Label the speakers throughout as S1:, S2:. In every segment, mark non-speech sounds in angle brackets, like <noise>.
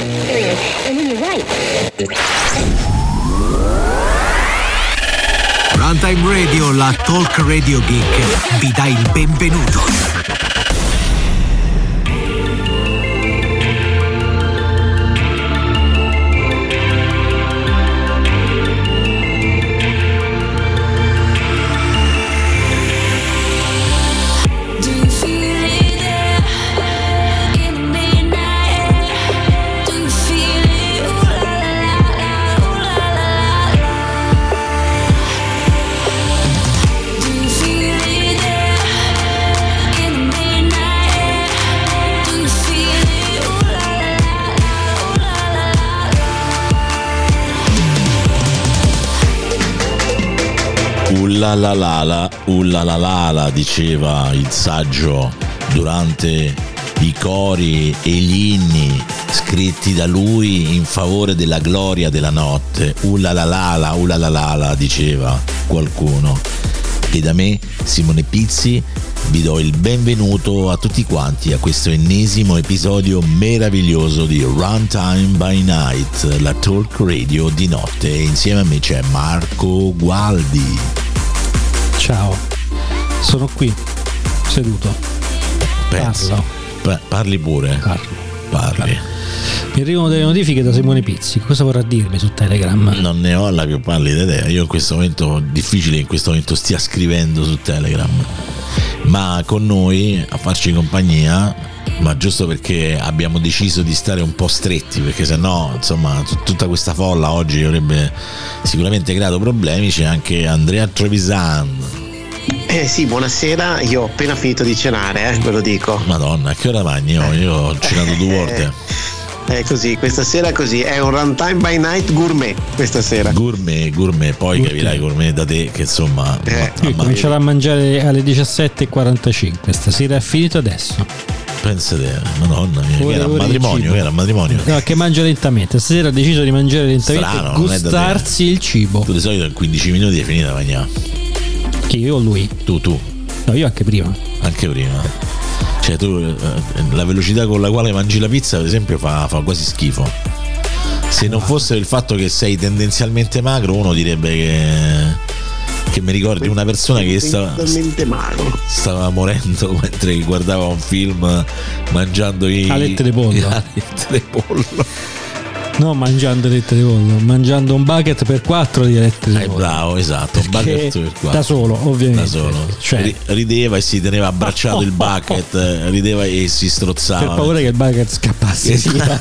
S1: And he was right.
S2: Runtime Radio, la Talk Radio Geek, vi dà il benvenuto.
S3: Do you feel it there in the midnight air? Do you feel it? Ooh la la la la, ooh la la la la. Do you feel it there in the midnight air? Do you feel it? Ooh la la la la, ooh la la la la.
S4: Ullalalala, ullalalala, diceva il saggio durante i cori e gli inni scritti da lui in favore della gloria della notte. Ullalalala, ullalalala, diceva qualcuno. E da me, Simone Pizzi, vi do il benvenuto a tutti quanti a questo ennesimo episodio meraviglioso di Runtime by Night, la talk radio di notte. E insieme a me c'è Marco Gualdi.
S5: Ciao, sono qui, seduto.
S4: Pensa.
S5: Parlo. Ah.
S4: Pa- parli pure.
S5: Carlo.
S4: Parli.
S5: Mi arrivano delle notifiche da Simone Pizzi. Cosa vorrà dirmi su Telegram?
S4: Non ne ho la più pallida idea. Io in questo momento, difficile che in questo momento stia scrivendo su Telegram. Ma con noi a farci compagnia, ma giusto perché abbiamo deciso di stare un po' stretti, perché sennò insomma t- tutta questa folla oggi avrebbe sicuramente creato problemi, c'è anche Andrea Trevisan.
S6: Eh sì, buonasera, io ho appena finito di cenare, eh, ve lo dico.
S4: Madonna, a che ora mangi? Io, io ho cenato due volte.
S6: È così, questa sera è così, è un runtime by night gourmet questa sera.
S4: Gourmet, gourmet, poi
S5: Gourmet.
S4: capirai gourmet da te che insomma...
S6: Eh,
S5: Io
S4: mamma-
S5: comincerò a mangiare alle 17.45. Stasera è finito adesso.
S4: Pensate, madonna mia, che
S5: Ore,
S4: era un
S5: ore di
S4: matrimonio,
S5: cibo.
S4: che era un matrimonio.
S5: No, che mangio lentamente. Stasera ho deciso di mangiare lentamente
S4: certo. Strano,
S5: e
S4: non è da te.
S5: gustarsi il cibo.
S4: Tu di solito in 15 minuti è finita la magna.
S5: Che io o lui?
S4: Tu, tu,
S5: No, io anche prima.
S4: anche prima. Cioè tu, eh, la velocità con la quale mangi la pizza, ad esempio, fa, fa quasi schifo. Se non fosse il fatto che sei tendenzialmente magro, uno direbbe che, che mi ricordi una persona che sta-
S6: Totalmente magro.
S4: stava morendo mentre guardava un film mangiando i...
S5: Alette
S4: <laughs>
S5: di pollo.
S4: Alette di pollo.
S5: No, mangiando lette di pollo, mangiando un bucket per 4 di lette di
S4: Eh,
S5: pollo.
S4: bravo, esatto. Un
S5: Che-
S4: bucket per qua.
S5: da solo, ovviamente.
S4: Da solo.
S5: Cioè,
S4: Ri- rideva e si teneva abbracciato il bucket, eh, rideva e si strozzava.
S5: per paura che il bucket
S4: Eh
S5: scappasse via.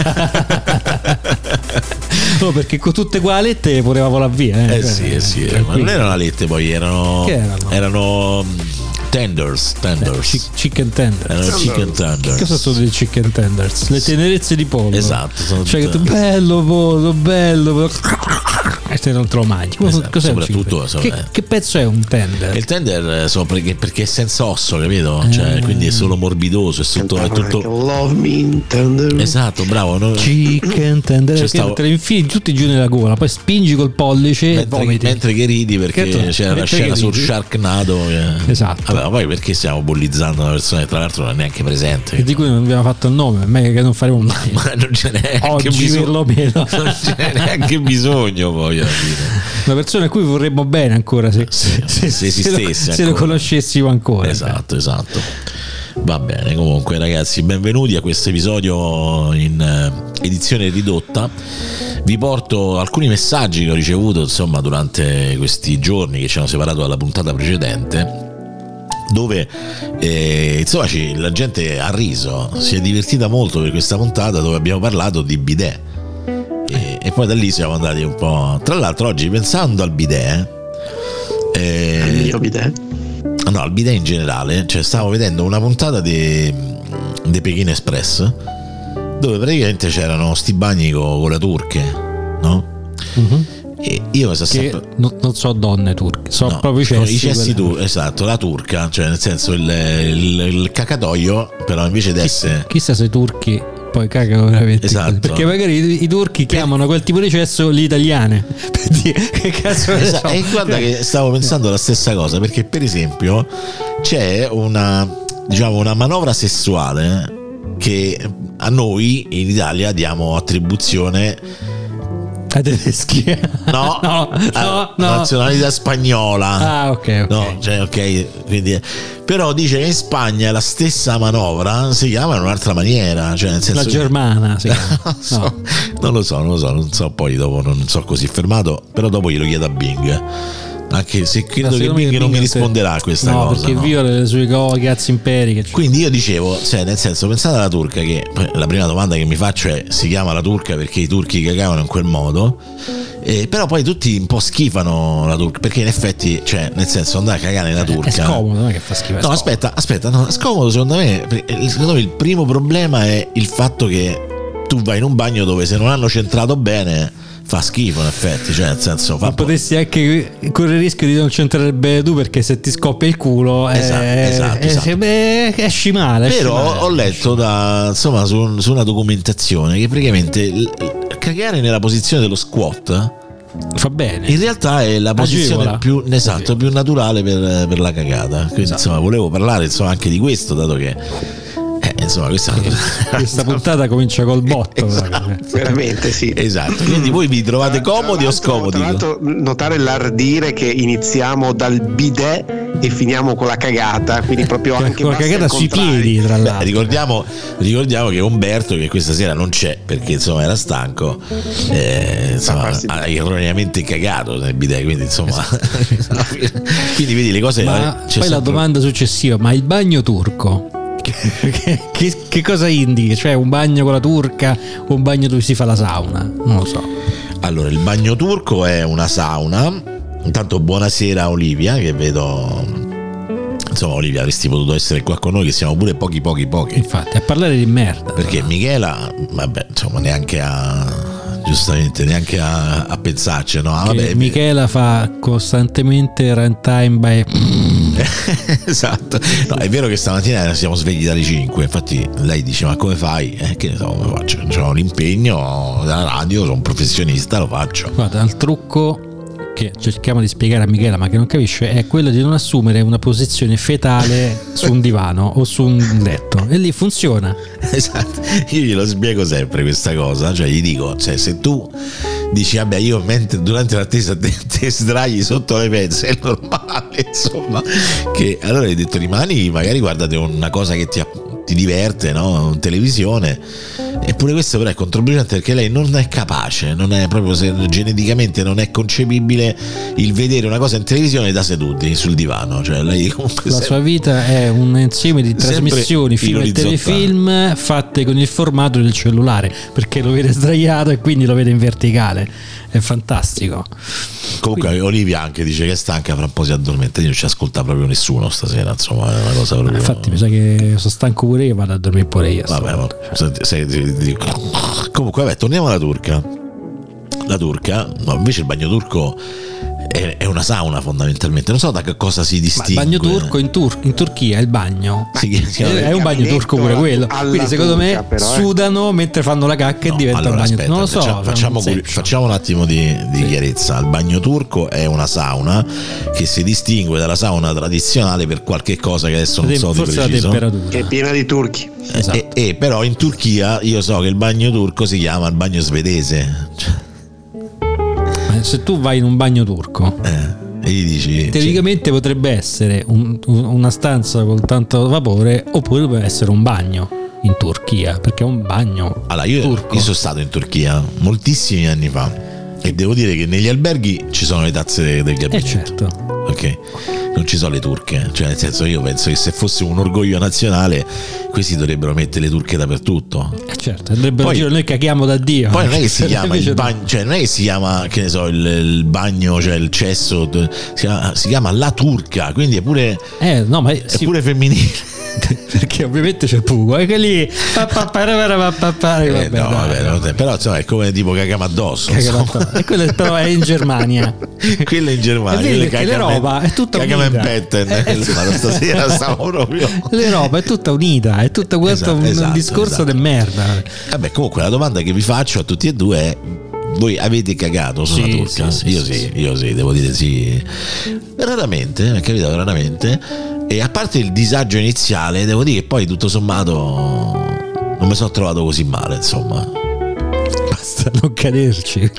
S5: no, perché con tutte qua le lette poteva volare via. Eh,
S4: Eh sì, eh sì, eh, ma non erano alette poi, erano,
S5: Che erano?
S4: erano, mm, tenders, tenders.
S5: Chicken tender.
S4: erano chicken
S5: Che Cosa
S4: tenders.
S5: sono le chicken tenders? Le tenerezze di pollo.
S4: Esatto, sono
S5: Cioè, che
S4: tutte-
S5: tu, bello pollo, bello. pollo. E te non te lo mangi. Cosa-
S4: Esatto,
S5: cos'è un chicken
S4: soprattutto,
S5: tender?
S4: insomma, eh.
S5: che, che pezzo è un tender?
S4: E Il tender eh, so, perché, perché è senza osso, capito? Cioè,
S5: Eh.
S4: quindi è solo morbidoso, è tutto, è
S6: Cantavano anche
S4: tutto-
S6: Ah, Love me tender.
S4: Esatto, bravo. no?
S5: Chicken tender.
S4: C'è
S5: Perché
S4: stavo-
S5: Te le infili tutti giù nella gola, poi spingi col pollice e
S4: Mentre,
S5: vomiti.
S4: mentre che ridi perché
S5: Che tu-
S4: c'era la
S5: mentre
S4: scena
S5: che
S4: sul
S5: ridi.
S4: Sharknado che-
S5: Esatto.
S4: Vabbè, ma poi perché stiamo bullizzando una persona che tra l'altro non è neanche presente
S5: E di cui non abbiamo fatto il nome, meglio che non faremo mai.
S4: <laughs> ma non ce n'è neanche
S5: Oggi
S4: bisogno
S5: perlomeno.
S4: <laughs> non ce n'è neanche bisogno poi alla fine.
S5: Una persona a cui vorremmo bene ancora se,
S4: Sì, se
S5: lo,
S4: esistesse
S5: se lo
S4: ancora.
S5: conoscessimo ancora.
S4: esatto esatto va bene comunque ragazzi benvenuti a questo episodio in eh, edizione ridotta vi porto alcuni messaggi che ho ricevuto insomma durante questi giorni che ci hanno separato dalla puntata precedente dove eh, insomma ci- la gente ha riso, si è divertita molto per questa puntata dove abbiamo parlato di bidet. E, e poi da lì siamo andati un po'. Tra l'altro, oggi pensando al bidet, eh,
S6: Il mio bidet.
S4: No, al bidet in generale, cioè stavo vedendo una puntata di, di Pechino Express dove praticamente c'erano sti bagni co- con la turche, no?
S5: Mhm.
S4: E io mi sono
S5: Che
S4: sempre...
S5: non, non so donne turche, so
S4: no,
S5: proprio i cessi.
S4: i cessi
S5: quelli-
S4: tu, esatto, la turca, cioè nel senso il, il, il cacatoio, però invece di
S5: <laughs>
S4: essere...
S5: Chissà se i turchi poi cagano veramente.
S4: Esatto.
S5: Perché magari i, i turchi chiamano quel tipo di cesso le italiane. <laughs> Per dire, che cazzo ne
S4: Esatto,
S5: so.
S4: E guarda che stavo pensando la stessa cosa, perché per esempio c'è una, diciamo, una manovra sessuale che a noi in Italia diamo attribuzione
S5: Ai tedeschi.
S4: no,
S5: <laughs>
S4: a-
S5: no, no, no.
S4: nazionalità spagnola.
S5: Ah, ok, ok.
S4: No, cioè, ok, quindi- però dice che in Spagna la stessa manovra si chiama in un'altra maniera, cioè nel senso
S5: La
S4: che-
S5: germana, sì.
S4: <laughs> Non so, Non lo so, non lo so, non so poi dopo, non so così fermato, però dopo glielo chiedo a Bing. Anche se
S5: No,
S4: credo che
S5: secondo
S4: Bing,
S5: me
S4: non mi
S5: te-
S4: risponderà a questa
S5: no,
S4: cosa.
S5: perché
S4: no.
S5: viola le sue co- cazzo imperi che c'è.
S4: Quindi io dicevo, cioè, nel senso, pensate alla turca che poi la prima domanda che mi faccio è si chiama la turca perché i turchi cagavano in quel modo, eh, però poi tutti un po' schifano la turca, perché in effetti, cioè, nel senso, andare a cagare nella turca.
S5: È scomodo, non è che fa schifo. è
S4: No,
S5: scomodo.
S4: aspetta, aspetta, no, scomodo secondo me, perché secondo me il primo problema è il fatto che tu vai in un bagno dove se non hanno centrato bene fa schifo in effetti, cioè nel senso fa
S5: Ma potresti anche correre il rischio di non centrare bene tu perché se ti scoppia il culo eh,
S4: Esatto, esatto,
S5: eh,
S4: esatto.
S5: beh, esci male. esci
S4: Però
S5: male.
S4: ho letto da, insomma, su, un- su una documentazione che praticamente l- l- cagare nella posizione dello squat
S5: Fa bene.
S4: in realtà è la posizione
S5: Agevola.
S4: più, esatto, più naturale per, per la cagata. Quindi insomma volevo parlare insomma, anche di questo, dato che eh, insomma questa
S5: <laughs> Questa puntata comincia
S4: <laughs>
S5: col botto. proprio. eh.
S6: Veramente sì.
S4: Esatto, quindi voi vi trovate comodi o
S6: Tra l'altro-
S4: scomodi?
S6: Tra l'altro notare l'ardire che iniziamo dal bidet e finiamo con la cagata,
S4: Eh,
S6: quindi proprio anche
S5: Con la
S6: basta il
S5: cagata Cioè, sui
S6: contrario.
S5: piedi, tra
S4: Beh,
S5: l'altro.
S4: ricordiamo, ricordiamo che Umberto, che questa sera non c'è perché insomma era stanco, eh, insomma,
S6: farsi-
S4: ha erroneamente cagato nel bidet, quindi insomma, <laughs> quindi vedi le cose.
S5: Esatto. Ma
S4: eh,
S5: poi
S4: c'è
S5: la
S4: sempre-
S5: domanda successiva, ma il bagno turco? <laughs> che, che- che cosa indichi? Cioè un bagno con la turca o un bagno dove si fa la sauna? Non lo so.
S4: Allora, il bagno turco è una sauna. Intanto, buonasera a Olivia, che vedo. Insomma, Olivia, avresti potuto essere qua con noi, che siamo pure pochi, pochi, pochi.
S5: Infatti, a parlare di merda.
S4: Perché Michela, vabbè, insomma, neanche a. Giustamente, neanche a, a pensarci, no? Ah,
S5: Che
S4: vabbè,
S5: Michela fa costantemente runtime by
S4: <laughs> esatto. No, è vero che stamattina siamo svegli dalle 5. Infatti, lei dice: Ma come fai? Eh, che ne so, come faccio? Ho l'impegno della radio, sono un professionista, lo faccio.
S5: Guarda, il trucco che cerchiamo di spiegare a Michela, ma che non capisce, è quello di non assumere una posizione fetale
S4: <laughs>
S5: su un divano o su un letto. E lì funziona.
S4: <laughs> Esatto, io glielo spiego sempre questa cosa, cioè gli dico, cioè, se tu dici vabbè io mentre durante l'attesa te, te sdrai sotto le pezze è normale insomma che allora hai detto rimani magari guardate una cosa che ti, app- ti diverte no? in televisione eppure questo però è controproducente perché lei non è capace non è proprio se- geneticamente non è concepibile il vedere una cosa in televisione da seduti sul divano cioè lei comunque
S5: La
S4: sempre-
S5: sua vita è un insieme di
S4: Sempre
S5: trasmissioni, film e
S4: orizzontale.
S5: telefilm fatte con il formato del cellulare, perché lo vede sdraiato e quindi lo vede in verticale. È fantastico.
S4: Eh, Comunque Olivia anche dice che è stanca, fra un po' si addormenta, io non ci ascolta proprio nessuno stasera, insomma è una cosa proprio...
S5: Ah, Infatti mi sa che sono stanco pure io, vado a dormire pure io.
S4: Vabbè, ma- senti- se- se- di- Comunque, vabbè, torniamo alla turca. La turca, no, invece il bagno turco è, è una sauna fondamentalmente, non so da che cosa si
S5: Ma il
S4: distingue. <laughs>
S5: bagno turco in, Tur- in Turchia, il bagno
S4: Si chi- si
S5: Eh,
S4: chiama-
S5: è un bagno turco pure
S6: alla-
S5: quello.
S6: alla
S5: Quindi secondo me
S6: turca, però, eh.
S5: sudano mentre fanno la cacca e
S4: No,
S5: diventa
S4: allora,
S5: un bagno.
S4: aspetta,
S5: non lo so.
S4: faccia- Facciamo,
S5: non
S4: curi-
S5: so.
S4: facciamo un attimo di, di chiarezza. Il bagno turco è una sauna che si distingue dalla sauna tradizionale per qualche cosa che adesso non so di
S5: Forse la
S4: preciso. Eh,
S6: Che è
S5: temperatura.
S6: piena di turchi.
S5: Esatto.
S4: E, e però in Turchia io so che il bagno turco si chiama il bagno svedese. Cioè,
S5: Ma Eh, Se tu vai in un bagno turco,
S4: eh, e gli dici. cioè,
S5: teoricamente potrebbe essere un- un- una stanza con tanto vapore oppure potrebbe essere un bagno in Turchia, perché è un bagno.
S4: allora, io,
S5: turco.
S4: io sono stato in Turchia moltissimi anni fa. E devo dire che negli alberghi ci sono le tazze de- del
S5: E
S4: gabinetto.
S5: certo.
S4: Ok. Non ci sono le turche. Cioè, nel senso, io penso che se fosse un orgoglio nazionale, questi dovrebbero mettere le turche dappertutto.
S5: Eh, certo, andrebbero
S4: Poi-
S5: in giro, noi cacchiamo da Dio.
S4: Poi non è che
S5: <laughs>
S4: si chiama
S5: Invece
S4: il
S5: Ah, no.
S4: bagno, cioè non è che si chiama, che ne so, il, il bagno, cioè il cesso, si chiama, si chiama la turca, quindi è pure,
S5: Eh, no, ma
S4: è
S5: sì,
S4: pure femminile.
S5: <laughs> perché ovviamente c'è il Pugo, è che
S4: <laughs>
S5: lì. pa, pa, pa, ra, ra, pa, pa, pa,
S4: Eh,
S5: vabbè,
S4: no,
S5: dai.
S4: vabbè, vabbè, però insomma, è come tipo cagam addosso.
S5: Cagano
S4: insomma.
S5: attorno. E quello però è
S4: <laughs>
S5: in Germania.
S4: Quella in Germania,
S5: E vedi
S4: quella
S5: che
S4: cagam-
S5: l'Europa è tutta
S4: cagam
S5: unita.
S4: and Petten,
S5: Eh, eh, sì.
S4: ma
S5: <laughs>
S4: stasera stavo proprio.
S5: L'Europa è tutta unita, è tutto questo
S4: Esatto,
S5: un
S4: esatto,
S5: discorso
S4: esatto.
S5: di merda.
S4: Vabbè, comunque la domanda che vi faccio a tutti e due è: voi avete cagato sulla
S5: Sì,
S4: turca?
S5: sì, sì,
S4: io sì,
S5: sì, sì.
S4: io sì, devo dire sì. Raramente, mi è capitato raramente. E a parte il disagio iniziale, devo dire che poi tutto sommato non mi sono trovato così male, insomma.
S5: Basta non caderci,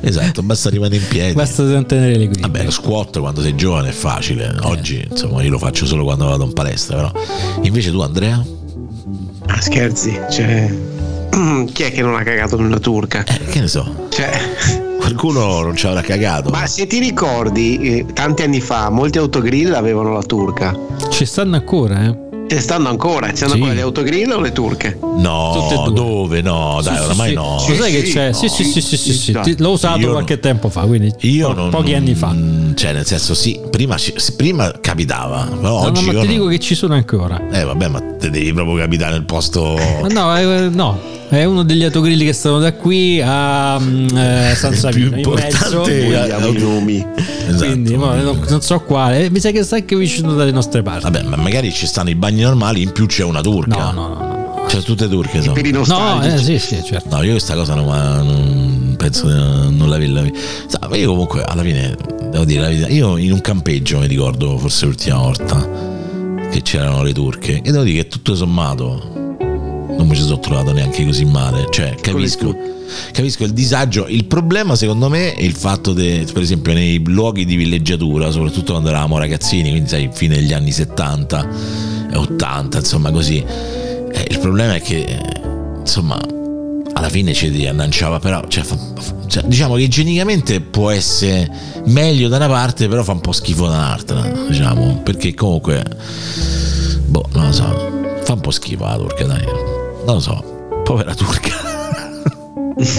S4: Esatto, basta rimanere in piedi.
S5: basta mantenere l'equilibrio.
S4: Vabbè, lo squat quando sei giovane è facile.
S5: Eh.
S4: Oggi, insomma, io lo faccio solo quando vado in palestra, però. Invece tu, Andrea?
S6: Ah, Scherzi, cioè. <clears throat> Chi è che non ha cagato in una turca?
S4: Eh, che ne so,
S6: Cioè,
S4: qualcuno non ci avrà cagato.
S6: ma se ti ricordi, eh, tanti anni fa molti autogrill avevano la turca.
S5: Ci stanno ancora,
S4: Oh,
S5: eh?
S6: Ce stanno ancora, ci stanno
S5: Sì.
S6: ancora le autogrill o le turche?
S5: Tutte e
S4: No,
S5: due.
S4: dove? No, dai,
S5: Sì, sì,
S4: oramai
S5: sì.
S4: no.
S5: Lo sai
S6: Sì,
S5: che c'è? Sì,
S6: no.
S5: sì, sì, sì, sì, sì.
S6: Sì,
S5: Ti- L'ho usato
S4: Io non-
S5: qualche tempo fa, quindi
S4: Io
S5: po-
S4: non-
S5: pochi anni fa. No,
S4: mm, Cioè, nel senso, sì, prima, ci- sì, prima capitava, però
S5: no,
S4: oggi
S5: ma
S4: io
S5: ti
S4: non-
S5: dico che ci sono ancora.
S4: Eh, vabbè, ma te devi proprio capitare nel posto...
S5: Ma no, eh, no, è uno degli autogrilli che stanno da qui a mm, eh, San
S4: Il più
S5: Savino, in mezzo.
S4: importante. Eh,
S6: Vogliamo
S4: ok.
S6: i nomi.
S4: Esatto.
S5: Quindi mo, non, non so quale, Eh, mi sa che sta anche vicino dalle nostre parti.
S4: Vabbè, ma magari ci stanno i bagni normali, in più c'è una turca.
S5: No, no, no, no.
S4: C'è tutte turche, so.
S6: Per i
S5: No,
S6: nostalgici.
S5: eh, sì, sì, certo.
S4: No, io questa cosa non, ma non- penso di non l'avevi. l'avevi- Sa, ma io comunque alla fine devo dire la verità. Io in un campeggio mi ricordo forse l'ultima volta che c'erano le turche e devo dire che tutto sommato non mi ci sono trovato neanche così male. Cioè, capisco, capisco il disagio. Il problema secondo me è il fatto che, per esempio, nei luoghi di villeggiatura, soprattutto quando eravamo ragazzini, quindi sai, fine degli anni 70 e 80, insomma così. Eh, il problema è che, eh, insomma, alla fine ci riannanciava, però cioè, fa- fa- cioè, diciamo che igienicamente può essere meglio da una parte, però fa un po' schifo dall'altra, diciamo, perché comunque, boh, non lo so, fa un po' schifo la turca, dai, non lo so, povera turca. <laughs>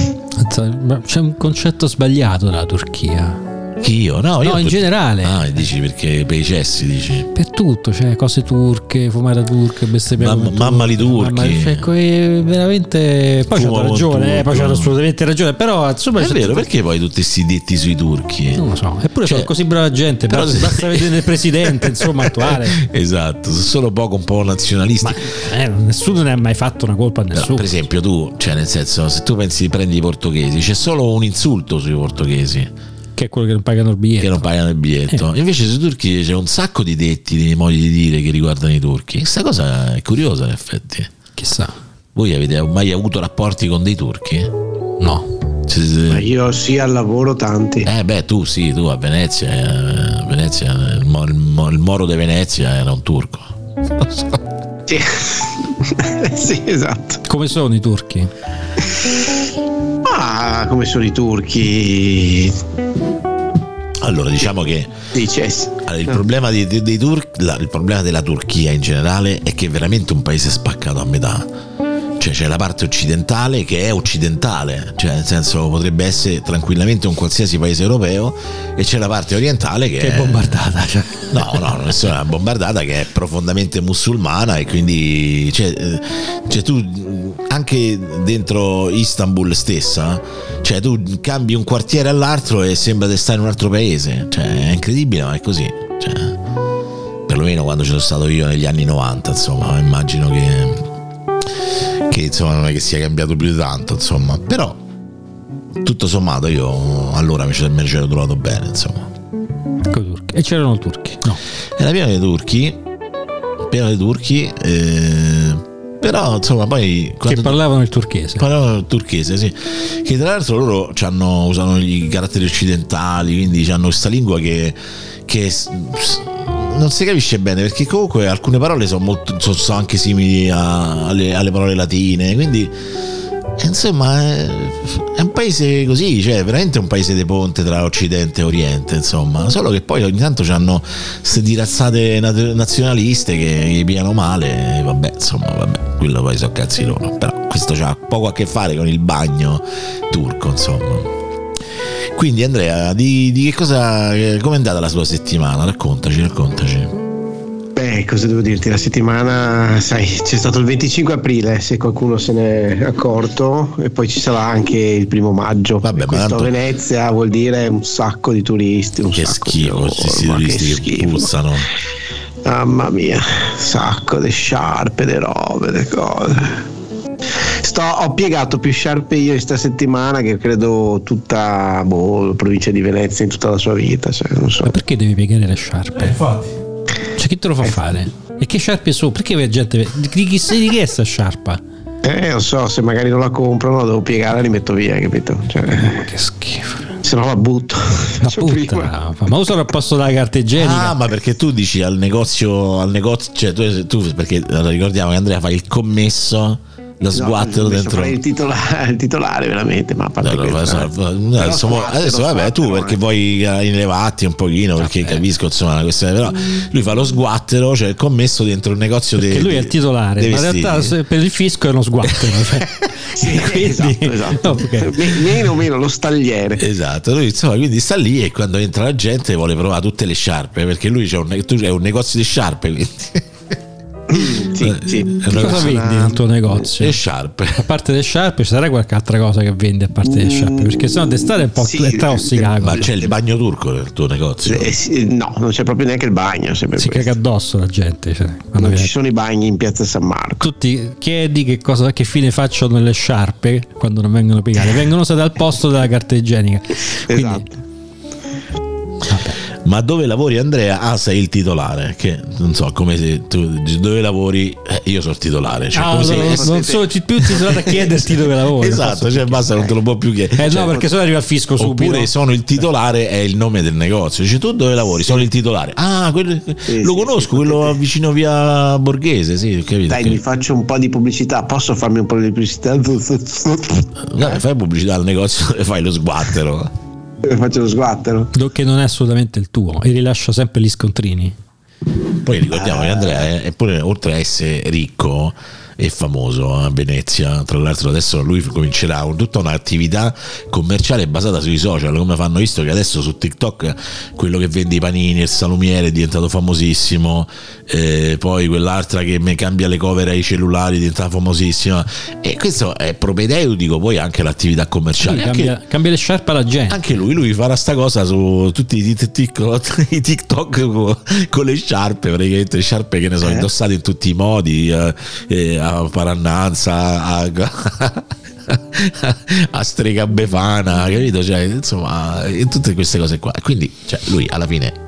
S5: Ma C'è un concetto sbagliato della Turchia.
S4: Chi io? No, io
S5: No, in
S4: per-
S5: generale.
S4: Ah, dici perché per i cessi, dici.
S5: Per tutto, cioè cose turche, fumata turca, bestemmia.
S4: Mamma-
S5: come
S4: mamma li turchi.
S5: mamma- cioè, que- veramente. Poi c'ha
S4: Fumo con
S5: ragione, eh, poi c'ha
S4: turco.
S5: assolutamente ragione. Però insomma.
S4: È
S5: c'è-
S4: vero, perché poi tutti questi detti sui turchi?
S5: Non lo so. Eppure
S4: Cioè,
S5: sono così brava gente.
S4: però
S5: basta,
S4: se-
S5: basta vedere il presidente, insomma, attuale.
S4: <laughs> Esatto, sono solo poco un po' nazionalisti.
S5: Eh, nessuno ne ha mai fatto una colpa a
S4: Però,
S5: nessuno.
S4: per esempio, tu, cioè, nel senso, se tu pensi prendi i portoghesi, c'è solo un insulto sui portoghesi
S5: che è quello che non pagano il
S4: che
S5: biglietto.
S4: non pagano il biglietto. Invece, sui turchi c'è un sacco di detti, di modi di dire che riguardano i turchi. Questa cosa è curiosa, in effetti.
S5: Chissà.
S4: Voi avete mai avuto rapporti con dei turchi?
S5: No.
S4: Cioè, se-
S6: Ma Io sì al lavoro tanti.
S4: eh beh, tu sì, tu a Venezia, eh, Venezia, il, mo- il mo- il moro di Venezia era un turco. Non so.
S6: Sì. <laughs> sì, esatto.
S5: Come sono i turchi?
S6: Ah, come sono i turchi?
S4: Allora, diciamo che
S6: Dice. sì.
S4: Allora, Ah, il,
S5: Eh.
S4: problema di- di- dei Tur- la- il problema della Turchia in generale è che è veramente un paese spaccato a metà. Cioè c'è la parte occidentale che è occidentale, cioè nel senso potrebbe essere tranquillamente un qualsiasi paese europeo e c'è la parte orientale <laughs> che,
S5: Che è bombardata. cioè.
S4: No, no, non è solo una bombardata che è profondamente musulmana e quindi cioè, eh, cioè, tu mh, anche dentro Istanbul stessa, cioè tu cambi un quartiere all'altro e sembra di stare in un altro paese, cioè è incredibile ma è così, cioè, perlomeno quando ci sono stato io negli anni 90 insomma, immagino che, che insomma non è che sia cambiato più di tanto insomma, però tutto sommato io allora mi ce- me ci ero trovato bene insomma.
S5: Coi turchi. E c'erano turchi. No.
S4: Era pieno dei turchi, pieno dei turchi, eh, però insomma poi...
S5: Che parlavano il turchese.
S4: Parlavano il turchese, sì. Che tra l'altro loro c'hanno- usano i caratteri occidentali, quindi hanno questa lingua che, che s- s- non si capisce bene, perché comunque alcune parole sono, molto- sono- sono anche simili a- alle, alle parole latine, quindi eh, insomma è, è un paese così, cioè è veramente un paese di ponte tra Occidente e Oriente, insomma, solo che poi ogni tanto hanno queste dirazzate nat- nazionaliste che gli piano male, e vabbè, insomma, vabbè, quello poi sono cazzi loro, però questo ha poco a che fare con il bagno turco, insomma. Quindi Andrea, di, di che cosa, eh, com'è andata la sua settimana? Raccontaci, raccontaci.
S6: Beh, cosa devo dirti? La settimana, sai, c'è stato il 25 aprile, se qualcuno se ne è accorto, e poi ci sarà anche il primo maggio.
S4: Vabbè, ma
S6: E questo
S4: tanto-
S6: a Venezia vuol dire un sacco di turisti, un
S4: Che
S6: sacco
S4: schifo,
S6: di
S4: questi
S6: lavoro, ma
S4: turisti che,
S6: schifo.
S4: puzzano.
S6: Mamma mia, sacco di sciarpe, di robe, di cose. Sto, ho piegato più sciarpe io questa settimana che credo tutta boh, la provincia di Venezia in tutta la sua vita. cioè, non so.
S5: Ma perché devi piegare le sciarpe? Cioè, chi te lo fa fare? E che sciarpe sono? Perché la gente. Di chi, di chi è sta sciarpa?
S6: Eh, lo so, se magari non la comprano, la devo piegare e li metto via, capito? Cioè,
S5: Che schifo.
S6: se no la butto.
S5: Ma
S6: Faccio prima.
S5: puttana, ma uso al posto della carta igienica.
S4: Ah, ma perché tu dici al negozio, al negozio cioè tu, tu- perché allora, ricordiamo che Andrea fa il commesso, lo
S6: No,
S4: sguattero
S6: adesso
S4: dentro.
S6: farei Il, titola- il titolare, veramente, ma a parte
S4: Allora,
S5: <laughs>
S6: questo,
S4: adesso,
S6: eh.
S4: adesso- adesso-
S6: Però
S4: adesso,
S6: sguattero,
S4: vabbè, tu
S6: sguattero,
S4: perché
S6: eh.
S4: vuoi eh, inlevarti un pochino, perché capisco insomma la questione, però lui fa lo sguattero, cioè il commesso dentro il negozio dei-
S5: Che lui è il
S4: dei-
S5: titolare,
S4: dei
S5: ma in realtà
S4: vestiti.
S5: se- per il fisco è uno sguattero. cioè.
S6: Sì,
S5: Quindi-
S6: esatto, esatto.
S5: <laughs> ok. Eh,
S6: Me- meno meno lo stagliere.
S4: Esatto, lui insomma quindi sta lì e quando entra la gente vuole provare tutte le sciarpe perché lui c'è un, ne- tu- è un negozio di sciarpe, quindi
S6: Sì, sì.
S4: È una
S5: eh, Cosa
S4: cosa-
S5: vendi nel tuo negozio?
S4: le sciarpe.
S5: A parte le sciarpe, ci sarà qualche altra cosa che vendi a parte le sciarpe? Perché sennò d'estate è un po'
S6: Sì,
S5: è tossica. la
S4: Ma
S5: cosa.
S4: c'è il bagno turco nel tuo negozio?
S6: Eh, sì, no, non c'è proprio neanche il bagno. se per
S5: Si
S6: questo.
S5: caga addosso la gente. cioè, quando
S6: Non
S5: viene-
S6: ci sono i bagni in piazza San Marco.
S5: tu ti chiedi che, cosa, che fine facciano le sciarpe quando non vengono piegate, vengono usate al posto della carta
S4: <laughs>
S5: igienica. Quindi,
S6: Esatto.
S4: Ma dove lavori Andrea? Ah, sei il titolare, che non so come se tu dove lavori eh, io sono il titolare, cioè
S5: ah,
S4: come se-
S5: non,
S4: <laughs>
S5: non sono ti- più titolato a chiederti dove lavori.
S4: Esatto, cioè basta, non te lo può più chiedere.
S5: Eh
S4: Cioè,
S5: no, perché sennò arriva il fisco subito.
S4: Oppure sono il titolare, è il nome del negozio. Dice tu dove lavori? Sono il titolare. Ah, quello-
S6: Sì,
S4: lo
S6: sì,
S4: conosco,
S6: sì,
S4: quello
S6: potete-
S4: vicino via Borghese, sì, ho capito.
S6: Dai,
S4: Che-
S6: gli faccio un po' di pubblicità. Posso farmi un po' di pubblicità? <laughs> E
S4: Dai, fai pubblicità al negozio <laughs> e fai lo sguattero.
S6: Faccio lo sguattero.
S5: Do- Che non è assolutamente il tuo e rilascia sempre gli scontrini.
S4: Poi ricordiamo che Andrea è, è pure, oltre a essere ricco e famoso a Venezia, tra l'altro adesso lui comincerà un- tutta un'attività commerciale basata sui social, come fanno visto che adesso su TikTok quello che vende i panini, il salumiere è diventato famosissimo, eh, poi quell'altra che mi cambia le cover ai cellulari è diventata famosissima e questo è propedeutico poi anche all'attività commerciale. Anche-
S5: Cioè, Cambia, cambia le sciarpe alla gente.
S4: anche lui, lui farà sta cosa su tutti i tit- tic- <laughs> i TikTok con- con le sciarpe, praticamente le sciarpe che ne so,
S6: Eh.
S4: indossate in tutti i modi, eh, eh, a parannanza, a, a <laughs> strega befana, capito? Cioè, insomma, e tutte queste cose qua. Quindi, cioè, lui alla fine...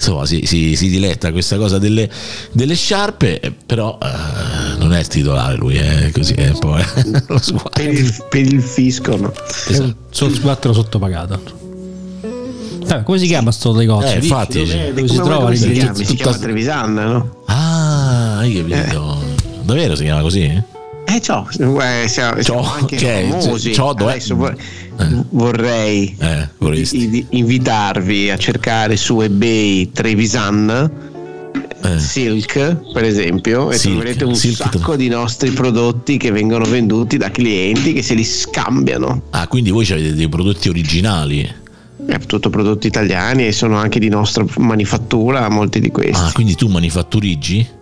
S4: Insomma, si, si, si diletta a questa cosa delle, delle sciarpe, eh, però eh, non è il titolare lui, è così, è un po' eh, <laughs> lo sguardo.
S6: Per il, per il fisco, no.
S5: È un solo sguattero sottopagato. Vabbè, come si chiama sto negozio?
S4: Eh,
S5: Dici,
S4: infatti,
S5: dove-
S4: sì.
S5: dove si
S6: Come-
S5: trova
S6: come si chiama?
S5: l'indirizzo?
S6: Si chiama
S5: Tutta-
S6: Trevisan, no?
S4: Ah, hai capito. Davvero si chiama così?
S6: Eh, ciò. Eh, siamo, siamo anche
S4: ok,
S6: famosi.
S4: ciò dov'è?
S6: Adesso vor-
S4: Eh.
S6: vorrei
S4: Eh, vorresti.
S6: i- di- invitarvi a cercare su eBay Trevisan.
S4: Eh.
S6: Silk, per esempio, e
S4: Silk,
S6: troverete un
S4: Silk
S6: sacco
S4: Tro-
S6: di nostri prodotti che vengono venduti da clienti che se li scambiano.
S4: Ah, quindi voi avete dei prodotti originali.
S6: È tutto prodotti italiani e sono anche di nostra manifattura, molti di questi.
S4: Ah, quindi tu manifatturiggi?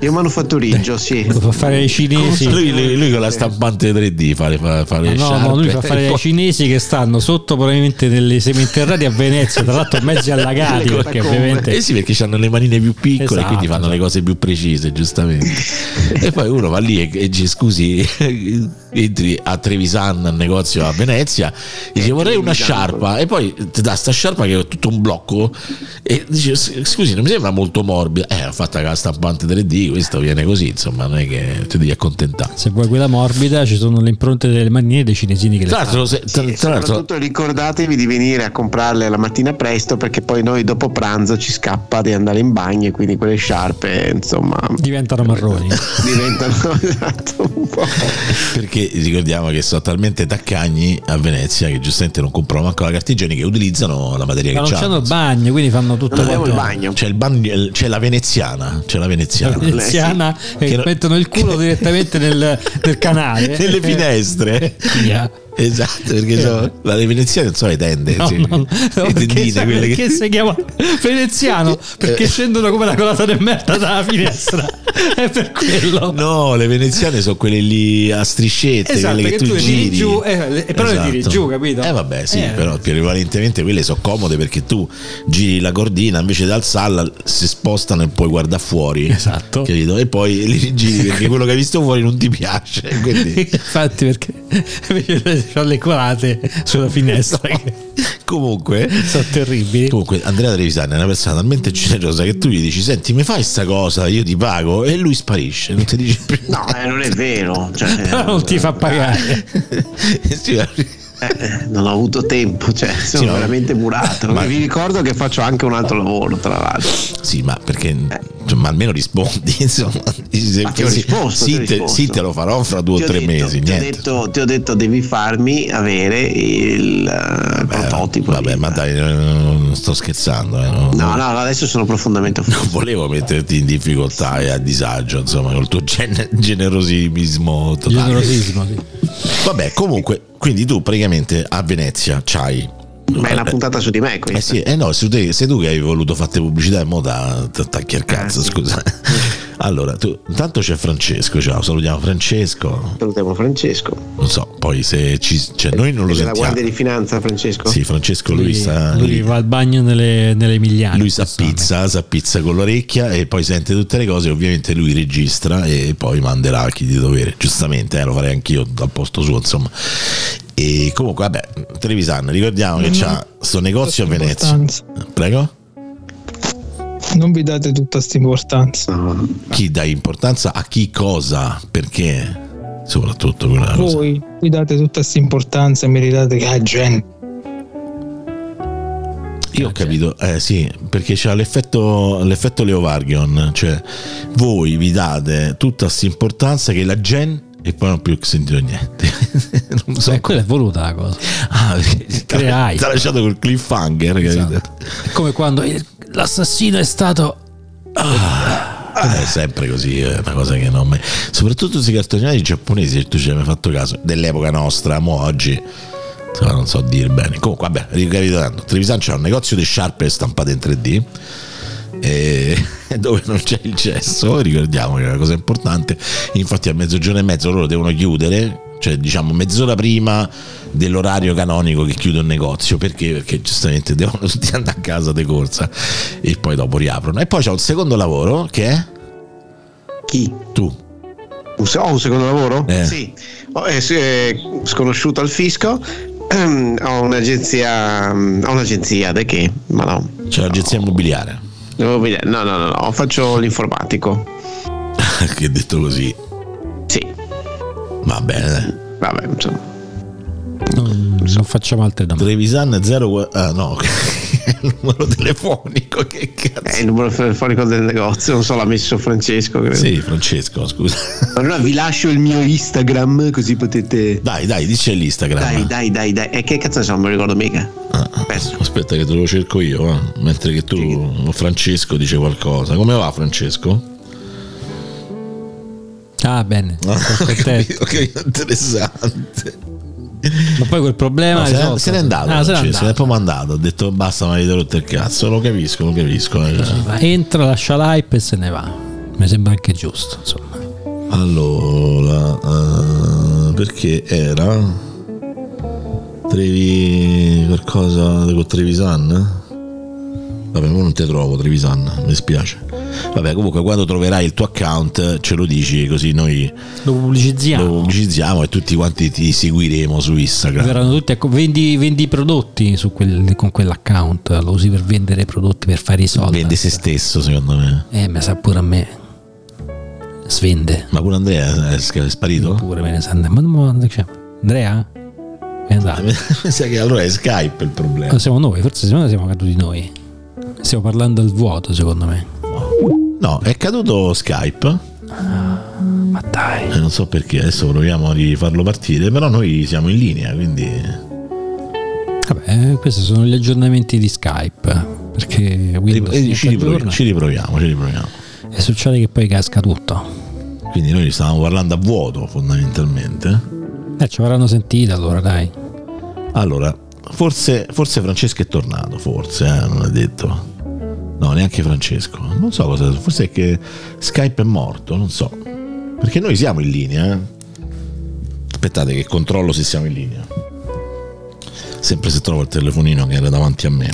S6: Io manufatturiggio, sì.
S5: Lo fa fare ai cinesi.
S4: Lui, lui- lui con la stampante 3D fa le, fa, fa le
S5: No,
S4: sciarpe.
S5: no, lui fa fare ai cinesi che stanno sotto probabilmente nelle seminterrati a Venezia, tra l'altro
S4: <laughs>
S5: mezzi allagati,
S6: Le
S5: perché
S6: catacombe.
S5: ovviamente
S4: Eh sì, perché hanno le manine più piccole,
S5: Esatto.
S4: quindi fanno le cose più precise, giustamente. e poi uno va lì e, e dice: Scusi, <laughs> entri a Trevisan, al negozio a Venezia, dice: Vorrei una sciarpa. E poi ti dà sta sciarpa che è tutto un blocco. E dice: "S- Scusi, non mi sembra molto morbida. Eh, ho fatta la stampante 3D, questo viene così, insomma, non è che ti devi accontentare.
S5: se vuoi quella morbida ci sono le impronte delle manine dei cinesini che le
S4: Tra
S5: fanno.
S4: l'altro, se- tra-
S6: E
S4: tra l'altro
S6: soprattutto ricordatevi di venire a comprarle la mattina presto perché poi noi dopo pranzo ci scappa di andare in bagno e quindi quelle sciarpe insomma
S5: diventano marroni.
S4: Eh,
S6: diventano
S4: <laughs>
S6: esatto, un po'.
S4: Perché ricordiamo che sono talmente taccagni a Venezia che giustamente non comprano manco la carta igienica e utilizzano la materia
S5: Ma non
S4: che
S5: c'hanno
S4: hanno.
S5: il bagno, quindi fanno tutto
S6: Non abbiamo il
S5: quanto.
S6: bagno.
S4: C'è, certo. il bagno- c'è la veneziana, c'è la
S5: La
S4: veneziana.
S5: veneziana
S4: eh, Che
S5: e
S4: non-
S5: mettono
S4: <laughs>
S5: il culo direttamente nel, nel canale.
S4: Nelle finestre.
S5: Eh, Via. Eh.
S4: Esatto, perché so, la le veneziane non sono le tende,
S5: No,
S4: sì.
S5: no, no,
S4: le
S5: perché,
S4: tendine,
S5: sai
S4: quelle
S5: perché
S4: che... Eh.
S5: si chiama veneziano? Perché scendono come la colata di merda dalla
S4: <laughs>
S5: finestra. È per quello.
S4: No, le veneziane sono quelle lì a striscette,
S5: Esatto,
S4: quelle che,
S5: che tu le tiri
S4: giri.
S5: giù, eh, le- però le tiri giù, capito?
S4: Eh vabbè, sì,
S5: Eh.
S4: però prevalentemente quelle sono comode perché tu giri la cordina invece di alzarla si spostano e puoi guardare fuori.
S5: Esatto.
S4: Capito? E
S5: <laughs>
S4: poi li rigiri perché quello che hai visto fuori non ti piace. Quindi
S5: Infatti, perché invece c'ha le colate sulla finestra che
S4: Comunque,
S5: sono terribili.
S4: Comunque, Andrea Trevisani è una persona talmente generosa che tu gli dici: Senti, mi fai sta cosa, io ti pago, e lui sparisce, non ti dice più.
S6: <laughs> No, eh, non è vero.
S4: <laughs>
S6: cioè,
S5: Però non ti
S4: eh,
S5: fa pagare.
S4: Sì, ma-
S6: eh, non ho avuto tempo, cioè, sono
S4: Sì, no.
S6: veramente murato.
S4: Ma-
S6: Vi ricordo che faccio anche un altro lavoro, tra l'altro.
S4: sì, ma perché cioè, ma almeno rispondi, <laughs> insomma. Dici, se-
S6: Ma ti ho
S4: sì,
S6: risposto,
S4: sì,
S6: ti ho
S4: te,
S6: risposto.
S4: sì, te lo farò fra due o
S6: Ti ho
S4: tre
S6: detto-
S4: mesi.
S6: Ti ho,
S4: niente.
S6: detto, ti ho detto devi farmi avere il eh,
S4: Eh,
S6: prototipo.
S4: Vabbè,
S6: di-
S4: ma dai, eh, non sto scherzando. eh, no.
S6: No, no, adesso sono profondamente offeso.
S4: Non volevo metterti in difficoltà e a disagio, insomma, col tuo gen- generosismo totale.
S5: Generosismo, sì.
S4: Vabbè, comunque, quindi tu praticamente a Venezia c'hai.
S6: Ma è una
S4: Eh,
S6: puntata su di me questa.
S4: Eh sì, eh no, sei tu, sei tu che hai voluto fare pubblicità e mo da attacchi
S6: Ah,
S4: al cazzo,
S6: <laughs>
S4: scusa. Allora, tu, intanto c'è Francesco, ciao, salutiamo Francesco.
S6: Salutiamo Francesco.
S4: Non so, poi se ci... Cioè, noi non lo
S6: Della Guardia
S4: sentiamo.
S6: di Finanza, Francesco.
S4: Sì, Francesco lui,
S5: Lui,
S4: sta...
S5: lui
S4: Lui,
S5: va al bagno nelle, nelle Emiliane.
S4: lui sa
S5: Persone.
S4: pizza, sa pizza con l'orecchia e poi sente tutte le cose, ovviamente lui registra e poi manderà a chi di dovere, giustamente, eh, lo farei anch'io al posto suo, insomma. E comunque, vabbè, Trevisan, ricordiamo
S5: Mm-hmm.
S4: che c'ha sto negozio a Venezia.
S7: Importanza.
S4: Prego?
S7: Non vi date tutta questa importanza.
S6: No,
S4: chi dà importanza a chi cosa, perché soprattutto quella cosa.
S7: Voi vi date tutta questa importanza e meritate che la gente.
S4: Io ho capito, eh sì, perché c'è l'effetto, l'effetto Leovargion, cioè voi vi date tutta questa importanza che la gen e poi non più sentito niente. <laughs> non so.
S5: Eh, quella è voluta la cosa.
S4: Ah, perché t'ha-
S5: Creai.
S4: <laughs>
S5: Esatto.
S4: T'ha lasciato col cliffhanger. capito?
S5: È come quando il- l'assassino è stato.
S4: Eh, È sempre così, è una cosa che non mi... Soprattutto questi cartoni animati giapponesi, se tu ci hai mai fatto caso, dell'epoca nostra, mo oggi, insomma, non so dire bene. Comunque, vabbè, ricapitolando, Trevisan c'è un negozio di sciarpe stampate in 3D, e- <laughs> dove non c'è il gesso, ricordiamo che è una cosa importante, infatti a mezzogiorno e mezzo loro devono chiudere. Cioè, diciamo, mezz'ora prima dell'orario canonico che chiude un negozio perché? Perché giustamente devono tutti andare a casa di corsa e poi dopo riaprono. E poi c'è un secondo lavoro che è
S6: Chi?
S4: tu.
S6: Un se- ho un secondo lavoro?
S4: Eh.
S6: Sì. Ho- eh, sì, eh, sconosciuto al fisco. <clears throat> ho un'agenzia. mm, Ho un'agenzia, de che? Ma no.
S4: C'è l'agenzia immobiliare.
S6: Devo vedere- No, no, no, no, faccio l'informatico.
S4: che detto così.
S6: Sì.
S4: Va bene.
S6: Vabbè, insomma.
S5: Non, non facciamo altre domande.
S4: Trevisan 0. Ah, no. <laughs> il numero telefonico. Che
S6: È
S4: cazzo.
S6: il numero telefonico del negozio, non so, l'ha messo Francesco. Credo.
S4: Sì, Francesco, scusa.
S6: Allora vi lascio il mio Instagram così potete.
S4: Dai, dai, dice l'Instagram.
S6: Dai, dai, dai, dai. E che cazzo ne so, non me lo ricordo mica.
S4: Ah,
S6: Perso.
S4: aspetta che te lo cerco io, eh, mentre che tu Francesco dice qualcosa. Come va Francesco?
S5: Ah, bene. Sono
S4: <laughs>
S5: contento.
S4: Ok, interessante.
S5: Ma poi quel problema.
S4: No,
S5: è
S4: se, n'è-
S5: risolto.
S4: se n'è andato,
S5: Ah, se n'è
S4: Francesco, se n'è
S5: andato.
S4: proprio andato. Ha detto basta, mi avete rotto il cazzo. Lo capisco, lo capisco. eh.
S5: Entra, lascia l'hype e se ne va. Mi sembra anche giusto. Insomma.
S4: Allora, eh, perché era Trevi qualcosa con Trevisan? Vabbè, ma non te trovo Trevisan, mi spiace. Vabbè, comunque quando troverai il tuo account ce lo dici così noi
S5: Lo pubblicizziamo.
S4: lo pubblicizziamo e tutti quanti ti seguiremo su Instagram.
S5: Verranno tutti a co- vendi, vendi i prodotti su quel- con quell'account, lo usi per vendere i prodotti per fare i soldi.
S4: Vende se stesso, secondo me.
S5: Eh, ma sa pure a me. Svende.
S4: Ma pure Andrea è sc- è sparito? <laughs>
S5: Pure me ne sa andare. Ma non mo- cioè, Andrea? È andato.
S4: Mi sa che allora è Skype il problema.
S5: Ma siamo noi, forse siamo, siamo caduti noi. Stiamo parlando al vuoto, secondo me.
S4: No, è caduto Skype.
S5: Ah, Ma dai.
S4: Eh, Non so perché, adesso proviamo a rifarlo partire, però noi siamo in linea, quindi...
S5: Vabbè, eh, questi sono gli aggiornamenti di Skype. Perché Windows
S4: Eh,
S5: si
S4: ci, riproviamo,
S5: aggiorna
S4: ci riproviamo, ci riproviamo.
S5: e succede che poi casca tutto.
S4: Quindi noi stavamo parlando a vuoto fondamentalmente.
S5: Eh, ci avranno sentito allora, dai.
S4: Allora, forse, forse Francesco è tornato, forse, eh, non è detto. No, neanche Francesco. Non so cosa, forse è che Skype è morto, non so. Perché noi siamo in linea. eh. Aspettate che controllo se siamo in linea. Sempre se trovo il telefonino che era davanti a me.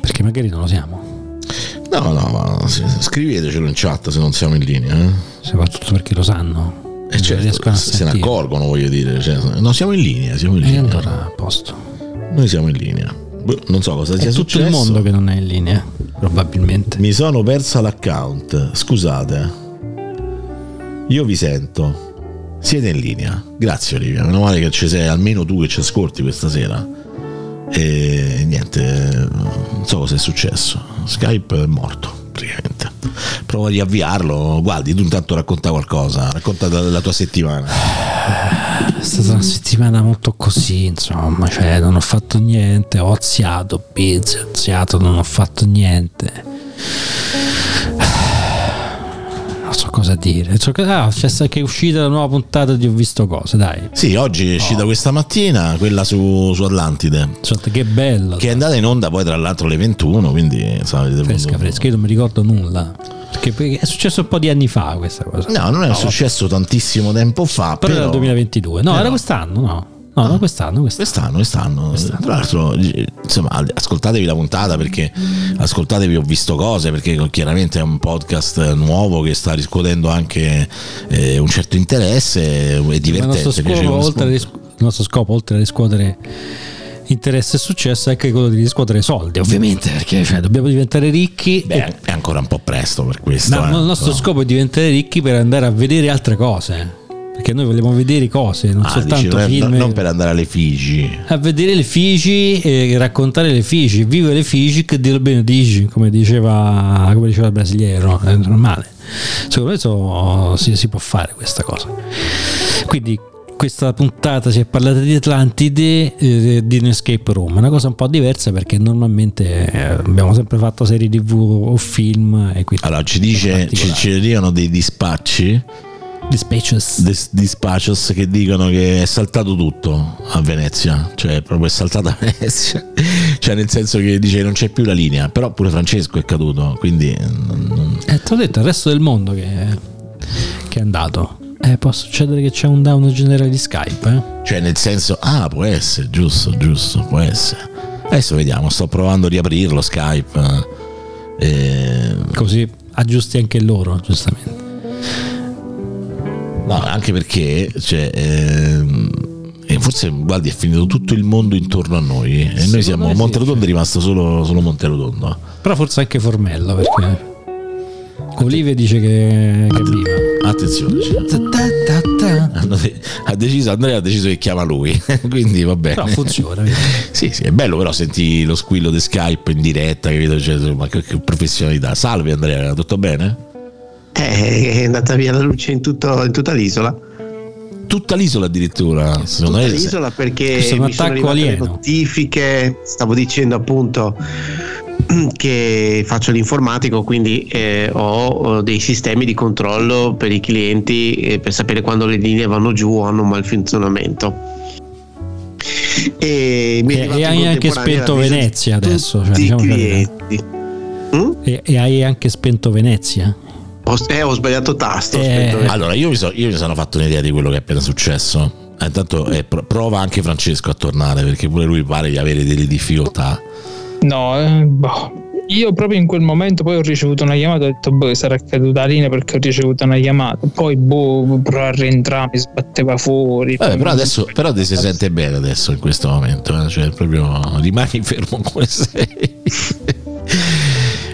S5: Perché magari non lo siamo.
S4: No, no, ma s- scrivetecelo in chat se non siamo in linea. eh.
S5: Soprattutto perché lo sanno.
S4: Eh, certo,
S5: riescono a
S4: se ne
S5: sentire.
S4: accorgono, voglio dire. cioè, no, siamo in linea, siamo in
S5: E
S4: linea.
S5: allora a posto.
S4: Noi siamo in linea. Boh, non so cosa
S5: È
S4: sia
S5: tutto
S4: successo.
S5: il mondo che non è in linea, probabilmente.
S4: Mi sono persa l'account. Scusate. Io vi sento. Siete in linea. Grazie Olivia. Meno male che ci sei, almeno tu che ci ascolti questa sera. E niente, non so cosa è successo. Skype è morto, praticamente. Prova a riavviarlo. Guardi, tu intanto racconta qualcosa. Racconta la, la tua settimana.
S5: È stata una settimana molto così, insomma, cioè non ho fatto niente, ho oziato, pizza, ho oziato, non ho fatto niente. <sighs> Non so cosa dire. So che- ah, c'è sta- che è uscita la nuova puntata di Ho visto cose, dai.
S4: Sì, oggi è uscita questa mattina, quella su, su Atlantide.
S5: Cioè, che bello.
S4: Che è andata in onda poi tra l'altro alle 21, quindi insomma, avete
S5: fresca,
S4: potuto-
S5: fresca, io non mi ricordo nulla. Perché perché è successo un po' di anni fa questa cosa.
S4: No, non è successo tantissimo tempo fa,
S5: Però
S4: però,
S5: era il 2022. No,
S4: però- Ah.
S5: era quest'anno, no. No, no, quest'anno, quest'anno.
S4: Quest'anno, quest'anno, tra l'altro, eh, insomma, al- ascoltatevi la puntata perché ascoltatevi ho visto cose, perché chiaramente è un podcast nuovo che sta riscuotendo anche eh, un certo interesse, è
S5: Il
S4: divertente.
S5: nostro
S4: piace
S5: scopo,
S4: come
S5: oltre a
S4: spunto.
S5: ris- il nostro scopo, oltre a riscuotere interesse e successo, è anche quello di riscuotere soldi, ovviamente, perché cioè, dobbiamo diventare ricchi.
S4: Beh, è ancora un po' presto per
S5: e-
S4: questo.
S5: no,
S4: eh,
S5: il nostro
S4: però.
S5: scopo è diventare ricchi per andare a vedere altre cose. Perché noi vogliamo vedere cose, non
S4: Ah,
S5: soltanto
S4: dici,
S5: film.
S4: non- non per andare alle Figi.
S5: A vedere le Figi e raccontare le Figi, vive le Figi che Dio bene dici, come diceva, come diceva il brasiliero, è normale. Secondo me so- si, si può fare questa cosa. Quindi questa puntata si è parlata di Atlantide eh, di un escape room, una cosa un po' diversa perché normalmente eh, abbiamo sempre fatto serie tv o film e quindi
S4: Allora, ci dice, ci, ci arrivano dei dispacci,
S5: dispatches.
S4: dis- dispaccios che dicono che è saltato tutto a Venezia, cioè proprio è saltata Venezia, <laughs> cioè nel senso che dice che non c'è più la linea, però pure Francesco è caduto, quindi eh, non- non-
S5: Eh, te l'ho detto, il resto del mondo che, che è andato. Eh, può succedere che c'è un down generale di Skype. Eh?
S4: cioè nel senso, ah può essere, giusto, giusto, può essere. Adesso vediamo, sto provando a riaprirlo Skype. eh, eh,
S5: Così aggiusti anche loro, giustamente.
S4: No, anche perché cioè, ehm, e forse guardi, è finito tutto il mondo intorno a noi eh, e noi
S5: Secondo
S4: siamo
S5: me sì,
S4: Monterotondo
S5: cioè.
S4: è rimasto solo, solo Monterotondo.
S5: Però forse anche Formello, perché Olive dice che, che è viva.
S4: Attenzione, cioè, hanno de- ha deciso, Andrea ha deciso che chiama lui, <laughs> quindi va bene. <laughs>
S5: Però funziona. vedi.
S4: Sì, sì, è bello però senti lo squillo di Skype in diretta, capito? Cioè, insomma, che, che professionalità. Salve Andrea, tutto bene?
S6: Eh, è andata via la luce in, tutto- in tutta l'isola.
S5: Eh,
S4: Tutta l'isola addirittura, secondo
S6: Tutta
S4: me.
S6: l'isola perché
S5: questo è un
S6: mi sono
S5: attacco
S6: arrivate le
S5: alieno.
S6: notifiche. Stavo dicendo appunto che faccio l'informatico, quindi eh, ho eh, dei sistemi di controllo per i clienti eh, per sapere quando le linee vanno giù o hanno un malfunzionamento. E, mi è
S5: E- Eh,
S6: arrivato
S5: e
S6: in
S5: hai anche
S6: contemporanea
S5: spento
S6: l'avviso di
S5: Venezia adesso, cioè,
S6: tutti i
S5: diciamo la verità.
S6: clienti. Mm?
S5: E, e hai anche spento Venezia.
S6: Ho, eh, ho sbagliato tasto. ho
S5: Eh,
S6: spento Venezia.
S4: Allora, io mi, so- io mi sono fatto un'idea di quello che è appena successo. Eh, Intanto eh, pro- prova anche Francesco a tornare perché pure lui pare di avere delle difficoltà.
S7: No, eh, boh. Io proprio in quel momento poi ho ricevuto una chiamata, ho detto boh, sarà caduta la linea perché ho ricevuto una chiamata. Poi boh, però a rientrare mi sbatteva fuori.
S4: Vabbè, Eh, però adesso però ti si sente bene adesso in questo momento, eh, cioè proprio rimani <laughs> fermo come sei.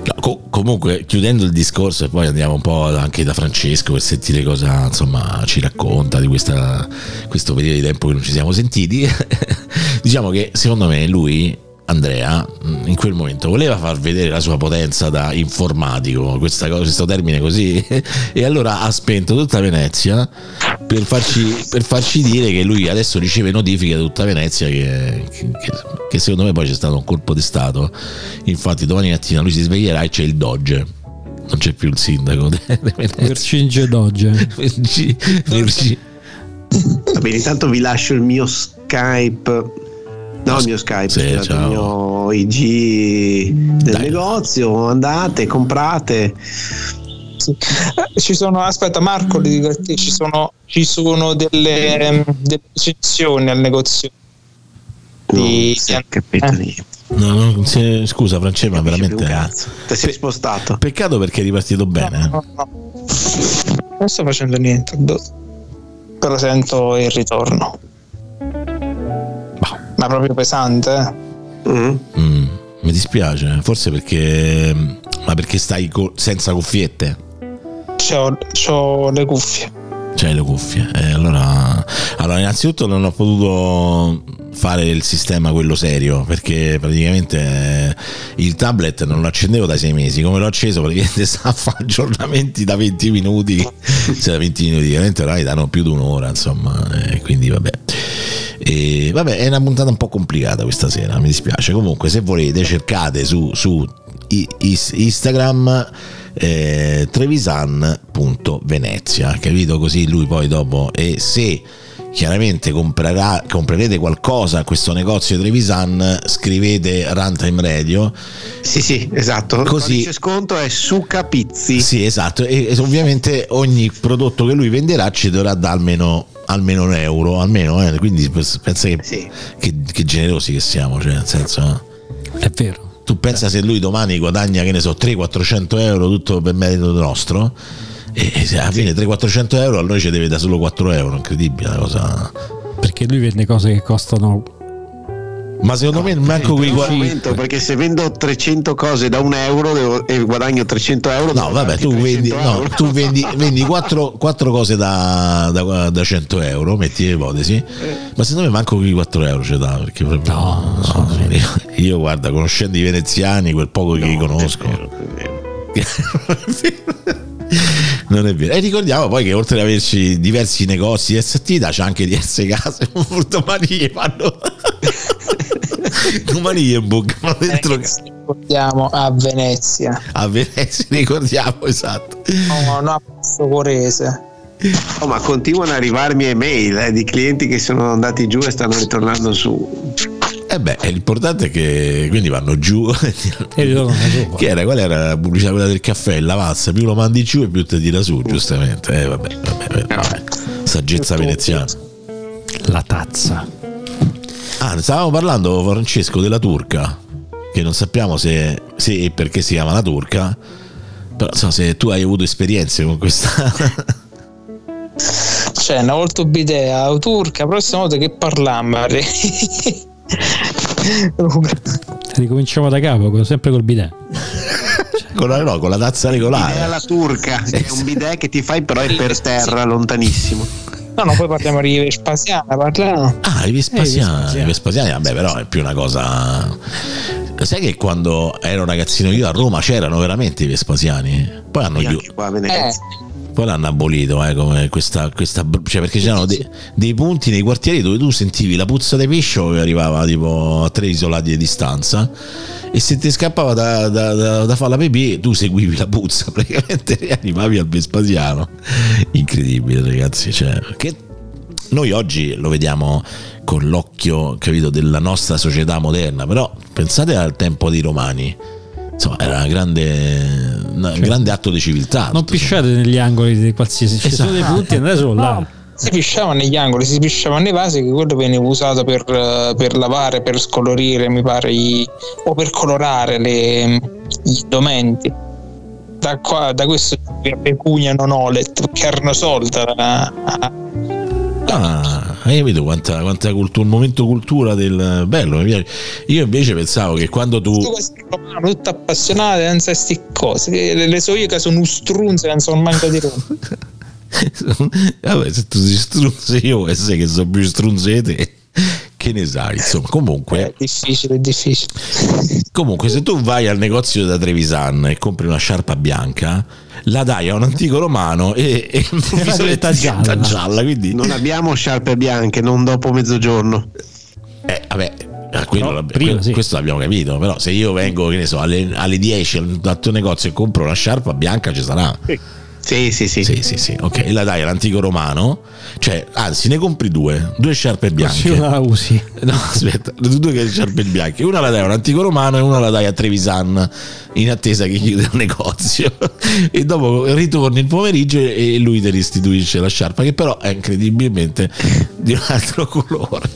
S4: No, co- comunque, chiudendo il discorso, e poi andiamo un po' anche da Francesco per sentire cosa insomma ci racconta di questa- questo periodo di tempo che non ci siamo sentiti. <laughs> diciamo che secondo me lui, Andrea, mh, in quel momento voleva far vedere la sua potenza da informatico, questa cosa- questo termine così, e allora ha spento tutta Venezia per farci, per farci dire che lui adesso riceve notifiche da tutta Venezia che, che- che secondo me poi c'è stato un colpo di stato infatti domani mattina lui si sveglierà e c'è il Doge non c'è più il sindaco <laughs> di Venezia
S5: Virginge Doge.
S4: Virgi- Virgi-
S6: Va bene, intanto vi lascio il mio Skype. No, il mio Skype,
S4: Sì,
S6: scusate,
S4: ciao.
S6: il mio IG del
S4: Dai.
S6: negozio. Andate, comprate.
S7: Eh, Ci sono, aspetta Marco, le dico a te, ci sono, ci sono delle, ehm, delle eccezioni al negozio.
S6: Non
S7: Di,
S6: si è capito
S7: eh.
S6: niente.
S4: No, no, se- scusa Francesco ma veramente eh.
S6: Più cazzo. Ti sei spostato.
S4: peccato perché è ripartito
S7: No,
S4: bene
S7: no, no. Non sto facendo niente. boh. però sento il ritorno. Ma proprio pesante, eh?
S6: Mm.
S4: Mm, mi dispiace, forse perché. Ma perché stai co- senza cuffiette?
S7: C'ho, c'ho le cuffie.
S4: C'hai le cuffie. Eh, allora, allora, innanzitutto non ho potuto fare il sistema quello serio perché praticamente eh, il tablet non lo accendevo da sei mesi. Come l'ho acceso, praticamente <laughs> sta a fare aggiornamenti da 20 minuti. <laughs> cioè, da 20 minuti, veramente ormai danno più di un'ora, insomma. eh, quindi, vabbè. E vabbè, è una puntata un po' complicata questa sera, mi dispiace. Comunque, se volete, cercate su, su i- is- Instagram eh, trevisan.venezia, capito? Così lui poi dopo, e se chiaramente comprerà, comprerete qualcosa a questo negozio di Trevisan, scrivete Runtime Radio.
S6: Sì, sì, esatto.
S4: Così-
S6: Il codice sconto è su Capizzi.
S4: Sì, esatto. E, e ovviamente ogni prodotto che lui venderà ci dovrà dare almeno, almeno un euro, almeno, eh, quindi pensa che
S6: Sì.
S4: che, che generosi che siamo, cioè, nel senso,
S5: È vero.
S4: tu pensa se lui domani guadagna, che ne so, 300-400 euro tutto per merito nostro, e e se alla fine 300-400 euro a noi ci deve da solo 4 euro, incredibile la cosa.
S5: Perché lui vende cose che costano
S4: Ma secondo me manco quei
S6: Un
S4: qua-
S6: momento, perché se vendo 300 cose da un euro devo- e guadagno 300 euro
S4: No,
S6: devo
S4: vabbè,
S6: darti
S4: tu vendi,
S6: 300
S4: no,
S6: euro.
S4: tu vendi, vendi 4, cose da, da- da 100 euro, metti le ipotesi, ma secondo me manco quei 4 euro ce dà, perché proprio-
S5: No,
S4: no, io, io, guarda, conoscendo i veneziani, quel poco che li conosco, <laughs> Non è vero. E ricordiamo poi che oltre ad averci diversi negozi di ST, c'è anche di S case. <laughs> Domani gli fanno. Domani gli imboccano dentro
S7: Ecco.
S4: ca-
S7: Andiamo Eh, a Venezia,
S4: a Venezia, ricordiamo esatto.
S7: no, no a Pozzo Corese.
S6: Oh, ma continuano ad arrivarmi email eh, di clienti che sono andati giù e stanno ritornando su.
S4: E beh, l'importante è che quindi vanno giù. <laughs>
S5: e ritornano su.
S4: Che era? Qual era la pubblicità quella del caffè? La mazza, più lo mandi giù e più ti tira su, giustamente. Eh, vabbè, vabbè, vabbè, vabbè. Saggezza veneziana.
S5: La tazza.
S4: Ah, ne stavamo parlando, Francesco, della turca, che non sappiamo se, se e perché si chiama la turca, però insomma, se tu hai avuto esperienze con questa... <laughs>
S7: Cioè, una volta bidea, turca, la prossima volta che parlammo. arri-
S5: Ricominciamo da capo, con- sempre col bidet.
S4: con, la, no, con la tazza
S6: È
S4: regolare.
S6: la turca, che è un bidet che ti fai però è per terra, lontanissimo.
S7: no, no, poi parliamo di Vespasiana, parliamo.
S4: Ah, i
S5: Eh, i
S4: Vespasiani.
S5: Vespasiani.
S4: I Vespasiani, vabbè, però è più una cosa... Sai che quando ero ragazzino io a Roma c'erano veramente i Vespasiani? Poi hanno
S6: E
S4: chiuso.
S6: anche qua a Venezia.
S7: Eh,
S4: Poi l'hanno abolito, eh, come questa, questa br- cioè perché c'erano de- dei punti nei quartieri dove tu sentivi la puzza di pesce che arrivava tipo a tre isolati di distanza e se ti scappava da, da, da- da fare la pipì tu seguivi la puzza, <laughs> praticamente e arrivavi al Vespasiano. Incredibile ragazzi, cioè, che noi oggi lo vediamo con l'occhio, capito, della nostra società moderna, però pensate al tempo dei romani. Insomma, era una grande- una- un grande atto di civiltà.
S5: Non
S4: tutto sommato.
S5: pisciate negli angoli di qualsiasi. Ci sono dei punti, andate solo là.
S7: no, si pisciava negli angoli, si pisciava nei vasi, che quello veniva usato per, eh, per lavare, per scolorire, mi pare, i- o per colorare le, gli indumenti. Da, qua, da questo pecuniano Nolet, perché erano soldi. eh, era-
S4: Ah, hai capito quanta, quanta cultura, un momento cultura del bello. mi piace. Io invece pensavo che quando tu. <laughs>
S7: Tutte queste romane, tutte appassionate, non sai sti cose. che Le, le so io che sono un strunzo, non sono manco di Roma.
S4: Vabbè, se tu si strunze io e sei che so più strunzete, che ne sai? Insomma,
S7: È
S4: comunque,
S7: difficile, è difficile.
S4: comunque, se tu vai al negozio da Trevisan e compri una sciarpa bianca, la dai a un antico romano e, e <laughs>
S5: diventa
S4: diventa gialla.
S5: gialla.
S4: gialla quindi,
S6: Non abbiamo sciarpe bianche, non dopo mezzogiorno.
S4: eh, vabbè. ah, quello
S5: No,
S4: l'abb-
S5: prima
S4: que-
S5: sì.
S4: Questo l'abbiamo capito, però se io vengo che ne so, alle, alle 10 al tuo negozio e compro una sciarpa bianca ci sarà.
S6: Sì, sì, sì.
S4: Sì, sì, sì, ok. La dai all'antico romano, cioè, anzi, ne compri due, due sciarpe
S5: Così
S4: bianche.
S5: non la usi.
S4: <laughs> No, aspetta, due che sciarpe bianche. Una la dai all'antico romano e una la dai a Trevisan in attesa che chiude il negozio. <laughs> E dopo ritorni il pomeriggio e lui ti restituisce la sciarpa, che però è incredibilmente di un altro colore.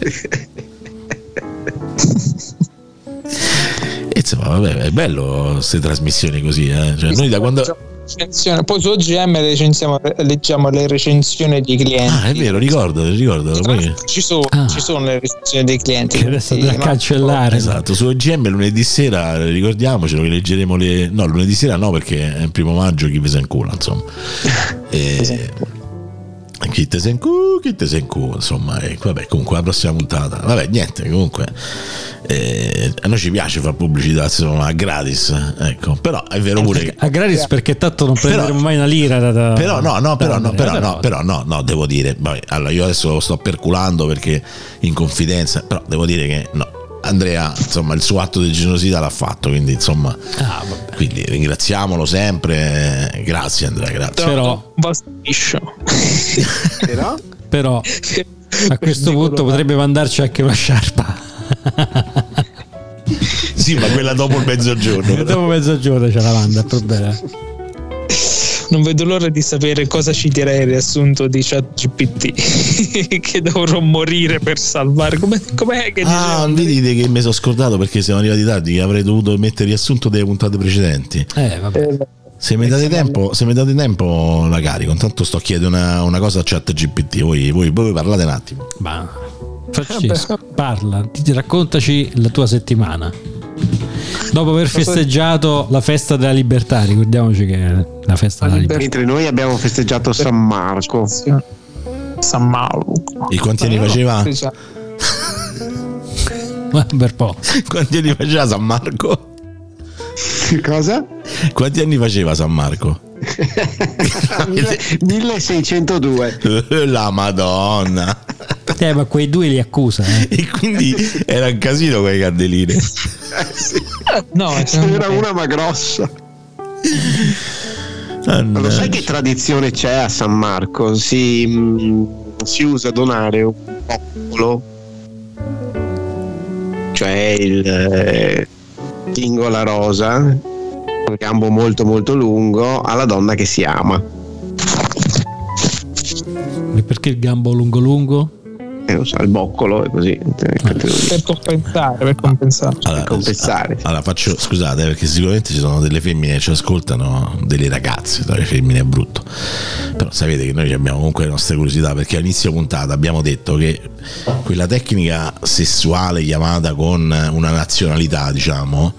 S4: E insomma, vabbè, è bello queste trasmissioni così. eh. Cioè, noi da quando.
S7: recensione. Poi su OGM recensiamo- leggiamo le recensioni dei clienti.
S4: Ah, è vero, ricordo, ricordo. Certo, Poi-
S7: Ci sono,
S5: Ah.
S7: ci sono le recensioni dei clienti.
S5: Che adesso
S7: quindi,
S5: da
S7: ma-
S5: cancellare.
S4: Esatto, su OGM lunedì sera, eh, ricordiamocelo, che leggeremo le... No, lunedì sera no, perché è il primo maggio, chi vi se in culo, <laughs> insomma. E... Chi te se in culo, chi te se in culo, insomma. e vabbè, comunque la prossima puntata. Vabbè, niente, comunque... eh, a noi ci piace fare pubblicità, insomma, gratis. Ecco, però è vero pure che...
S5: A gratis perché tanto non
S4: Però-
S5: prenderemo mai una lira da, da-
S4: Però no, no, però no,
S5: prendere.
S4: però no, però no, no, devo dire, vabbè, allora io adesso lo sto perculando perché in confidenza, però devo dire che no. Andrea, insomma, il suo atto di generosità l'ha fatto, quindi insomma,
S5: Ah, vabbè.
S4: quindi ringraziamolo sempre. eh, Grazie Andrea, grazie.
S5: Però,
S7: Basta <laughs> liscio.
S6: Però
S5: però <laughs> a questo punto potrebbe mandarci anche una sciarpa.
S4: Sì, ma quella dopo il mezzogiorno. però.
S5: Dopo mezzogiorno ce la manda, il problema.
S7: Non vedo l'ora di sapere cosa ci direi il riassunto di ChatGPT <laughs> che dovrò morire per salvare. Come, com'è che
S4: <laughs> Ah,
S7: dice?
S4: vedete che mi sono scordato perché siamo arrivati tardi, che avrei dovuto mettere riassunto delle puntate precedenti.
S5: Eh, vabbè.
S4: Se mi date tempo, se mi date tempo la carico, intanto sto chiedendo una, una cosa a chat GPT, voi, voi, voi parlate un attimo.
S5: Ma Francesco, parla, ti- raccontaci la tua settimana. Dopo aver festeggiato la festa della libertà, ricordiamoci che è la festa della libertà.
S6: mentre noi abbiamo festeggiato San Marco,
S7: San Mauro.
S4: E quanti anni faceva?
S5: Ah.
S7: "Ah,
S5: <laughs> Un bel po'.
S4: <laughs> Quanti anni faceva San Marco?
S6: che cosa? <laughs>
S4: Quanti anni faceva San Marco? <laughs>
S6: 1602.
S4: Eh, La Madonna!
S5: Eh, ma quei due li accusa. eh.
S4: E quindi era un casino con le candeline.
S7: No, è
S6: Era una ma grossa. Ma Lo sai che tradizione c'è a San Marco? Si, mh, si usa donare un popolo, cioè il eh, singola rosa, un gambo molto molto lungo, alla donna che si ama.
S5: E Perché il gambo lungo lungo?
S6: Eh, non so, il boccolo è così. Eh,
S7: per compensare, per
S5: Ah,
S7: compensare.
S4: Allora,
S6: compensare.
S4: allora faccio scusate eh, perché sicuramente ci sono delle femmine che ci ascoltano, delle ragazze, tra le femmine è brutto. Però sapete che noi abbiamo comunque le nostre curiosità perché all'inizio puntata abbiamo detto che quella tecnica sessuale chiamata con una nazionalità, diciamo,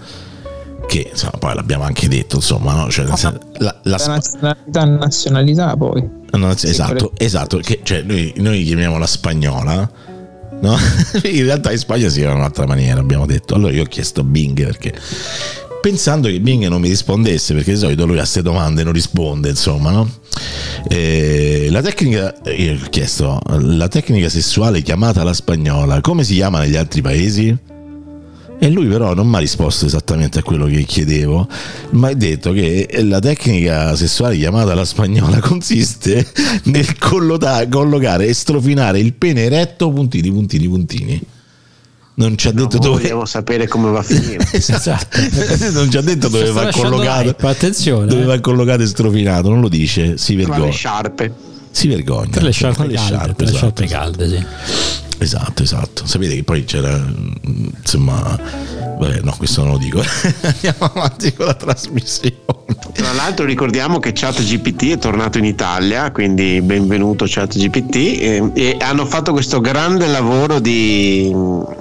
S4: che insomma, poi l'abbiamo anche detto, insomma, no? Cioè, nel senso, la, la
S7: La
S4: sp-
S7: nazionalità e nazionalità poi.
S4: No, no,
S7: Sì,
S4: esatto, esatto, che, cioè noi, noi chiamiamo la spagnola, no? <laughs> in realtà in Spagna si chiama in un'altra maniera, abbiamo detto. Allora io ho chiesto Bing perché pensando che Bing non mi rispondesse, perché di solito lui a queste domande non risponde, insomma, no? E la tecnica, io ho chiesto, la tecnica sessuale chiamata la spagnola, come si chiama negli altri paesi? E lui però non mi ha risposto esattamente a quello che chiedevo, ma ha detto che la tecnica sessuale chiamata la spagnola consiste <laughs> nel colloda- collocare e strofinare il pene eretto puntini puntini puntini. Non ci ha detto
S6: Dove
S4: dove...
S6: vogliamo sapere come va a <laughs> finire.
S4: Esatto. <laughs> non ci ha detto dove
S5: Sta
S4: va
S5: lasciando
S4: collocato.
S5: hype, attenzione,
S4: Dove
S5: eh.
S4: va collocato e strofinato, non lo dice, si
S6: Tra le
S4: vergogna.
S6: sciarpe.
S4: Si vergogna.
S5: Per le sciarpe
S4: Tra le
S5: calde.
S4: sciarpe,
S5: per le
S4: esatto,
S5: sciarpe calde, sì.
S4: Esatto, esatto. Sapete che poi c'era. mm, Insomma. Vabbè, no, questo non lo dico. <laughs> Andiamo avanti con la trasmissione.
S6: Tra l'altro ricordiamo che ChatGPT è tornato in Italia, quindi benvenuto ChatGPT e, e hanno fatto questo grande lavoro di...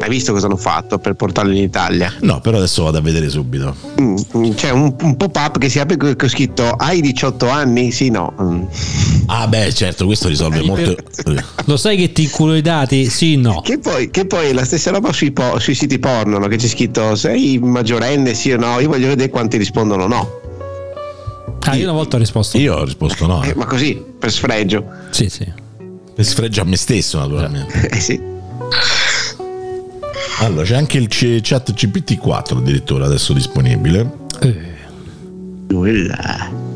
S6: Hai visto cosa hanno fatto per portarlo in Italia?
S4: No, però adesso vado a vedere subito.
S6: Mm, mm, C'è un, un pop-up che si apre con con scritto hai 18 anni? Sì, no. Mm.
S4: Ah, beh, certo, questo risolve molto.
S5: Lo sai che ti inculo i dati? Sì, no.
S6: Che, poi, che poi è la stessa roba sui, po- sui siti porno, no? che c'è scritto sei maggiorenne, sì o no? Io voglio vedere quanti rispondono no.
S5: Ah, io una volta ho risposto.
S4: Io ho risposto no.
S6: Eh,
S4: eh.
S6: ma così, per sfregio. <laughs>
S5: Sì, sì.
S4: Per sfregio a me stesso, naturalmente.
S6: Eh sì.
S4: Allora, c'è anche il C- chat GPT-4 addirittura adesso disponibile.
S5: Eh,
S6: Nulla.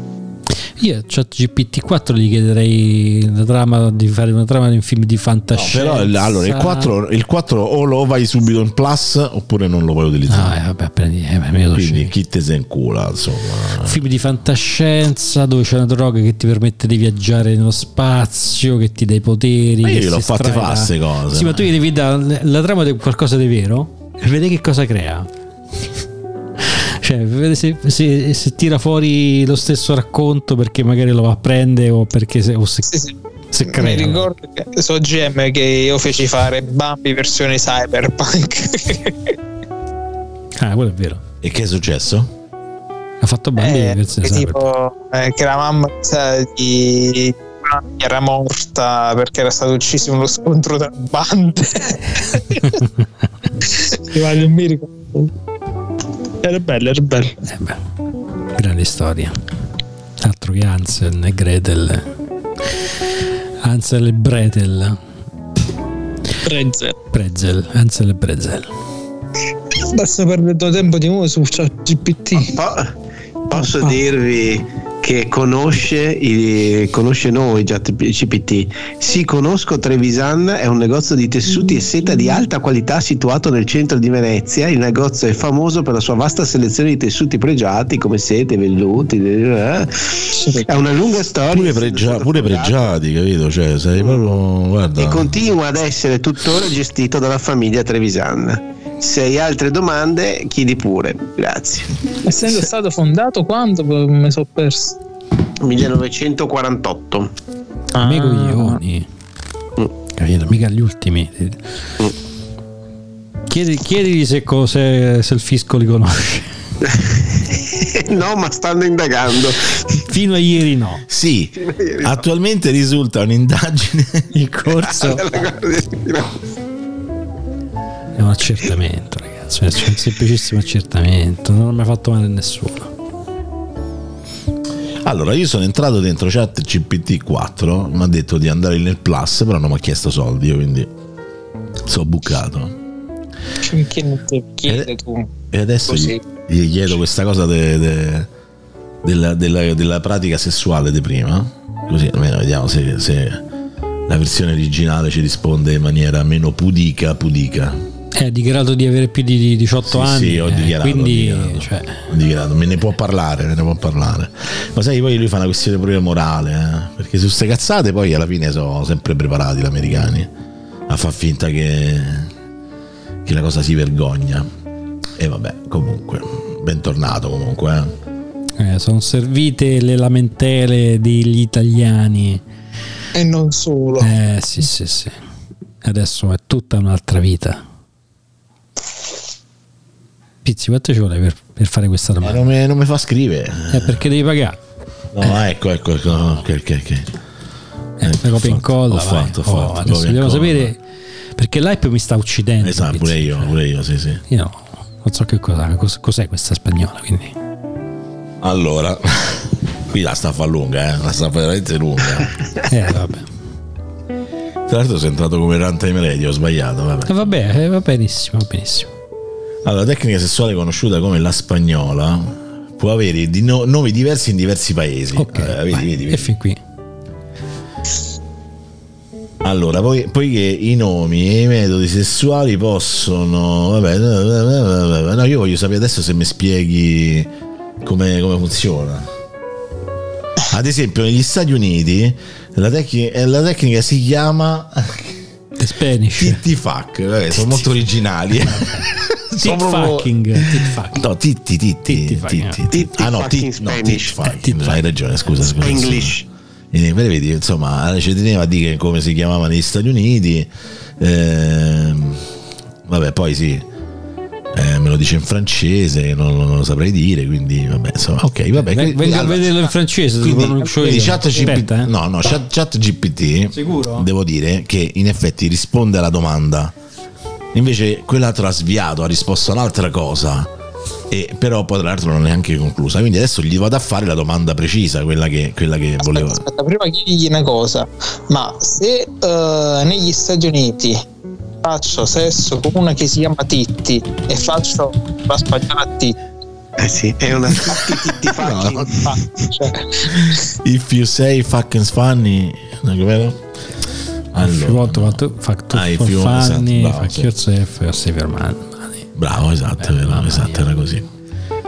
S5: Io a ChatGPT4 gli chiederei la trama di fare una trama di un film di fantascienza.
S4: Però il- allora, il 4, il 4 o lo vai subito in plus oppure non lo vuoi utilizzare.
S5: Ah, eh, vabbè, prendi, eh, beh, me lo
S4: Quindi
S5: scegli.
S4: chi te se incula, insomma.
S5: Un film di fantascienza dove c'è una droga che ti permette di viaggiare nello spazio, che ti dà i poteri.
S4: Ma io
S5: che
S4: gliel'ho
S5: si
S4: fatte
S5: estrae
S4: fa'
S5: da-
S4: ste cose,
S5: Sì, ma
S4: ma-
S5: tu gli devi dare la trama di qualcosa di vero e vedi che cosa crea. <laughs> Cioè, vede se, se- se tira fuori lo stesso racconto perché magari lo va a prendere o perché se, o se,
S7: Sì, sì.
S5: se
S7: Mi
S5: crea.
S7: ricordo che so GM che io feci fare Bambi versione cyberpunk.
S5: Ah, quello è vero.
S4: E che è successo?
S5: Ha fatto <laughs> Bambi
S7: Eh,
S5: grazie a
S7: che
S5: Cyberpunk.
S7: tipo, eh, che la mamma sa, di Bambi era morta perché era stato ucciso in uno scontro tra
S5: <laughs>
S7: bande. Ma non mi ricordo. Era bello, era bello.
S5: Eh beh, grande storia. Altro che Hansel e Gretel. Hansel e Bretel.
S7: Prezzer.
S5: Prezel. Hansel e Brezel.
S7: Basta perdere tempo di nuovo su ChatGPT.
S6: Po- posso dirvi che conosce, i- conosce noi CPT. Sì, conosco Trevisan, è un negozio di tessuti e seta di alta qualità situato nel centro di Venezia. Il negozio è famoso per la sua vasta selezione di tessuti pregiati come sete, velluti. eh. È una lunga storia.
S4: Pure, pregia- pure pregiati, capito? Cioè, sei proprio. Guarda.
S6: E continua ad essere tuttora gestito dalla famiglia Trevisan. Se hai altre domande, chiedi pure. Grazie.
S7: <laughs> Essendo stato fondato quando mi sono perso?
S6: 1948.
S5: Amico
S7: Ah.
S5: coglioni. Capito? Mica gli ultimi. Chiedi, chiedigli se, co- se- se il fisco li conosce.
S6: no, ma
S4: <laughs>
S6: stanno indagando.
S5: Fino a ieri no.
S4: Sì, attualmente risulta un'indagine.
S5: Il corso
S6: Guarda,
S5: è un accertamento, ragazzi. È un semplicissimo accertamento. Non ho mai fatto male a nessuno.
S4: Allora, io sono entrato dentro chat CPT4, mi ha detto di andare nel plus, però non mi ha chiesto soldi, io quindi sono bucato.
S7: Finché non ti chiede
S4: Eh,
S7: tu.
S4: E adesso gli,
S7: Così.
S4: gli chiedo questa cosa de- de- della, della- della pratica sessuale di prima, così almeno vediamo se, se la versione originale ci risponde in maniera meno pudica, pudica.
S5: Eh, ha dichiarato di avere più di 18
S4: Sì,
S5: anni.
S4: sì, ho
S5: eh,
S4: dichiarato,
S5: quindi,
S4: ho dichiarato.
S5: cioè,
S4: Ho dichiarato, me ne può parlare, me ne può parlare. Ma sai, poi lui fa una questione pure morale, eh? perché su ste cazzate poi alla fine sono sempre preparati gli americani a far finta che, che la cosa si vergogna. E vabbè, comunque, bentornato comunque. eh.
S5: eh, sono servite le lamentele degli italiani.
S7: E non
S4: Boh.
S7: solo.
S5: Eh, sì, sì, sì. Adesso è tutta un'altra vita. Pizzi, quanto ci vuole per, per fare questa
S4: Ma
S5: domanda?
S4: non me, non mi fa scrivere.
S5: Eh, perché devi pagare?
S4: No, ecco, ecco, ecco. no, Che, che, che.
S5: Eh,
S4: Ecco,
S5: la
S4: ho
S5: copia e
S4: fatto,
S5: incolla.
S4: Ho
S5: vai.
S4: fatto, ho
S5: Oh,
S4: fatto. copia
S5: Adesso
S4: e
S5: vogliamo
S4: incolla.
S5: sapere perché l'hype mi sta uccidendo.
S4: Esatto,
S5: Pizzi,
S4: pure io,
S5: cioè.
S4: pure io, sì, sì.
S5: Io no, non so che cosa, cos- cos'è questa spagnola, quindi.
S4: Allora, <laughs> qui la sta a far lunga, eh? la sta a far veramente lunga.
S5: Eh, vabbè.
S4: Tra l'altro sono Certo, entrato come runtime radio, ho sbagliato, vabbè.
S5: Eh, vabbè, eh, va benissimo, va benissimo.
S4: Allora, la tecnica sessuale conosciuta come la spagnola può avere di no- nomi diversi in diversi paesi.
S5: Ok,
S4: Eh, vedi,
S5: vai.
S4: vedi,
S5: e
S4: vedi.
S5: fin qui.
S4: Allora, poi, poiché i nomi e i metodi sessuali possono... Vabbè, no, io voglio sapere adesso se mi spieghi come, come funziona. Ad esempio, negli Stati Uniti la, tecni- eh, la tecnica si chiama
S5: The Spanish.
S4: Titty Fuck, vabbè, sono molto
S5: <laughs>
S4: originali.
S5: Tit
S4: Sono proprio-
S5: fucking. Tit fucking.
S4: No, titti, titti,
S5: Titti,
S4: titti,
S5: fucking,
S6: Titti,
S4: Ah no,
S6: fucking
S4: titti, no,
S6: Spanish.
S4: titti, fucking,
S5: Titti,
S4: hai ragione, scusa, scusa.
S6: English.
S4: In inglese, vedi, insomma, ci teneva a dire come si chiamava negli Stati Uniti. ehm, vabbè, poi sì, eh, me lo dice in francese, non, non lo saprei dire, quindi vabbè, insomma, ok, vabbè.
S5: Vengo
S4: quindi,
S5: a
S4: allora,
S5: vederlo in francese,
S4: quindi,
S5: lo pronuncio
S4: quindi
S5: io.
S4: chat GPT,
S5: Aspetta, eh.
S4: no, no, chat, chat GPT,
S5: Sicuro?
S4: devo dire che in effetti risponde alla domanda. Invece quell'altro ha sviato, ha risposto a un'altra cosa. E però poi tra l'altro non è neanche conclusa. Quindi adesso gli vado a fare la domanda precisa, quella che, quella che volevo.
S7: Aspetta, prima chiedigli una cosa, ma se eh, negli Stati Uniti faccio sesso con una che si chiama Titti e faccio la spagnola a Titti,
S6: Eh sì,
S4: <laughs>
S6: è una <laughs> ti faccio.
S4: No,
S7: ma, cioè,
S4: If you say fucking funny, non è vero?
S5: Più volte
S4: Allora,
S5: fatto fuck tu
S4: Ah, i
S5: for
S4: più-
S5: funny,
S4: esatto, bravo,
S5: fuck
S4: sì.
S5: yourself, Steve Herman.
S4: bravo, esatto, era-
S5: mamma
S4: esatto,
S5: mia.
S4: era così.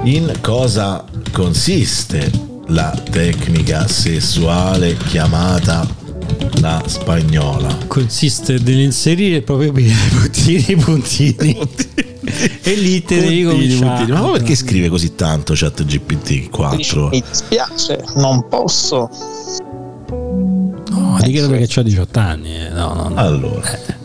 S4: In cosa consiste la tecnica sessuale chiamata la spagnola?
S5: <laughs>
S4: <laughs>
S5: Consiste nell'inserire proprio i puntini, i puntini e lì te devi
S4: Continui, continui.
S5: cominciare.
S4: Ma perché scrive così tanto chat GPT
S7: Dici,
S4: 4?
S7: mi dispiace, non posso. Cioè,
S4: eh,
S5: No, diglielo
S4: cioè-
S5: perché ho 18 anni. eh. No, no, no.
S4: Ah. Allora,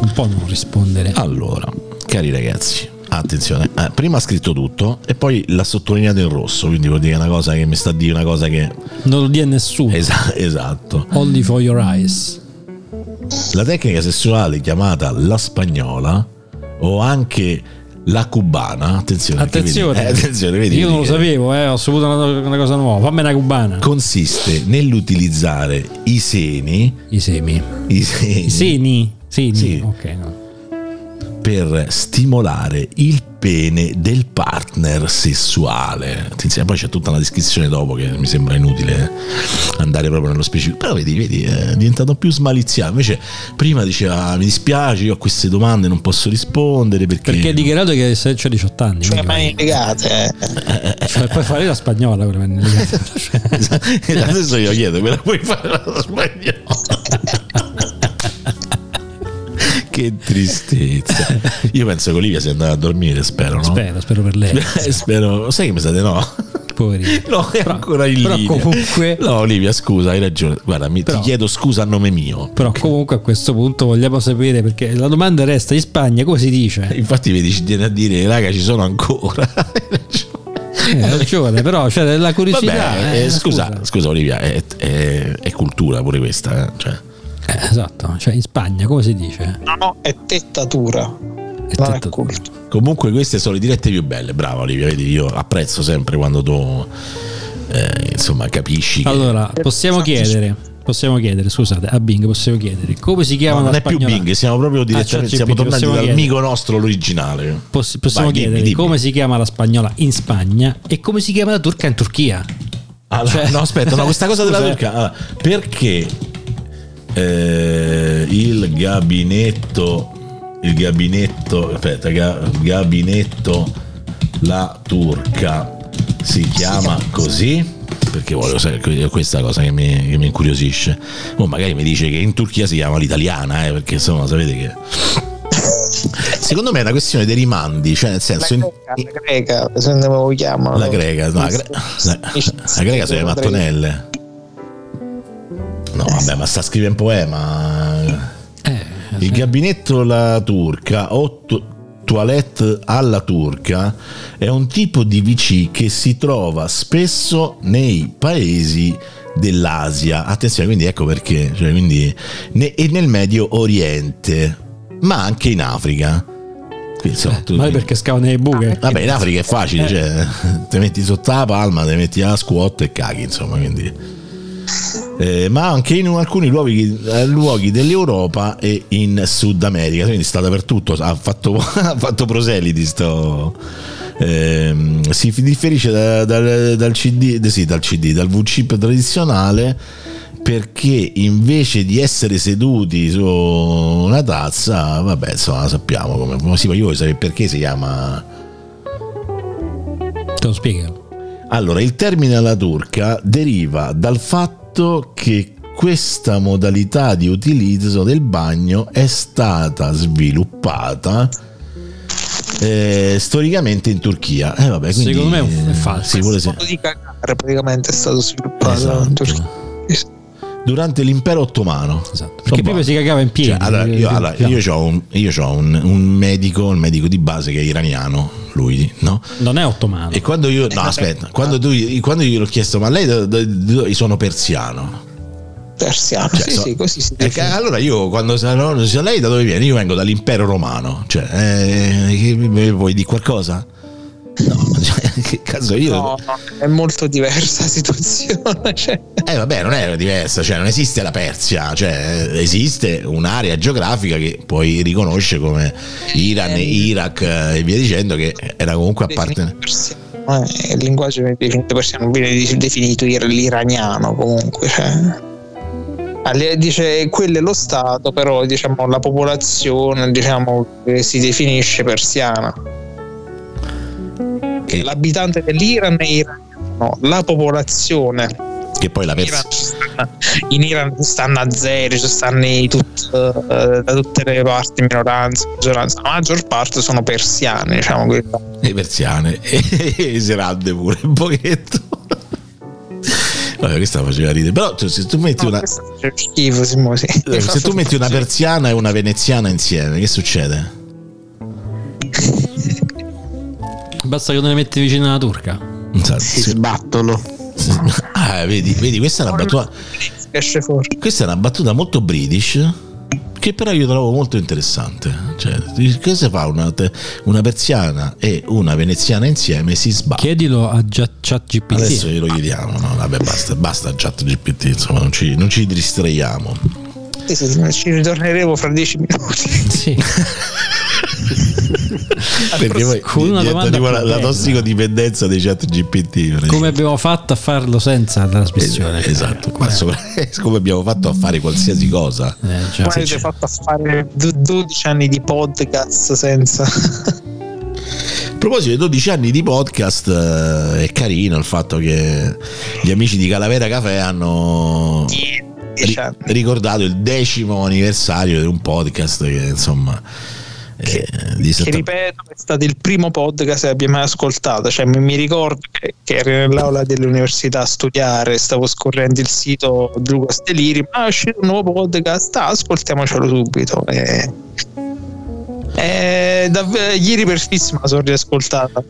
S5: Un po' non rispondere.
S4: Ah. allora, cari ragazzi, attenzione, eh, prima ha scritto tutto e poi l'ha sottolineato in rosso, quindi vuol dire una cosa che mi sta a dire una cosa che... <laughs>
S5: Non lo dia a nessuno.
S4: Esa- esatto.
S5: Only for your eyes.
S4: La tecnica sessuale chiamata la spagnola o anche la cubana, attenzione, perché
S5: Attenzione,
S4: vedi- eh, attenzione, vedi,
S5: io non lo
S4: vedi, eh,
S5: sapevo, eh, ho saputo una, una cosa nuova. Fammi una cubana.
S4: consiste nell'utilizzare i seni,
S5: I semi.
S4: i seni,
S5: I seni. Seni.
S4: Sì.
S5: Ok, no.
S4: per stimolare il pene del partner sessuale. Attenzione, poi c'è tutta una descrizione dopo che mi sembra inutile andare proprio nello specifico, però vedi, vedi, è diventato più smaliziato. Invece prima diceva mi dispiace, io a queste domande non posso rispondere perché...
S5: Perché ha dichiarato che se c'ho 18 anni.
S7: Cioè,
S5: quindi-
S7: mani legate.
S5: Cioè, puoi fare la spagnola quella mani
S4: <laughs>
S5: legate.
S4: Esatto. Adesso io chiedo, me la puoi fare la spagnola? che tristezza. Io penso che Olivia sia andata a dormire, spero, no?
S5: Spero, spero
S4: <laughs>
S5: per lei.
S4: Eh, spero. Sai che mi sa di
S5: <laughs>
S4: no?
S5: Poverina.
S4: No, è
S5: Però-
S4: ancora in
S5: però
S4: linea.
S5: comunque-
S4: No, Olivia, scusa, hai ragione. Guarda, mi-
S5: Però-
S4: ti chiedo scusa a nome mio.
S5: Però comunque a questo punto vogliamo sapere perché la domanda resta in Spagna come si dice?
S4: Infatti vedi, ci viene a dire, raga, ci sono ancora. <laughs> Hai ragione.
S5: Eh, ragione, però c'è la curiosità.
S4: Vabbè,
S5: eh,
S4: eh, scusa, scusa Olivia, è, è- è cultura pure questa. eh, Cioè.
S5: Eh, esatto, cioè in Spagna come si dice?
S7: No, no, è tettatura. non è
S5: tettatura.
S7: culto.
S4: Comunque queste sono le dirette più belle, brava Olivia, vedi io apprezzo sempre quando tu eh, insomma capisci che
S5: Allora, possiamo chiedere, possiamo chiedere, scusate, a Bing possiamo chiedere come si
S4: No,
S5: chiama
S4: non
S5: la
S4: è più
S5: spagnola?
S4: Bing, siamo proprio direttamente,
S5: Ah,
S4: siamo
S5: ChatGPT,
S4: tornati
S5: possiamo
S4: dal
S5: chiedere.
S4: amico nostro l'originale.
S5: Poss- possiamo
S4: Vai, dimmi,
S5: chiedere
S4: dimmi.
S5: come si chiama la spagnola in Spagna e come si chiama la turca in Turchia.
S4: Allora,
S5: Cioè-
S4: no, aspetta, no, questa cosa della
S5: Scusa, eh.
S4: Turca. allora, perché eh, il gabinetto, il gabinetto, aspetta, ga- gabinetto la Turca si chiama così? Perché voglio sapere è questa cosa che mi, che mi incuriosisce. O magari mi dice che in Turchia si chiama l'italiana, eh, perché insomma sapete che... Secondo me è una questione dei rimandi, cioè nel
S7: La
S4: senso... in-
S7: greca, la greca, se ne lo chiamano.
S4: la grega, no, la, gre- la- la grega Eh, sono le mattonelle. No, vabbè, ma sta scrivendo un poema.
S5: Eh,
S4: Il gabinetto alla turca o tu- toilette alla turca è un tipo di VC che si trova spesso nei paesi dell'Asia. Attenzione, quindi ecco perché, cioè, quindi, ne- e nel Medio Oriente, ma anche in Africa. Quindi, insomma, tu-
S5: Eh, ma perché scava nelle
S6: Ah,
S5: buche?
S4: Vabbè, in Africa è facile, cioè, ti metti sotto la palma, ti metti la squat e caghi, insomma, quindi. Eh, ma anche in alcuni luoghi, eh, luoghi dell'Europa e in Sud America, quindi sta dappertutto, ha fatto, <laughs> ha fatto proseliti sto... ehm, si differisce da- dal- dal, CD, sì, dal CD, dal VCIP tradizionale perché invece di essere seduti su una tazza, vabbè, insomma, sappiamo come... ma Sì, ma io voglio sapere perché si chiama...
S5: Te lo spiego.
S4: Allora, il termine alla turca deriva dal fatto che questa modalità di utilizzo del bagno è stata sviluppata eh, storicamente in Turchia. Eh, vabbè, quindi,
S5: Secondo me è un- è falso.
S4: sì, vuole se-
S7: modo di cagare praticamente è stato sviluppato.
S4: Esatto.
S7: in Turchia.
S4: Durante l'impero ottomano.
S5: Esatto.
S4: Sono
S5: Perché prima
S4: buono.
S5: si cagava in piedi. eh, diciamo.
S4: Cioè, allora, io, allora, io ho, un, io c'ho un- un medico, il medico di base che è iraniano, lui, no?
S5: non è ottomano.
S4: E quando
S5: Eh,
S4: io, no, aspetta, quando, tu, quando io gli ho chiesto, ma lei da- da- da- sono persiano?
S7: Persiano.
S4: Cioè,
S7: sì,
S4: so-
S7: sì, così si
S4: Perché
S7: dice.
S4: allora io quando sarò, se lei da dove viene? Io vengo dall'impero romano, cioè, eh, che- mi- vuoi dire qualcosa? No, <laughs> cioè, che cazzo io...
S7: No, no, è molto diversa <laughs> la situazione. <laughs> Cioè,
S4: Eh vabbè, non è diversa, cioè non esiste la Persia, cioè eh, esiste un'area geografica che poi riconosce come Iran, Iraq eh, e via dicendo che era comunque appartenente.
S7: definito persiano, eh, il linguaggio viene definito persiano, non viene di- definito ir- l'iraniano comunque. cioè. Ah, le- Dice quello è lo Stato, però diciamo la popolazione diciamo, eh, si definisce persiana. Che
S4: Eh.
S7: l'abitante dell'Iran è iraniano, la popolazione
S4: Che poi la
S7: In
S4: persa.
S7: Iran ci stanno- in Iran ci stanno a zero, ci stanno i tut- eh, da tutte le parti, minoranze, maggioranza. La maggior parte sono persiane, diciamo quella.
S4: e persiane <laughs> e Gerarde pure un pochetto <laughs> Vabbè, questa faceva ridere però tu- se tu metti una
S7: Questo è schifo, Simo, sì.
S4: Eh, se tu metti una persiana e una veneziana insieme che succede?
S5: Basta che non le metti vicino alla turca.
S4: Non so,
S6: si
S4: se-
S6: sbattono.
S4: se- ah, vedi, vedi questa è una battuta
S7: esce fuori.
S4: questa è una battuta molto british che però io trovo molto interessante cioè di- che se fa una, te- una persiana e una veneziana insieme si sbaglia
S5: Chiedilo a Gia- ChatGPT.
S4: Adesso glielo chiediamo, no? Vabbè, basta, basta chat GPT, insomma, non ci, non ci distraiamo.
S7: Sì, sì, sì, ci ritorneremo fra dieci minuti.
S4: <laughs>
S5: Sì.
S4: Perché poi
S5: Con una
S4: diventa
S5: domanda
S4: tipo la,
S5: più
S4: la
S5: bella.
S4: tossicodipendenza dei chat GPT.
S5: Come abbiamo fatto a farlo senza la trasmissione? cioè,
S4: Esatto,
S5: come-
S4: ma sopra- come abbiamo fatto a fare qualsiasi cosa.
S5: eh, già.
S7: Come avete fatto a fare d- 12 anni di podcast senza. <laughs>
S4: A proposito dei 12 anni di podcast, eh, è carino il fatto che gli amici di Calavera Caffè hanno ri-
S7: 10 anni.
S4: ricordato il decimo anniversario di un podcast che insomma... eh, di
S7: Che
S4: 70
S7: ripeto, è stato il primo podcast che abbia mai ascoltato. Cioè, mi, mi ricordo che, che ero nell'aula dell'università a studiare, stavo scorrendo il sito di Luca Steliri. Ma è uscito un nuovo podcast, ah, ascoltiamocelo subito. E, e dav- ieri per fisso me la sono riascoltata.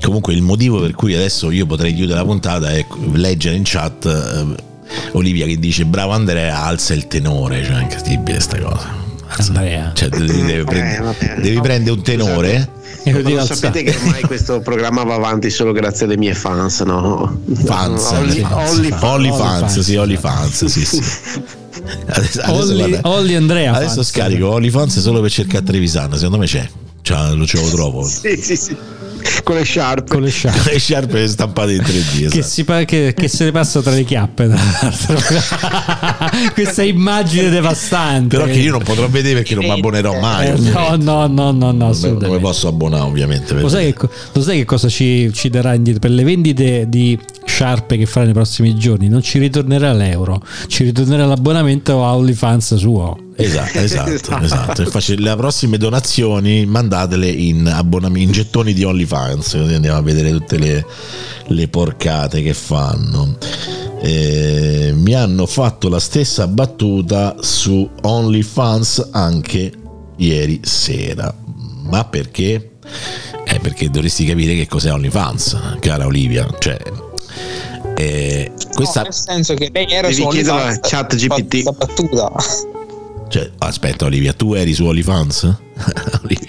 S4: Comunque il motivo per cui adesso io potrei chiudere la puntata è leggere in chat eh, Olivia che dice bravo Andrea alza il tenore, cioè è incredibile sta cosa. Alza-
S5: Andrea.
S4: Cioè, devi, devi
S6: Eh,
S4: prendere-
S6: vabbè.
S4: devi prendere un tenore.
S5: E lo
S6: Ma
S5: devi
S6: lo
S5: alzare.
S6: sapete
S4: <laughs>
S6: che ormai questo programma va avanti solo grazie alle mie fans, no?
S4: Fans,
S6: Only- only fans.
S4: Only fans,
S5: Only
S4: sì, Only fans, sì, sì. Adesso, adesso
S5: Olli-
S4: guarda,
S5: Olli Andrea.
S4: adesso
S5: Fazio.
S4: scarico Only fans solo per cercare Trevisana, secondo me c'è. Cioè, lo ce lo trovo. <laughs>
S6: <laughs> Sì, sì, sì. Con le sciarpe.
S5: Con le sciarpe.
S4: Le sciarpe stampate in 3D.
S5: Che,
S4: esatto.
S5: si pa- che- che se ne passa tra le chiappe, <laughs> tra l'altro. Questa immagine devastante.
S4: Però che io non potrò vedere perché non mi abbonerò mai.
S5: Eh, no,
S4: ovviamente.
S5: no, no, no, no,
S4: Come- Come
S5: assolutamente.
S4: posso abbonare ovviamente?
S5: Lo
S4: per-
S5: sai, che, co- lo sai che cosa ci, ci darà indietro? Per le vendite di sciarpe che farà nei prossimi giorni non ci ritornerà l'euro, ci ritornerà l'abbonamento a OnlyFans suo.
S4: Esatto, esatto, esatto. E face- Le prossime donazioni mandatele in, abbonami- in gettoni di OnlyFans, così andiamo a vedere tutte le, le porcate che fanno. Eh, mi hanno fatto la stessa battuta su OnlyFans anche ieri sera. Ma perché? Eh, perché dovresti capire che cos'è OnlyFans, cara Olivia. Cioè, eh, questa,
S7: No, nel senso che lei era
S6: Devi
S7: su
S6: chiedere
S7: OnlyFans,
S6: a chat
S7: ha fatto
S6: GPT.
S7: questa battuta.
S4: Cioè, aspetta Olivia, tu eri su OnlyFans? <laughs> Olivia.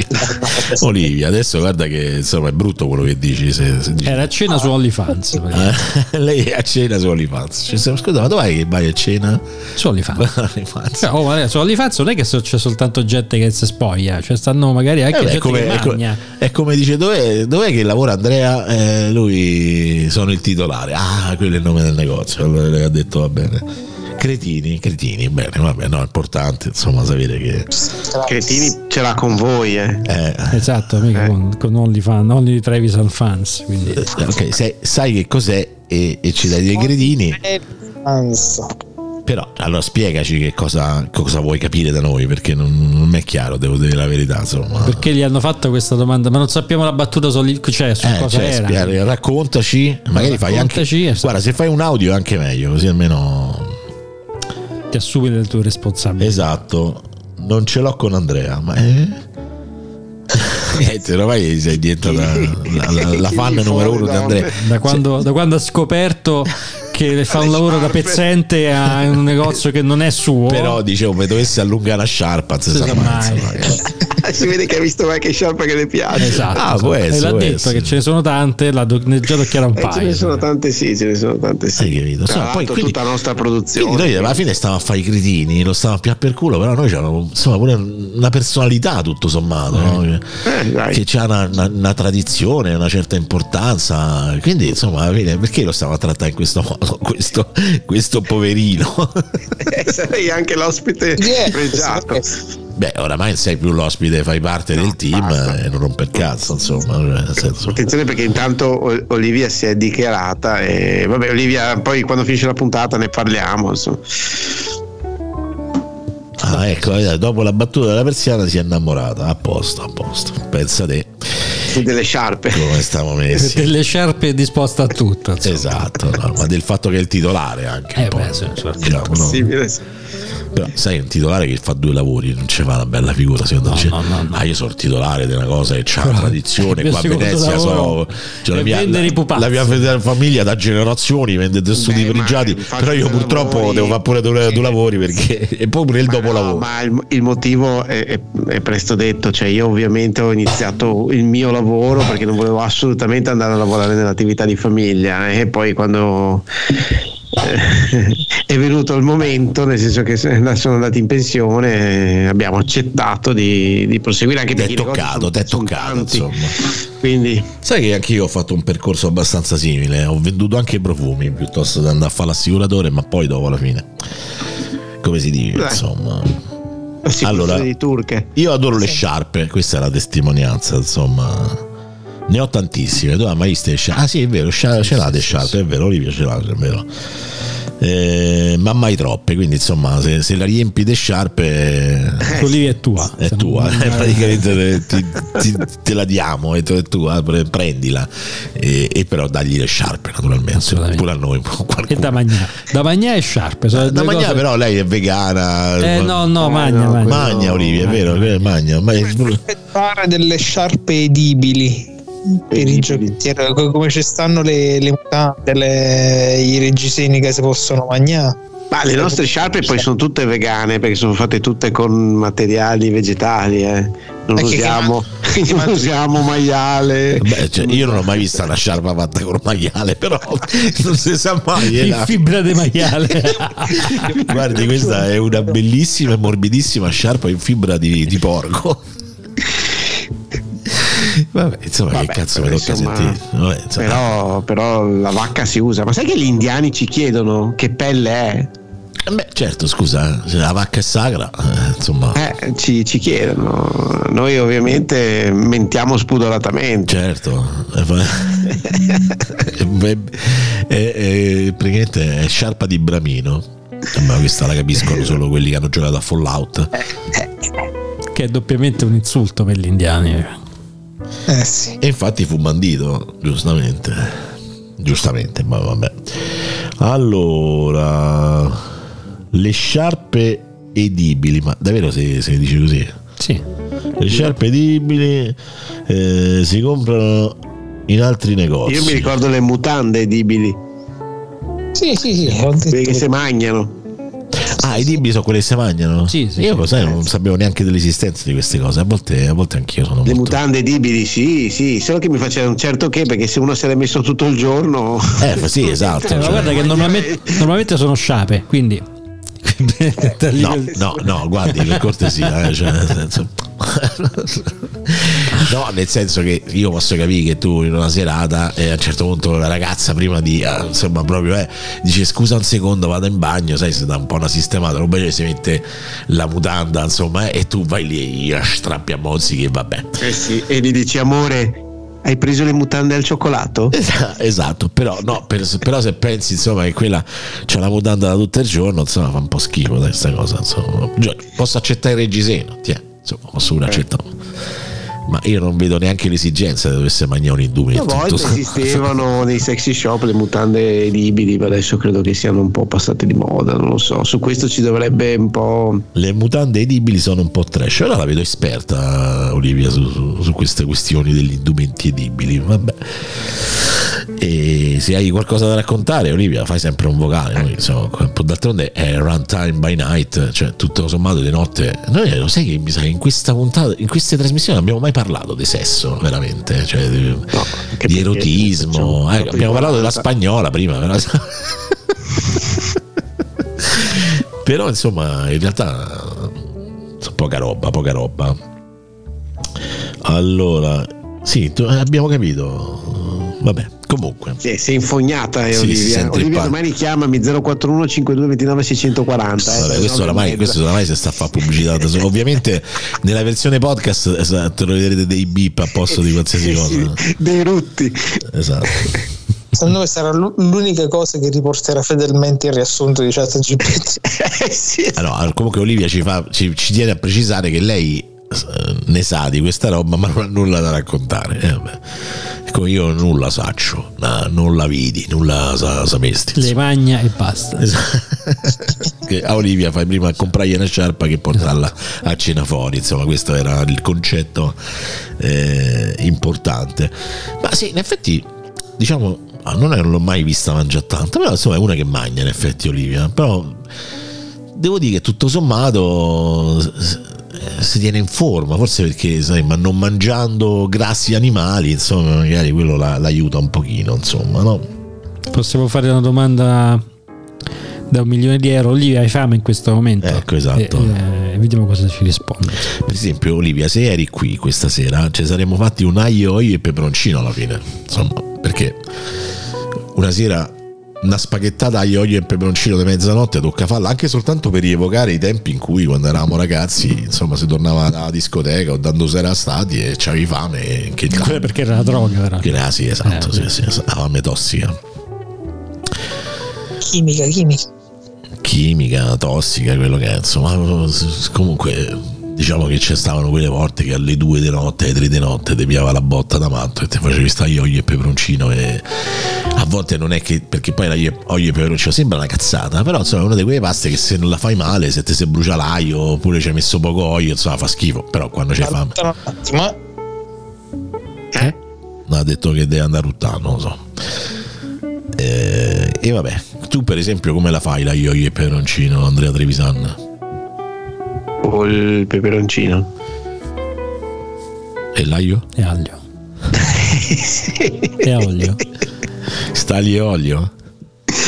S4: Olivia, adesso guarda che insomma è brutto quello che dici. se- se dici-
S5: Era a cena su OnlyFans. praticamente.
S4: Eh, <laughs> lei è a cena su OnlyFans. Cioè, se- scusa, ma dov'è che vai a cena? <laughs>
S5: Su OnlyFans.
S4: OnlyFans.
S5: Cioè, oh, ma su OnlyFans non è che so- c'è soltanto gente che si spoglia, cioè stanno magari anche
S4: Eh beh, è,
S5: gente
S4: come,
S5: che
S4: è co-
S5: magna.
S4: è come dice dov'è, dov'è che lavora Andrea? Eh, lui sono il titolare. Ah, quello è il nome del negozio. Allora lei ha detto va bene. Cretini, cretini, bene, vabbè, no, è importante insomma sapere che...
S6: Cretini ce l'ha con voi,
S4: <laughs>
S6: eh.
S4: eh,
S5: Esatto, mica
S6: Eh.
S5: con, con OnlyFans, Only Trevisan Fans. Quindi.
S4: Eh, Ok, sai- sai che cos'è e, e ci dai dei gredini,
S7: Anzi,
S4: però allora spiegaci che cosa, cosa vuoi capire da noi, perché non, non mi è chiaro, devo dire la verità, insomma.
S5: Perché gli hanno fatto questa domanda? Ma non sappiamo la battuta su, Only- cioè, su
S4: Eh,
S5: cosa
S4: cioè,
S5: era.
S4: spie- raccontaci, magari fai anche...
S5: Raccontaci, esatto.
S4: Guarda, se fai un audio è anche meglio, così almeno...
S5: Ti assumi le tue responsabilità.
S4: Esatto, non ce l'ho con Andrea, ma... eh? <laughs> Niente, ormai sei diventata la, la- la fan
S6: Chi
S4: numero uno di
S6: fuori,
S4: Andrea.
S6: donne.
S5: Da quando,
S4: Cioè
S5: da quando ha scoperto che fa un
S6: Le
S5: lavoro da
S6: scarpe.
S5: pezzente a un negozio che non è suo,
S4: Però dicevo, mi dovessi allungare la sciarpa, non si
S5: Non
S4: sa
S5: si
S4: mai,
S5: sa mai.
S4: insomma, che-
S6: si vede che ha visto qualche sciarpa che le piace.
S5: esatto,
S4: Ah,
S5: esatto.
S4: può
S5: e
S4: essere,
S5: l'ha
S4: può
S5: detto
S4: essere.
S5: che ce ne sono tante, l'ha do- ne- già tocchiera un
S6: E Eh, ce ne sono
S5: paio.
S6: tante, sì, ce ne sono tante, sì.
S4: Hai capito?
S6: Tra
S4: Insomma,
S6: l'altro,
S4: poi quindi-
S6: tutta la nostra
S4: Quindi
S6: produzione. Eh,
S4: noi alla fine stavamo a fare i cretini, lo stavamo a più per culo, però noi c'avevamo insomma, pure una personalità tutto sommato, no?
S6: Eh, dai.
S4: che c'ha una, una- una tradizione, una certa importanza. Quindi insomma, alla fine, perché lo stavamo a trattare in questo modo, <laughs> questo, questo poverino? <laughs>
S6: <laughs> Eh, sarei anche l'ospite
S7: Yeah,
S6: pregiato.
S7: questo
S4: Beh, oramai non sei più l'ospite, fai parte del team
S6: basta.
S4: e non rompe il cazzo, insomma. cioè, nel senso-
S6: Attenzione perché intanto O- Olivia si è dichiarata e vabbè Olivia poi quando finisce la puntata ne parliamo insomma.
S4: Ah, ecco, eh, dopo la battuta della persiana si è innamorata, apposta, apposta. Pensa te
S6: su delle sciarpe.
S4: come stiamo messi.
S5: Delle sciarpe disposte a tutto. insomma.
S4: Esatto, no, ma del fatto che è il titolare anche. un
S5: Eh,
S4: po',
S5: beh, sì, certo.
S4: diciamo, no?
S6: Possibile.
S4: Però sai, un titolare che fa due lavori non ci fa una bella figura, secondo
S5: No,
S4: me.
S5: no, no, no.
S4: Ah, io sono il titolare di una cosa che
S5: <laughs>
S4: c'ha
S5: Però-
S4: una tradizione.
S5: il
S4: Qua a
S5: secondo
S4: Venezia so,
S5: lavoro
S4: cioè,
S5: è
S4: la, mia,
S5: vendere i
S4: la,
S5: pupazzi.
S4: la mia fe- famiglia da generazioni vende tessuti
S6: Beh, ma
S4: pregiati.
S6: infatti
S4: Però io
S6: due
S4: purtroppo
S6: lavori-
S4: devo fare pure due, due lavori perché. <laughs> E poi pure il
S6: Ma no,
S4: dopolavoro.
S6: ma il, il motivo è, è- è presto detto, cioè io ovviamente ho iniziato il mio lavoro perché non volevo assolutamente andare a lavorare nell'attività di famiglia eh, e poi quando eh, <laughs> è venuto il momento, nel senso che se- sono andati in pensione, eh, abbiamo accettato di, di proseguire anche
S4: T'è
S6: perché i negozi
S4: toccato,
S6: sono-
S4: t'è
S6: sono
S4: toccato,
S6: tanti.
S4: insomma.
S6: Quindi
S4: Sai che anch'io ho fatto un percorso abbastanza simile, ho venduto anche profumi piuttosto che andare a fare l'assicuratore, ma poi dopo alla fine. Come si dice,
S6: Dai.
S4: insomma.
S6: la sicurezza
S4: Allora-
S6: di turche.
S4: Io adoro le sciarpe, questa è la testimonianza, insomma. Ne ho tantissime, tu hai mai visto le sciarpe? Ah sì, è vero, scia- ce l'ha le sciarpe, è vero, Olivia ce l'ha, è vero. Eh, ma mai troppe, quindi insomma, se, se la riempi di sciarpe
S5: Olivia è tua.
S4: Esatto. è
S5: Se
S4: tua,
S5: non-
S4: eh, <laughs> praticamente te, ti- ti- te la diamo, è tu- è tua, pre- prendila e, e però dagli le sciarpe naturalmente,
S5: Assolutamente.
S4: pure a noi. <laughs>
S5: E
S4: qualcuno.
S5: da mangiare. Da mangiare e sciarpe. sono le
S4: Da
S5: due
S4: Magna
S5: cose-
S4: però lei è vegana,
S5: Eh, no, no,
S6: Eh,
S5: magna, magna.
S6: no, quello-
S4: Magna Olivia, è vero, è Magna, ma è-
S7: fare delle sciarpe edibili per i
S6: Edibili.
S7: giocattini co- come ci stanno le, le mutande le- i reggiseni che si possono mangiare
S6: Ma le nostre sciarpe poi sono tutte vegane perché sono fatte tutte con materiali vegetali, eh. non,
S7: Perché
S6: usiamo, <laughs> non usiamo maiale.
S4: Beh, cioè, io non ho mai visto una sciarpa fatta col maiale,
S6: <laughs>
S4: però non si sa mai. eh,
S5: in
S4: la-
S5: fibra di maiale. <laughs>
S4: Guardi, questa è una bellissima e morbidissima sciarpa in fibra di, di porco. Vabbè, insomma,
S6: Vabbè,
S4: che cazzo mi
S6: però,
S4: tocca
S6: insomma,
S4: sentire? Vabbè, insomma,
S6: Però, però la vacca si usa. Ma sai che gli indiani ci chiedono che pelle è?
S4: Beh, certo, scusa, se la vacca è sacra, eh, insomma,
S6: Eh, ci, ci chiedono. Noi ovviamente mentiamo spudoratamente.
S4: certo. Eh, fa- <laughs> Beh, eh, eh, praticamente è sciarpa di bramino. Eh, Ma questa la capiscono solo quelli che hanno giocato a Fallout.
S5: che è doppiamente un insulto per gli indiani.
S7: eh sì
S4: E infatti fu bandito, giustamente. Giustamente, ma vabbè. Allora, le sciarpe edibili, ma davvero se, se dici così?
S5: Sì.
S4: Le sciarpe edibili eh, si comprano in altri negozi.
S6: Io mi ricordo le mutande edibili,
S7: sì sì, sì, ho detto
S6: quelle che
S7: che-
S6: si mangiano.
S4: Ah, i edibili sono quelle che si mangiano?
S5: Sì, sì,
S4: Io
S5: sì.
S4: cos'è, non sapevo neanche dell'esistenza di queste cose. A volte, a volte anch'io sono
S6: Le
S4: molto...
S6: mutande edibili, sì, sì, solo che mi facevano un certo che perché se uno se l'è messo tutto il giorno.
S4: Eh,
S5: <laughs>
S4: sì, esatto.
S5: Eh, ma
S4: cioè-
S5: guarda che normalmente, normalmente sono sciape, quindi... da
S4: <laughs>
S5: lì
S4: No,
S5: quel-
S4: no, no, guardi, per cortesia, eh, cioè, nel senso- no, nel senso che io posso capire che tu in una serata eh, a un certo punto la ragazza prima di, eh, insomma, proprio eh, dice scusa un secondo, vado in bagno, sai, si dà un po' una sistemata, roba cioè, si mette la mutanda, insomma, eh, e tu vai lì, gli strappi a mozzi che vabbè.
S6: Eh sì, e gli dici amore, hai preso le mutande al cioccolato?
S4: Esa- Esatto, però, no, per- però se pensi insomma che quella c'è la mutanda da tutto il giorno, insomma fa un po' schifo dai, sta cosa. Insomma. Cioè, posso accettare il reggiseno, tiè, insomma, posso pure accettare. Ma io non vedo neanche l'esigenza di dovesse mangiare un indumento.
S6: Una volta
S4: tutto-
S6: esistevano nei sexy shop le mutande edibili, ma adesso credo che siano un po' passate di moda, non lo so. Su questo ci dovrebbe un po'.
S4: Le mutande edibili sono un po' trash. Ora la vedo esperta, Olivia, su, su- su queste questioni degli indumenti edibili. Vabbè. E se hai qualcosa da raccontare, Olivia, fai sempre un vocale. Noi, insomma, d'altronde è runtime by night, cioè tutto sommato di notte. Noi lo sai che mi sa che in questa puntata, in queste trasmissioni non abbiamo mai parlato di sesso, veramente. Cioè, di,
S6: anche
S4: di
S6: perché diciamo, facciamo
S4: erotismo. Eh,
S6: troppo
S4: abbiamo parlato della
S6: ignoranza.
S4: spagnola prima, però. Però insomma, in realtà so, poca roba, poca roba. Allora, sì, tu- abbiamo eh, capito. Vabbè, comunque.
S6: Sì, sei infognata eh,
S4: Sì, si
S6: Olivia.
S4: sente il
S6: Olivia
S4: pa-
S6: domani chiamami 041 5229 640.
S4: Vabbè, questo, oramai,
S6: esatto.
S4: questo oramai si sta a fare pubblicità da solo.
S6: <laughs>
S4: Ovviamente nella versione podcast esatto, troverete dei beep a posto di qualsiasi cosa.
S6: Dei rutti.
S4: Esatto.
S7: Secondo me sarà l'u- l'unica cosa che riporterà fedelmente il riassunto di ChatGPT.
S6: <laughs> Eh, sì.
S4: Ah, no, comunque Olivia ci, fa- ci- ci tiene a precisare che lei eh, ne sa di questa roba ma non ha nulla da raccontare. Eh, vabbè. Ecco, io nulla saccio, na- nulla vidi, nulla sa- sapesti.
S5: Le magna e basta.
S4: Esatto. Che a Olivia fai prima a comprargli una sciarpa che portarla a cena fuori insomma questo era il concetto eh, importante ma sì in effetti diciamo ah, non è che non l'ho mai vista mangiare tanto però insomma è una che mangia in effetti Olivia però devo dire che tutto sommato s- eh, si tiene in forma forse perché sai ma non mangiando grassi animali insomma magari quello la- l'aiuta un pochino insomma no?
S5: Possiamo fare una domanda da un milione di euro. Olivia, hai fame in questo momento?
S4: Ecco, esatto.
S5: E, eh, vediamo cosa ci risponde.
S4: Per esempio, Olivia, se eri qui questa sera, ci saremmo fatti un aglio, olio e peperoncino alla fine. Insomma, perché una sera una spaghettata aglio, olio e peperoncino di mezzanotte tocca farla anche soltanto per rievocare i tempi in cui quando eravamo ragazzi, insomma, si tornava dalla discoteca o dando sera stati e c'avevi fame e che
S5: Quello perché era una droga, però.
S4: Ah, sì, esatto,
S5: Eh,
S4: sì, sì, esatto. La fame tossica.
S7: Chimica, chimica.
S4: chimica, tossica, quello che è, insomma, s- comunque diciamo che ci stavano quelle volte che alle 2 di notte, alle 3 di notte ti piava la botta da matto e ti facevi sta olio e peperoncino e a volte non è che perché poi l'aglio e- olio e peperoncino sembra una cazzata, però insomma è una di quelle paste che se non la fai male, se ti si brucia l'aglio oppure ci hai messo poco olio, insomma fa schifo, però quando c'è fame,
S7: Allora, un attimo, eh.
S4: Eh? ha detto che deve andare a ruttare, non lo so. Eh, E, vabbè, tu per esempio come la fai l'aglio olio e peperoncino, Andrea Trevisan?
S6: O il peperoncino.
S4: E l'aglio?
S5: E aglio.
S6: Sì.
S5: E olio.
S4: Stagli olio?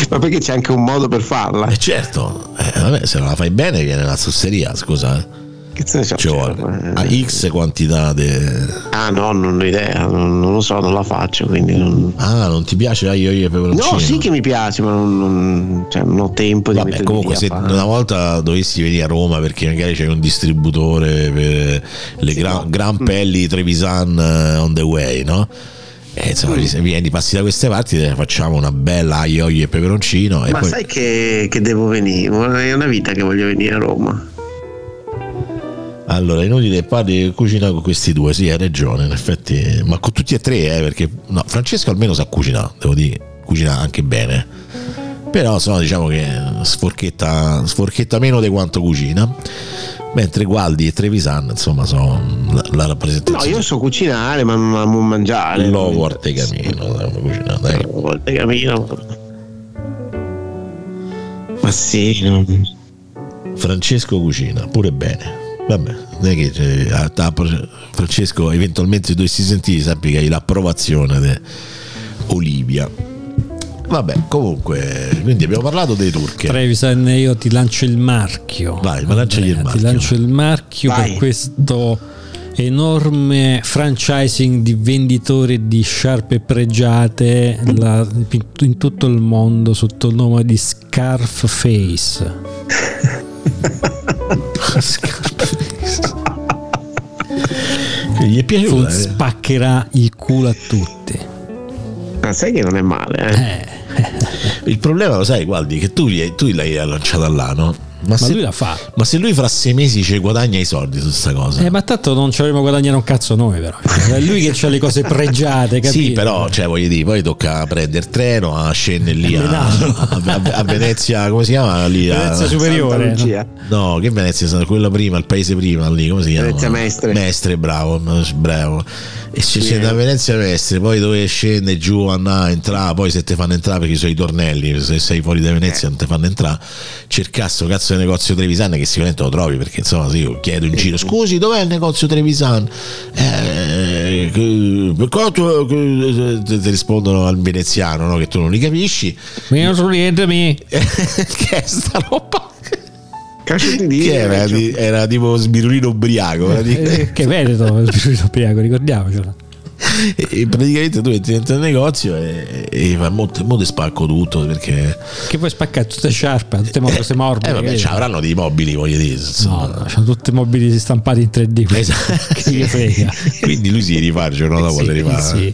S6: Ma perché c'è anche un modo per farla?
S4: Eh certo, eh, vabbè, se non la fai bene viene la zozzeria, scusa. eh.
S6: Che se ne so,
S4: Ci
S6: cioè,
S4: vuole Ah, a
S6: eh.
S4: X quantità de...
S6: Ah no, non ho idea, non, non lo so, non la faccio, quindi non...
S4: Ah, non ti piace l'aglio olio e peperoncino?
S6: No, sì che mi piace, ma non, non- cioè, non ho tempo di
S4: Vabbè,
S6: mettermi
S4: comunque
S6: lì a
S4: se
S6: fare.
S4: una volta dovessi venire a Roma perché magari c'è un distributore per le gran, gran
S6: Mm.
S4: pelli Trevisan eh, on the way, no? E insomma,
S6: Mm.
S4: se vieni, passi da queste parti, te ne facciamo una bella aglio olio e peperoncino e
S6: Ma
S4: poi
S6: sai che, che devo venire? È una vita che voglio venire a Roma.
S4: Allora, inutile parli cucina con questi due, sì, hai ragione, in effetti, ma con tutti e tre, eh, perché no, Francesco almeno sa cucinare, devo dire, cucina anche bene. Però so, diciamo che sforchetta, sforchetta meno di quanto cucina, mentre Gualdi e Trevisan, insomma, sono la, la
S6: No,
S4: rappresentazione.
S6: io so cucinare, ma non amo mangiare.
S4: L'ovo artegamino, dai, cucina, dai.
S6: L'ovo artegamino. Ma sì, non-
S4: Francesco cucina pure bene. Vabbè, non è che cioè, a- a- Francesco eventualmente se dovessi sentire, sappi che hai l'approvazione di Olivia. Vabbè, comunque, quindi abbiamo parlato dei turchi.
S5: Trevisan, eh, io ti lancio il marchio.
S4: Vai, ma lanciagli il
S5: Andrea,
S4: marchio.
S5: Ti lancio il marchio
S6: Vai.
S5: per questo enorme franchising di venditori di sciarpe pregiate la- in tutto il mondo sotto il nome
S4: <laughs>
S5: di Scarface.
S4: Che Gli è
S5: Fun-
S4: piaciuta? eh?
S5: spaccherà il culo a tutti.
S6: ma sai che non è male, eh?
S4: Il problema lo sai, guardi, che tu, gli- tu l'hai lanciata là, no? Ma,
S5: Ma
S4: se,
S5: lui la fa.
S4: ma se lui fra sei mesi ci guadagna i soldi su sta cosa.
S5: Eh, ma tanto non ci avremmo guadagnato un cazzo noi, però. È lui che ha le cose pregiate,
S4: <laughs>
S5: capito?
S4: Sì, però, cioè, voglio dire, poi tocca prendere treno a scendere lì a, <laughs> a- a- a Venezia, come si chiama lì? A-
S5: Venezia
S6: Santa
S5: superiore.
S6: Lucia.
S4: No, che Venezia, sa- quella prima, il paese prima lì, come si chiama?
S6: Venezia Mestre.
S4: Mestre, bravo, bravo. E se
S6: Sì.
S4: c'è da Venezia Mestre, poi dove scende giù, andà, entra, poi se ti fanno entrare perché sono i tornelli, se sei fuori da
S6: Eh.
S4: Venezia non ti fanno entrare, cerca sto cazzo di negozio Trevisan che sicuramente lo trovi perché insomma se io chiedo in giro, scusi dov'è il negozio Trevisan? Eh, che- per quanto che- ti ti rispondono al veneziano no? che tu non li capisci, <laughs>
S5: Mio sorridente mi.
S4: Eh, che è sta roba?
S6: Cazzo di
S4: Chi
S6: dire,
S4: era?
S6: cioè,
S4: Di- era tipo sbirulino ubriaco. era di-
S5: Eh, Che veneto, il Piago, ricordiamocelo.
S4: <laughs> e praticamente tu entri dentro il negozio e, e fa molte, molte spacco tutto perché
S5: Che vuoi spaccare tutte sciarpe, tutte mo- cose morbide.
S4: eh, vabbè,
S5: capito?
S4: ci avranno dei mobili voglio dire
S5: No,
S4: insomma.
S5: no, sono tutti mobili stampati in 3D. quindi-
S4: Esatto.
S5: che gli frega.
S4: quindi lui si rifà il giorno dopo
S5: Sì,
S4: le rifà.
S5: sì.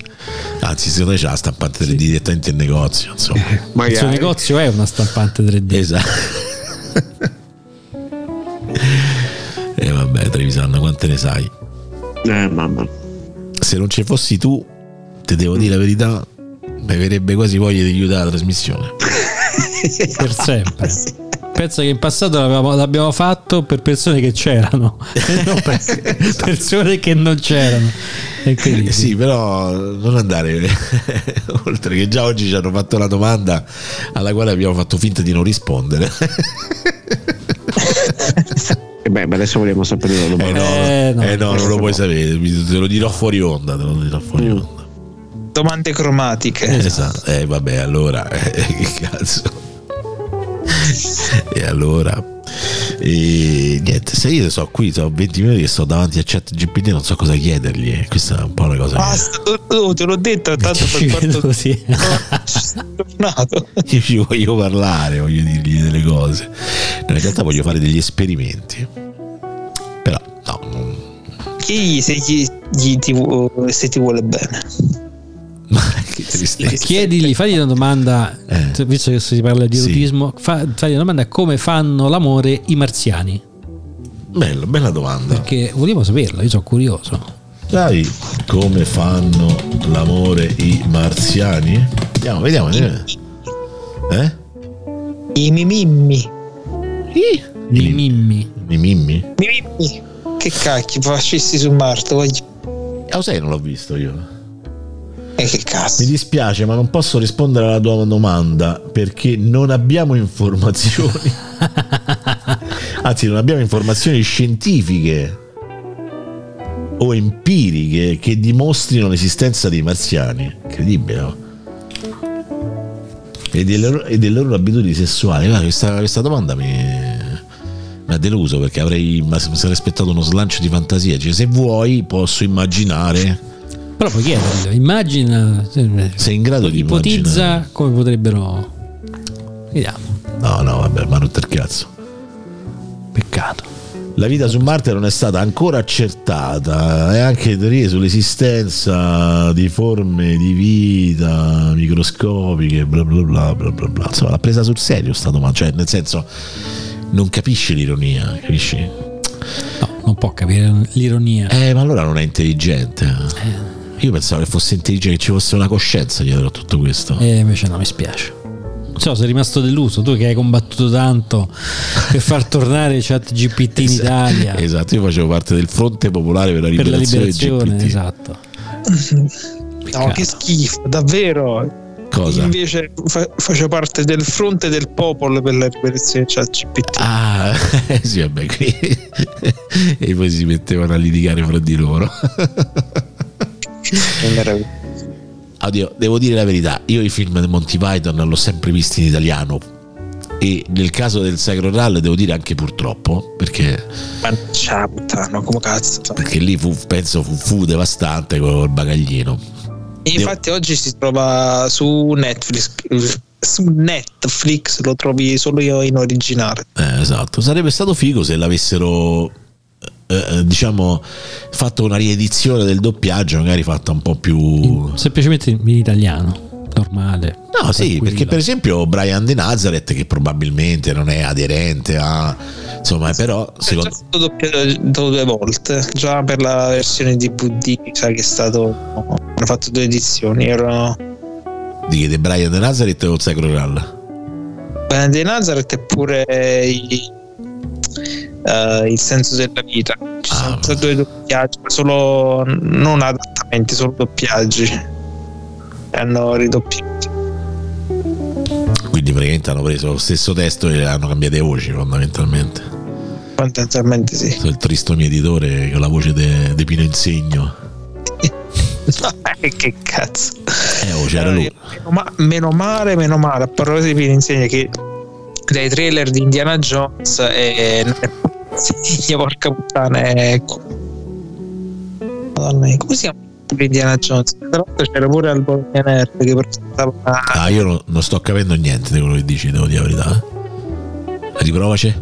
S4: anzi secondo me c'è la stampante 3D direttamente in negozio insomma
S5: Il suo
S6: Magari.
S5: negozio è una stampante 3D.
S4: esatto e Eh, vabbè Trevisan quante ne sai
S6: Eh, mamma.
S4: se non ci fossi tu ti devo dire la verità mi verrebbe quasi voglia di chiudere la trasmissione
S5: per sempre. Pensa che in passato l'avevamo- l'abbiamo fatto per persone che c'erano, <laughs> e non per persone che non c'erano. E quindi,
S4: Eh Esatto. Sì, però non andare <laughs> oltre che già oggi ci hanno fatto una domanda alla quale abbiamo fatto finta di non rispondere.
S6: E Eh, beh, beh, adesso vogliamo sapere la
S4: Eh
S6: domanda.
S4: no,
S5: Eh, no.
S4: eh no, non lo puoi sapere, mi- te lo dirò fuori onda, te lo dirò fuori
S6: Mm.
S4: onda.
S7: Domande cromatiche.
S4: Esatto. Eh vabbè, allora, <laughs> eh, che cazzo. E allora, e niente, se io so qui, sono 20 minuti che sto davanti a chat GPT, non so cosa chiedergli, eh, questa è un po' una cosa... che-
S7: Basta, tu- tu- te l'ho detto, tanto
S5: Ci
S7: per
S5: vedo
S7: quanto <laughs>
S5: così.
S7: sono tornato.
S4: Io ci voglio parlare, voglio dirgli delle cose. No, in realtà voglio fare degli esperimenti. Però, no, non-
S7: Chigli se, gli- gli ti, vu- se ti vuole bene.
S4: ma che tristezza.
S5: chiedigli, fagli una domanda,
S4: Eh.
S5: visto che si parla di
S4: Sì.
S5: erotismo, fa- fagli una domanda come fanno l'amore i marziani.
S4: Bello, bella domanda.
S5: Perché vogliamo saperlo, io sono curioso.
S4: Sai come fanno l'amore i marziani? Andiamo, vediamo. Eh?
S7: I mimimmi.
S5: I mimmi.
S4: I mimmi?
S7: Mimimmi. Che cacchio, fascisti su Marte. voglio-
S4: Ah, lo sai che non l'ho visto io?
S7: Eh, che
S4: Mi
S7: cazzo.
S4: dispiace, ma non posso rispondere alla tua domanda perché non abbiamo informazioni. Anzi, non abbiamo informazioni scientifiche o empiriche che dimostrino l'esistenza dei marziani. Incredibile, no? E delle, loro- e delle loro abitudini sessuali. Guarda, questa, questa domanda mi, mi ha deluso perché avrei, ma mi sarei aspettato uno slancio di fantasia. Cioè, se vuoi, posso immaginare.
S5: Però puoi chiederlo, immagina,
S4: Eh, Sei in grado di
S5: ipotizza
S4: immaginare.
S5: come potrebbero... Vediamo.
S4: No, no, vabbè, ma non per cazzo.
S5: Peccato.
S4: La vita su Marte non è stata ancora accertata e anche teorie sull'esistenza di forme di vita microscopiche, bla bla bla bla bla. bla. Insomma, l'ha presa sul serio sta domanda, cioè nel senso non capisci l'ironia, capisci?
S5: No, non può capire l'ironia.
S4: Eh, ma allora non è intelligente.
S5: Eh.
S4: Io pensavo che fosse intelligente, che ci fosse una coscienza dietro a tutto questo.
S5: E Eh, invece no, mi spiace. Non so, sei rimasto deluso, tu che hai combattuto tanto per far tornare chat GPT in Italia.
S4: <laughs> Esatto, io facevo parte del Fronte Popolare per la
S5: Per la
S4: Liberazione,
S5: liberazione,
S4: GPT.
S5: esatto.
S7: No,
S5: Peccato.
S7: che schifo, davvero.
S4: Cosa?
S7: Invece fa- faccio parte del fronte del popolo per cioè, la liberazione del ChatGPT.
S4: Ah, <laughs> sì, vabbè, qui. <laughs> e poi si mettevano a litigare fra di loro. <laughs>
S7: Che meraviglia.
S4: Oddio, devo dire la verità, io i film di Monty Python l'ho sempre visti in italiano e nel caso del Sacro Rall devo dire anche purtroppo, perché,
S7: Ma ciao, puttana, come cazzo. fa?
S4: perché lì fu, penso fu, fu devastante col bagaglino.
S7: Infatti oggi si trova su Netflix. Su Netflix lo trovi solo io in originale.
S4: Eh, esatto, sarebbe stato figo se l'avessero eh, diciamo fatto una riedizione del doppiaggio, magari fatta un po' più...
S5: Semplicemente in italiano, normale.
S4: No, sì,
S5: tranquillo.
S4: perché per esempio Brian De Nazareth, che probabilmente non è aderente a... Insomma, però
S7: È già
S4: secondo...
S7: stato doppiato due volte. Già per la versione DVD, mi sa che è stato. Hanno fatto due edizioni. Erano
S4: Di, di Brian De Nazareth o Sacro Rall?
S7: Bene di Nazareth e pure i- eh, il senso della vita. Ci
S4: Ah,
S7: sono
S4: vabbè.
S7: stati due doppiaggi, ma solo non adattamenti, solo doppiaggi. E hanno ridoppiato.
S4: Quindi praticamente hanno preso lo stesso testo e hanno cambiato le voci fondamentalmente.
S7: Fondamentalmente sì.
S4: Il tristo mietitore con la voce de- di Pino Insegno.
S7: <laughs> Eh, che cazzo.
S4: Eh, oh, c'era lui.
S7: Meno, ma- meno male, meno male. A parole di Pino insegna che dai trailer di Indiana Jones e porca puttana è... Madonna, come si chiama? di Indiana Jones. Tra l'altro c'era pure al Bologna Nerd che presentava
S4: Ah, io no- non sto capendo niente di quello che dici, devo dire la verità. eh. Riprovaci.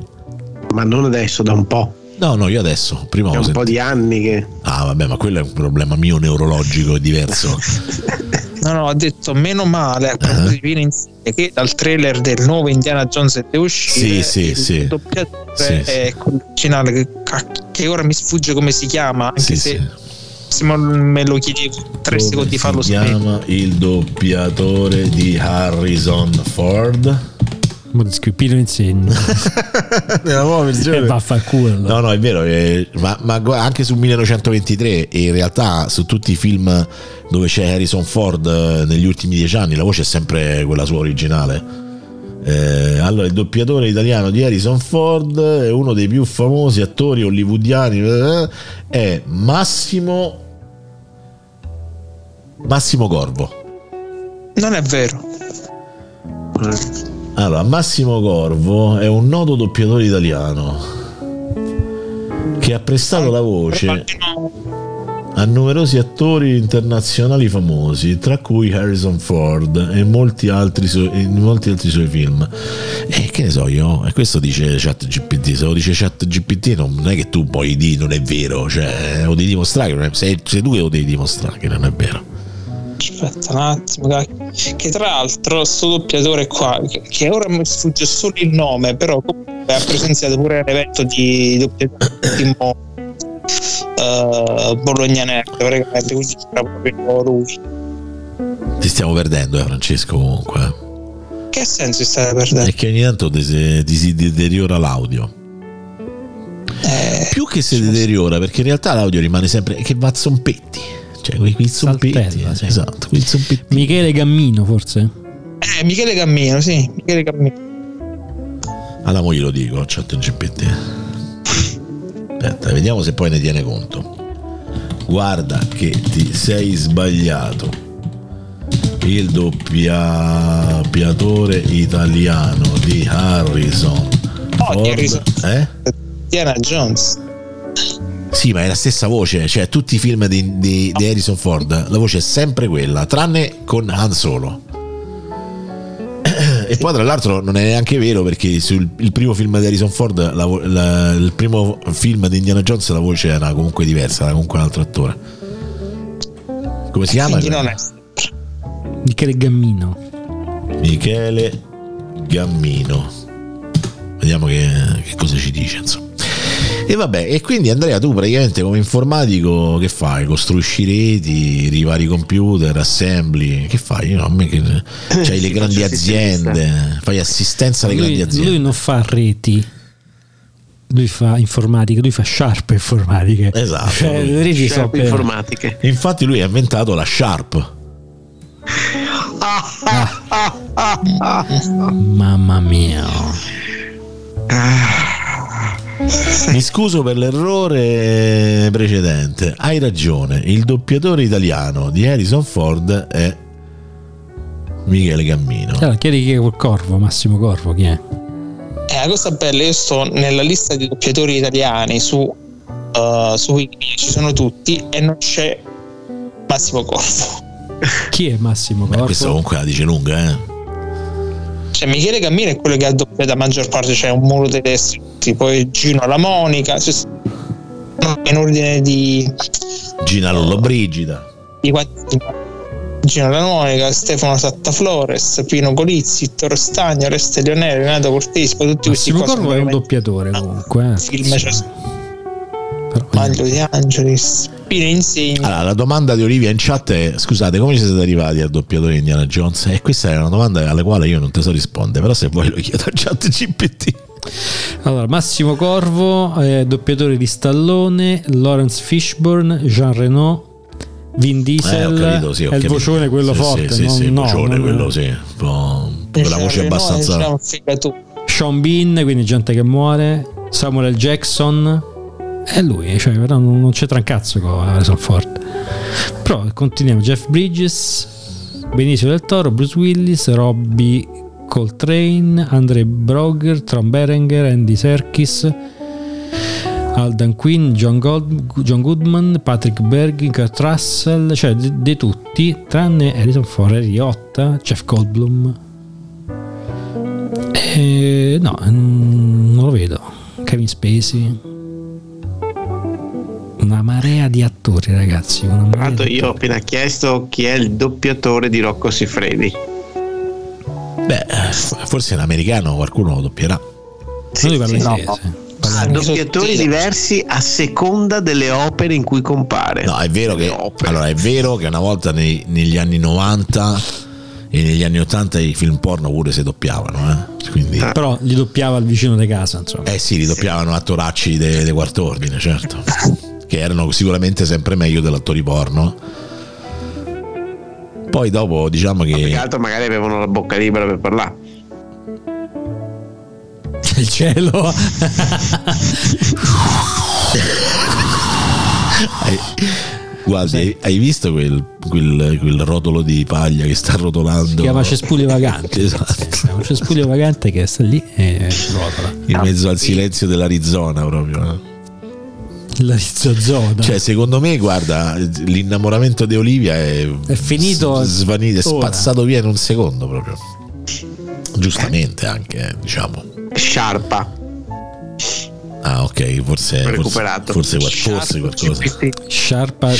S6: ma non adesso, da un po'.
S4: No, no, io adesso, prima ho
S6: È un po'
S4: sentito.
S6: di anni che.
S4: Ah, vabbè, ma quello è un problema mio neurologico
S6: <laughs>
S4: diverso.
S7: No, no, ha detto meno male a
S4: Eh?
S7: proposito di Vino in sé, che dal trailer del nuovo Indiana Jones è uscito.
S4: Sì, sì,
S7: il
S4: sì.
S7: doppiatore
S4: Sì, sì.
S7: è quello originale che, cac- che ora mi sfugge come si chiama, anche
S4: sì,
S7: se,
S4: sì.
S7: se mo- me lo chiedevo tre
S4: Come
S7: secondi fa
S4: si
S7: lo sapevo.
S4: chiama il doppiatore di Harrison Ford.
S5: Ma ti scrivi
S4: <laughs>
S5: in segno.
S4: Nella nuova
S5: e vaffanculo.
S4: No, no, è vero, eh, ma, ma gu- anche su 1923 e in realtà su tutti i film dove c'è Harrison Ford eh, negli ultimi dieci anni la voce è sempre quella sua originale. Eh, allora, il doppiatore italiano di Harrison Ford è uno dei più famosi attori hollywoodiani, eh, è Massimo Massimo Corvo.
S7: Non è vero.
S6: eh,
S4: Allora, Massimo Corvo è un noto doppiatore italiano che ha prestato la voce a numerosi attori internazionali famosi, tra cui Harrison Ford e molti altri, su- e in molti altri suoi film. E che ne so io? E questo dice ChatGPT. Se lo dice ChatGPT, non non è che tu poi di non è vero, cioè lo devi dimostrare. che non è- Sei, sei tu che lo devi dimostrare che non è vero.
S7: Aspetta un attimo, dai. che tra l'altro sto doppiatore qua, che, che ora mi sfugge solo il nome, però comunque ha presenziato pure l'evento di doppiatore di Mo, eh, Bologna Nerd, praticamente, quindi c'era proprio lui.
S4: Ti stiamo perdendo, eh, Francesco, comunque. eh.
S7: Che senso stai perdendo?
S4: È che ogni tanto ti si- ti si deteriora l'audio.
S7: Eh,
S4: più che si deteriora perché in realtà l'audio rimane sempre che va a zompetti cioè quei, quei zompetti
S5: Saltella, sì.
S4: esatto quei zompetti
S5: Michele Gammino, forse?
S7: eh, Michele Cammino, sì, Michele Cammino.
S4: alla moglie lo dico chat GPT aspetta vediamo se poi ne tiene conto guarda che ti sei sbagliato il doppiatore italiano di Harrison
S7: Oh, di
S4: Ford-
S7: Harrison.
S4: eh?
S7: Diana Jones.
S4: Sì, ma è la stessa voce, cioè tutti i film di, di- di Harrison Ford, la voce è sempre quella, tranne con Han Solo. E poi tra l'altro non è neanche vero perché sul il primo film di Harrison Ford, la vo- la- il primo film di Indiana Jones la voce era comunque diversa, era comunque un altro attore. Come si chiama?
S7: Quindi non è.
S5: Michele Gammino.
S4: Michele Gammino. Vediamo che, che cosa ci dice. Insomma. E vabbè, e quindi Andrea, tu praticamente come informatico che fai? Costruisci reti, ripari computer, assembly, che fai? No, a me che... C'hai le
S6: Sì,
S4: grandi
S6: faccio
S4: aziende, fai assistenza alle grandi
S5: Lui,
S4: aziende.
S5: lui non fa reti. Lui fa informatica, lui fa sciarpe informatiche.
S4: Esatto.
S5: Cioè, le reti sono
S6: Sciarpe
S5: per-
S6: informatiche.
S4: Infatti lui ha inventato la Sharp.
S5: Mamma mia.
S4: Mi scuso per l'errore precedente. Hai ragione. Il doppiatore italiano di Harrison Ford è Michele Gammino.
S5: Allora, chiedi Cioè, chi è quel corvo, Massimo Corvo, chi è?
S7: Eh, la cosa bella, io sto nella lista di doppiatori italiani su, eh, su Wikipedia, ci sono tutti e non c'è Massimo Corvo.
S5: Chi è Massimo
S4: Beh,
S5: Corvo?
S4: questa comunque la dice lunga, eh.
S7: Cioè Michele Cammino è quello che ha doppiato la maggior parte, c'è un muro tedesco, poi Gino alla Monica, cioè, sono in ordine di,
S4: Gina Lollobrigida.
S7: di quanti- Gino alla Monica, Stefano Sattaflores, Pino Colizzi, Toro Stagno, Oreste Leonelli, Renato Cortesi, poi tutti questi
S5: Massimo
S7: qua
S5: Corvo
S7: sono
S5: è un
S7: veramente-
S5: doppiatore
S7: Ah,
S5: comunque. eh.
S7: film c'è
S5: Però-
S7: Maglio di Angelis, Pino Insegni.
S4: Allora, la domanda di Olivia in chat è: scusate, come ci siete arrivati al doppiatore di Indiana Jones? E questa è una domanda alla quale io non te so rispondere, però se vuoi lo chiedo a chat
S5: Eh,
S4: GPT.
S5: Allora, Massimo Corvo, eh, doppiatore di Stallone, Lawrence Fishburne, Jean Reno,
S4: Eh,
S5: Vin Diesel, è il vocione quello forte,
S4: Sì,
S5: non-
S4: sì, il
S5: no,
S4: vocione
S5: non-
S4: quello, sì. Un po'- Con Ah, la
S7: Cioè,
S4: voce
S7: Renoir
S4: abbastanza.
S7: era un fegato.
S5: Sean Bean, quindi gente che muore, Samuel L. Jackson, è lui, cioè, però non, non c'entra un cazzo con eh, Harrison Ford. Però continuiamo, Jeff Bridges, Benicio del Toro, Bruce Willis, Robbie Coltrane, Andre Broger, Tom Berenger, Andy Serkis, Aldan Quinn, John, Gold- John Goodman, Patrick Bergin, Kurt Russell, cioè di di tutti, tranne Harrison Ford, Riotta, Jeff Goldblum. Eh, no, mm, non lo vedo. Kevin Spacey. Una marea di attori, ragazzi. Una
S6: Tra
S5: marea
S6: l'altro
S5: di
S6: io ho appena chiesto chi è il doppiatore di Rocco Siffredi.
S4: Beh, forse in americano qualcuno lo doppierà.
S5: attori. Noi parliamo
S6: sì,
S5: inglese.
S6: Ha
S7: Ah,
S5: Parliamo-
S6: Ah, doppiatori diversi a seconda delle opere in cui compare.
S4: No, è vero che,
S6: Delle opere.
S4: allora, è vero che una volta nei- negli anni 90 e negli anni 80 i film porno pure si doppiavano. Eh? Quindi,
S6: Ah.
S5: Però li doppiava il vicino di casa, insomma.
S4: eh sì, li doppiavano attoracci de, de quart'ordine, certo. Che erano sicuramente sempre meglio dell'attore porno. Poi dopo diciamo
S6: Ma più che
S4: che
S6: altro magari avevano la bocca libera per parlare.
S4: Eh,
S5: Il cielo.
S4: Guardi, hai, hai visto quel, quel- quel rotolo di paglia che sta rotolando?
S5: Si chiama cespuglio
S4: <laughs>
S5: vagante.
S4: Esatto.
S5: È un cespuglio vagante che sta lì e rotola.
S4: In mezzo al silenzio dell'Arizona proprio. eh.
S5: La rizzozona.
S4: Cioè, secondo me, guarda, l'innamoramento di Olivia è,
S5: È finito
S4: s- svanito, è
S5: ora.
S4: spazzato via in un secondo proprio. Giustamente anche, eh, diciamo.
S6: Sciarpa.
S4: Ah, ok, Eh, forse
S6: Recuperato.
S4: Forse, forse, qual- forse qualcosa.
S5: Sciarpa.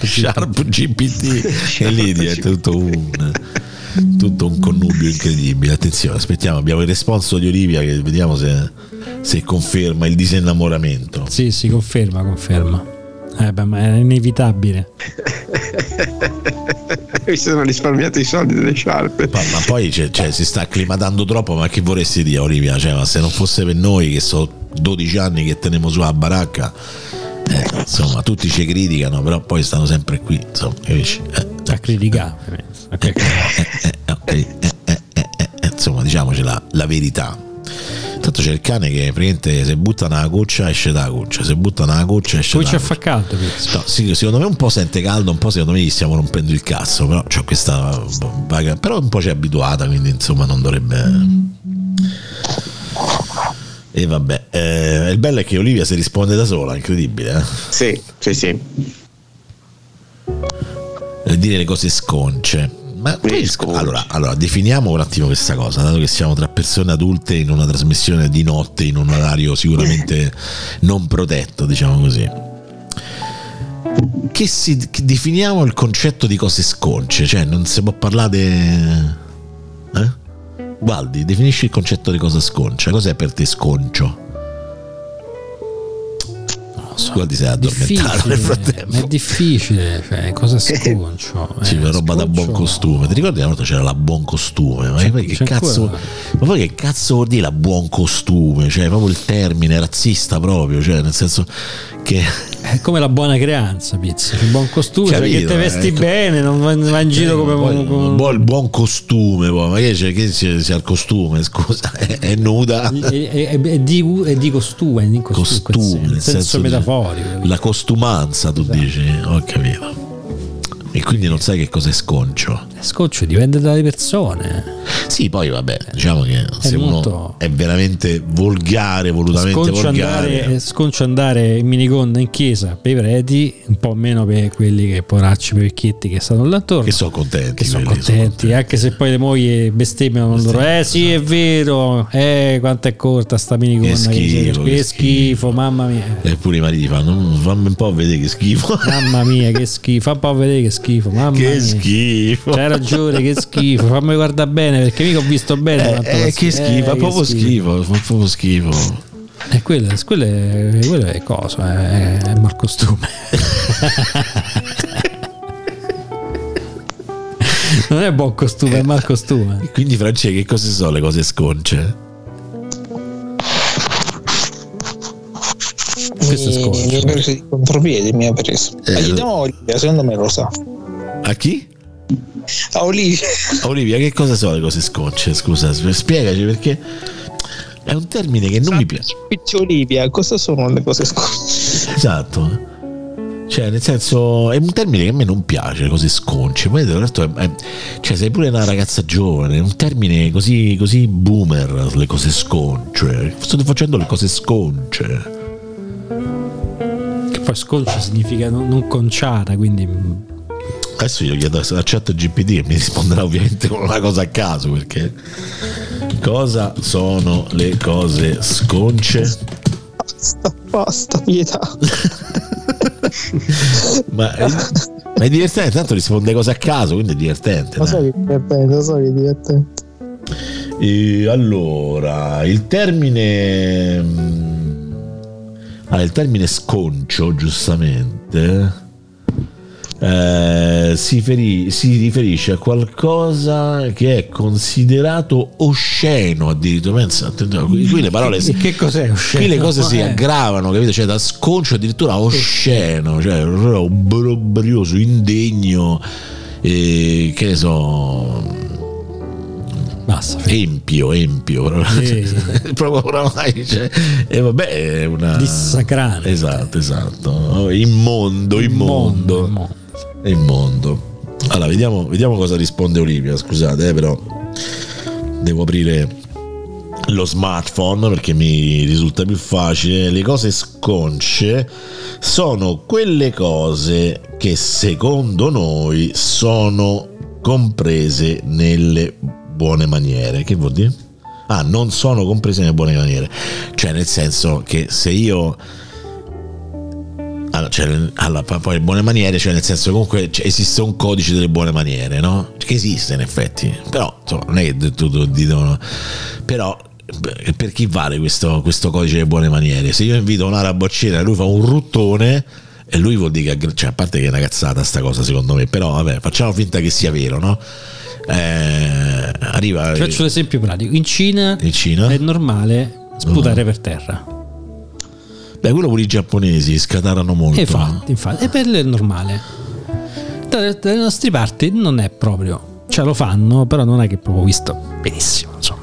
S4: <laughs> Sharp, GPT e lì diventa tutto un tutto un connubio incredibile. Attenzione, aspettiamo, abbiamo il responso di Olivia che vediamo se, se conferma il disinnamoramento.
S5: Sì, si conferma, conferma. Eh beh, ma è inevitabile.
S6: <laughs> Mi sono risparmiato i soldi delle sciarpe.
S4: Pa- Ma poi c'è- cioè, si sta acclimatando troppo, ma che vorresti dire Olivia? Cioè, ma se non fosse per noi che sono 12 anni che teniamo su a baracca, eh, insomma, tutti ci criticano, però poi stanno sempre qui, insomma, capisci? Eh,
S5: Cioè, A criticare. ovviamente. Ok.
S4: eh, eh, ok, eh, eh, eh, eh, eh, insomma, diciamoci la, la verità. Tanto c'è il cane che praticamente se butta una goccia esce dalla goccia, se butta una goccia esce
S5: Poi
S4: dalla
S5: ci
S4: goccia.
S5: fa caldo. penso.
S4: No, sì, secondo me un po' sente caldo, un po' secondo me gli stiamo rompendo il cazzo, però c'ho questa vaga, però un po' c'è abituata, quindi insomma non dovrebbe... E vabbè, eh, il bello è che Olivia si risponde da sola, incredibile, eh?
S6: Sì, sì, sì.
S4: Eh, dire le cose sconce. Ma poi,
S6: sconce.
S4: allora, allora, definiamo un attimo questa cosa, dato che siamo tra persone adulte in una trasmissione di notte, in un orario sicuramente non protetto, diciamo così. Che si, che definiamo il concetto di cose sconce, cioè non si può parlare. de- Eh? Guardi, definisci il concetto di cosa sconcia. Cos'è per te sconcio? Guardi, se è addormentato nel
S5: Difficile,
S4: frattempo.
S5: è difficile, cioè, cosa sconcio?
S4: Sì,
S5: Eh,
S4: una roba da
S5: sconcio
S4: buon costume. Ti ricordi una volta c'era la buon costume? Ma,
S5: C'è-
S4: poi che
S5: c'è
S4: cazzo,
S5: ancora.
S4: ma poi che cazzo vuol dire la buon costume? Cioè, proprio il termine razzista proprio, cioè, nel senso che
S5: È Eh, come la buona creanza, pizza. Il buon costume, cioè,
S4: Capito,
S5: che te vesti
S4: ecco.
S5: bene, non va va in giro come,
S4: Poi,
S5: come-
S4: poi il buon costume, poi, ma che c'è che c'è, c'è il costume, scusa, <laughs> è, è nuda.
S5: è, è- è di, è di costume, di costume,
S4: costume,
S5: in senso,
S4: nel senso di-
S5: metaforico.
S4: La costumanza,
S5: Esatto.
S4: tu dici, ho capito. E quindi non sai che cos'è sconcio.
S5: Scoccio dipende dalle persone.
S4: Sì, poi vabbè, diciamo che se uno
S5: molto-
S4: è veramente volgare, volutamente
S5: Sconcio
S4: volgare,
S5: andare, sconcio andare in minigonna in chiesa per i preti, un po' meno per quelli che poracci per i vecchietti che stanno là attorno.
S4: che sono contenti, eh.
S5: che sono
S4: quelli,
S5: contenti, anche se poi le mogli bestemmiano loro. Eh sì, è vero, eh quanto è corta sta minigonna.
S4: Che schifo,
S5: che,
S4: che
S5: che schifo, mamma mia.
S4: Eppure i mariti fanno, "Mm, fammi un po' vedere che schifo.
S5: Mamma mia, che schifo. Fa un po' vedere che schifo. Mamma
S4: <laughs> che
S5: mia.
S4: schifo.
S5: C'hai ragione, che schifo. Fammi guardare bene perché mica ho visto bene.
S4: Eh,
S5: quanto
S4: eh,
S5: fa
S4: che schifo,
S5: Eh,
S4: fa
S5: che
S4: proprio schifo, fa proprio schifo.
S5: E quello, quello è, quello è cosa, è, è
S4: <laughs>
S5: mal costume. non è buon costume, è mal costume.
S4: E Quindi Francesca, che cose sono le cose sconce?
S5: Questo è
S7: mi,
S5: sconcio.
S7: mi ha preso di contropiede, mi ha preso.
S4: cioè. Eh,
S7: Aiutiamo Olivia, secondo me lo sa.
S4: A chi?
S7: A Olivia.
S4: Olivia, che cosa sono le cose sconce? Scusa, sp- spiegaci perché è un termine che non mi piace.
S7: Piccio Olivia, cosa sono le cose scorse? <laughs>
S4: Esatto. Cioè, nel senso, è un termine che a me non piace, cose sconce. Poi, tra l'altro, è- è- cioè, sei pure una ragazza giovane, è un termine così, così boomer, le cose sconce. Sto facendo le cose sconce.
S5: Poi sconcia significa non, non conciata, quindi mm,
S4: Adesso io chiedo a chat GPT e mi risponderà ovviamente con una cosa a caso perché cosa sono le cose sconce?
S7: Basta, basta, <laughs> pietà.
S4: Ma, ma è divertente, tanto risponde cose a caso, quindi è divertente.
S7: Lo
S4: dai.
S7: so che è divertente, lo so che è divertente.
S4: E allora, il termine... mm, ah, il termine sconcio, giustamente, eh, si, feri- si riferisce a qualcosa che è considerato osceno addirittura. Pensa, attenzione, qui, qui le parole...
S5: E che cos'è osceno?
S4: Qui le cose si
S5: Eh.
S4: aggravano, capito? Cioè, da sconcio addirittura a osceno, cioè obbrobrioso, indegno, eh, che ne so,
S5: basta. fi-
S4: Empio, empio,
S5: Sì, sì.
S4: <laughs> proprio oramai cioè, e vabbè, è una
S5: Dissacrante.
S4: Esatto, esatto. Oh, Immondo, immondo, immondo.
S5: mondo.
S4: Allora, vediamo, vediamo cosa risponde Olivia, scusate, eh, però devo aprire lo smartphone perché mi risulta più facile. Le cose sconce sono quelle cose che secondo noi sono comprese nelle buone maniere. Che vuol dire? Ah, non sono comprese nelle buone maniere. Cioè, nel senso che se io... Allora, cioè, allora, pa- poi buone maniere, cioè nel senso comunque c- esiste un codice delle buone maniere, no? Che esiste in effetti, però insomma, non è che tu- tu- ti devono- Però beh, per chi vale questo, questo codice delle buone maniere? Se io invito un arabo a cena e lui fa un ruttone e lui vuol dire che, aggra- cioè, a parte che è una cazzata sta cosa secondo me, però vabbè, facciamo finta che sia vero, no? Eh, arriva
S5: Ti Faccio l'esempio pratico. In Cina
S4: in Cina.
S5: è normale sputare per terra.
S4: Beh, quello pure i giapponesi scatarano molto.
S5: E infatti, infatti, e per le è normale. Dalle, dalle nostre parti non è proprio. Cioè lo fanno, però non è che è proprio visto benissimo, insomma.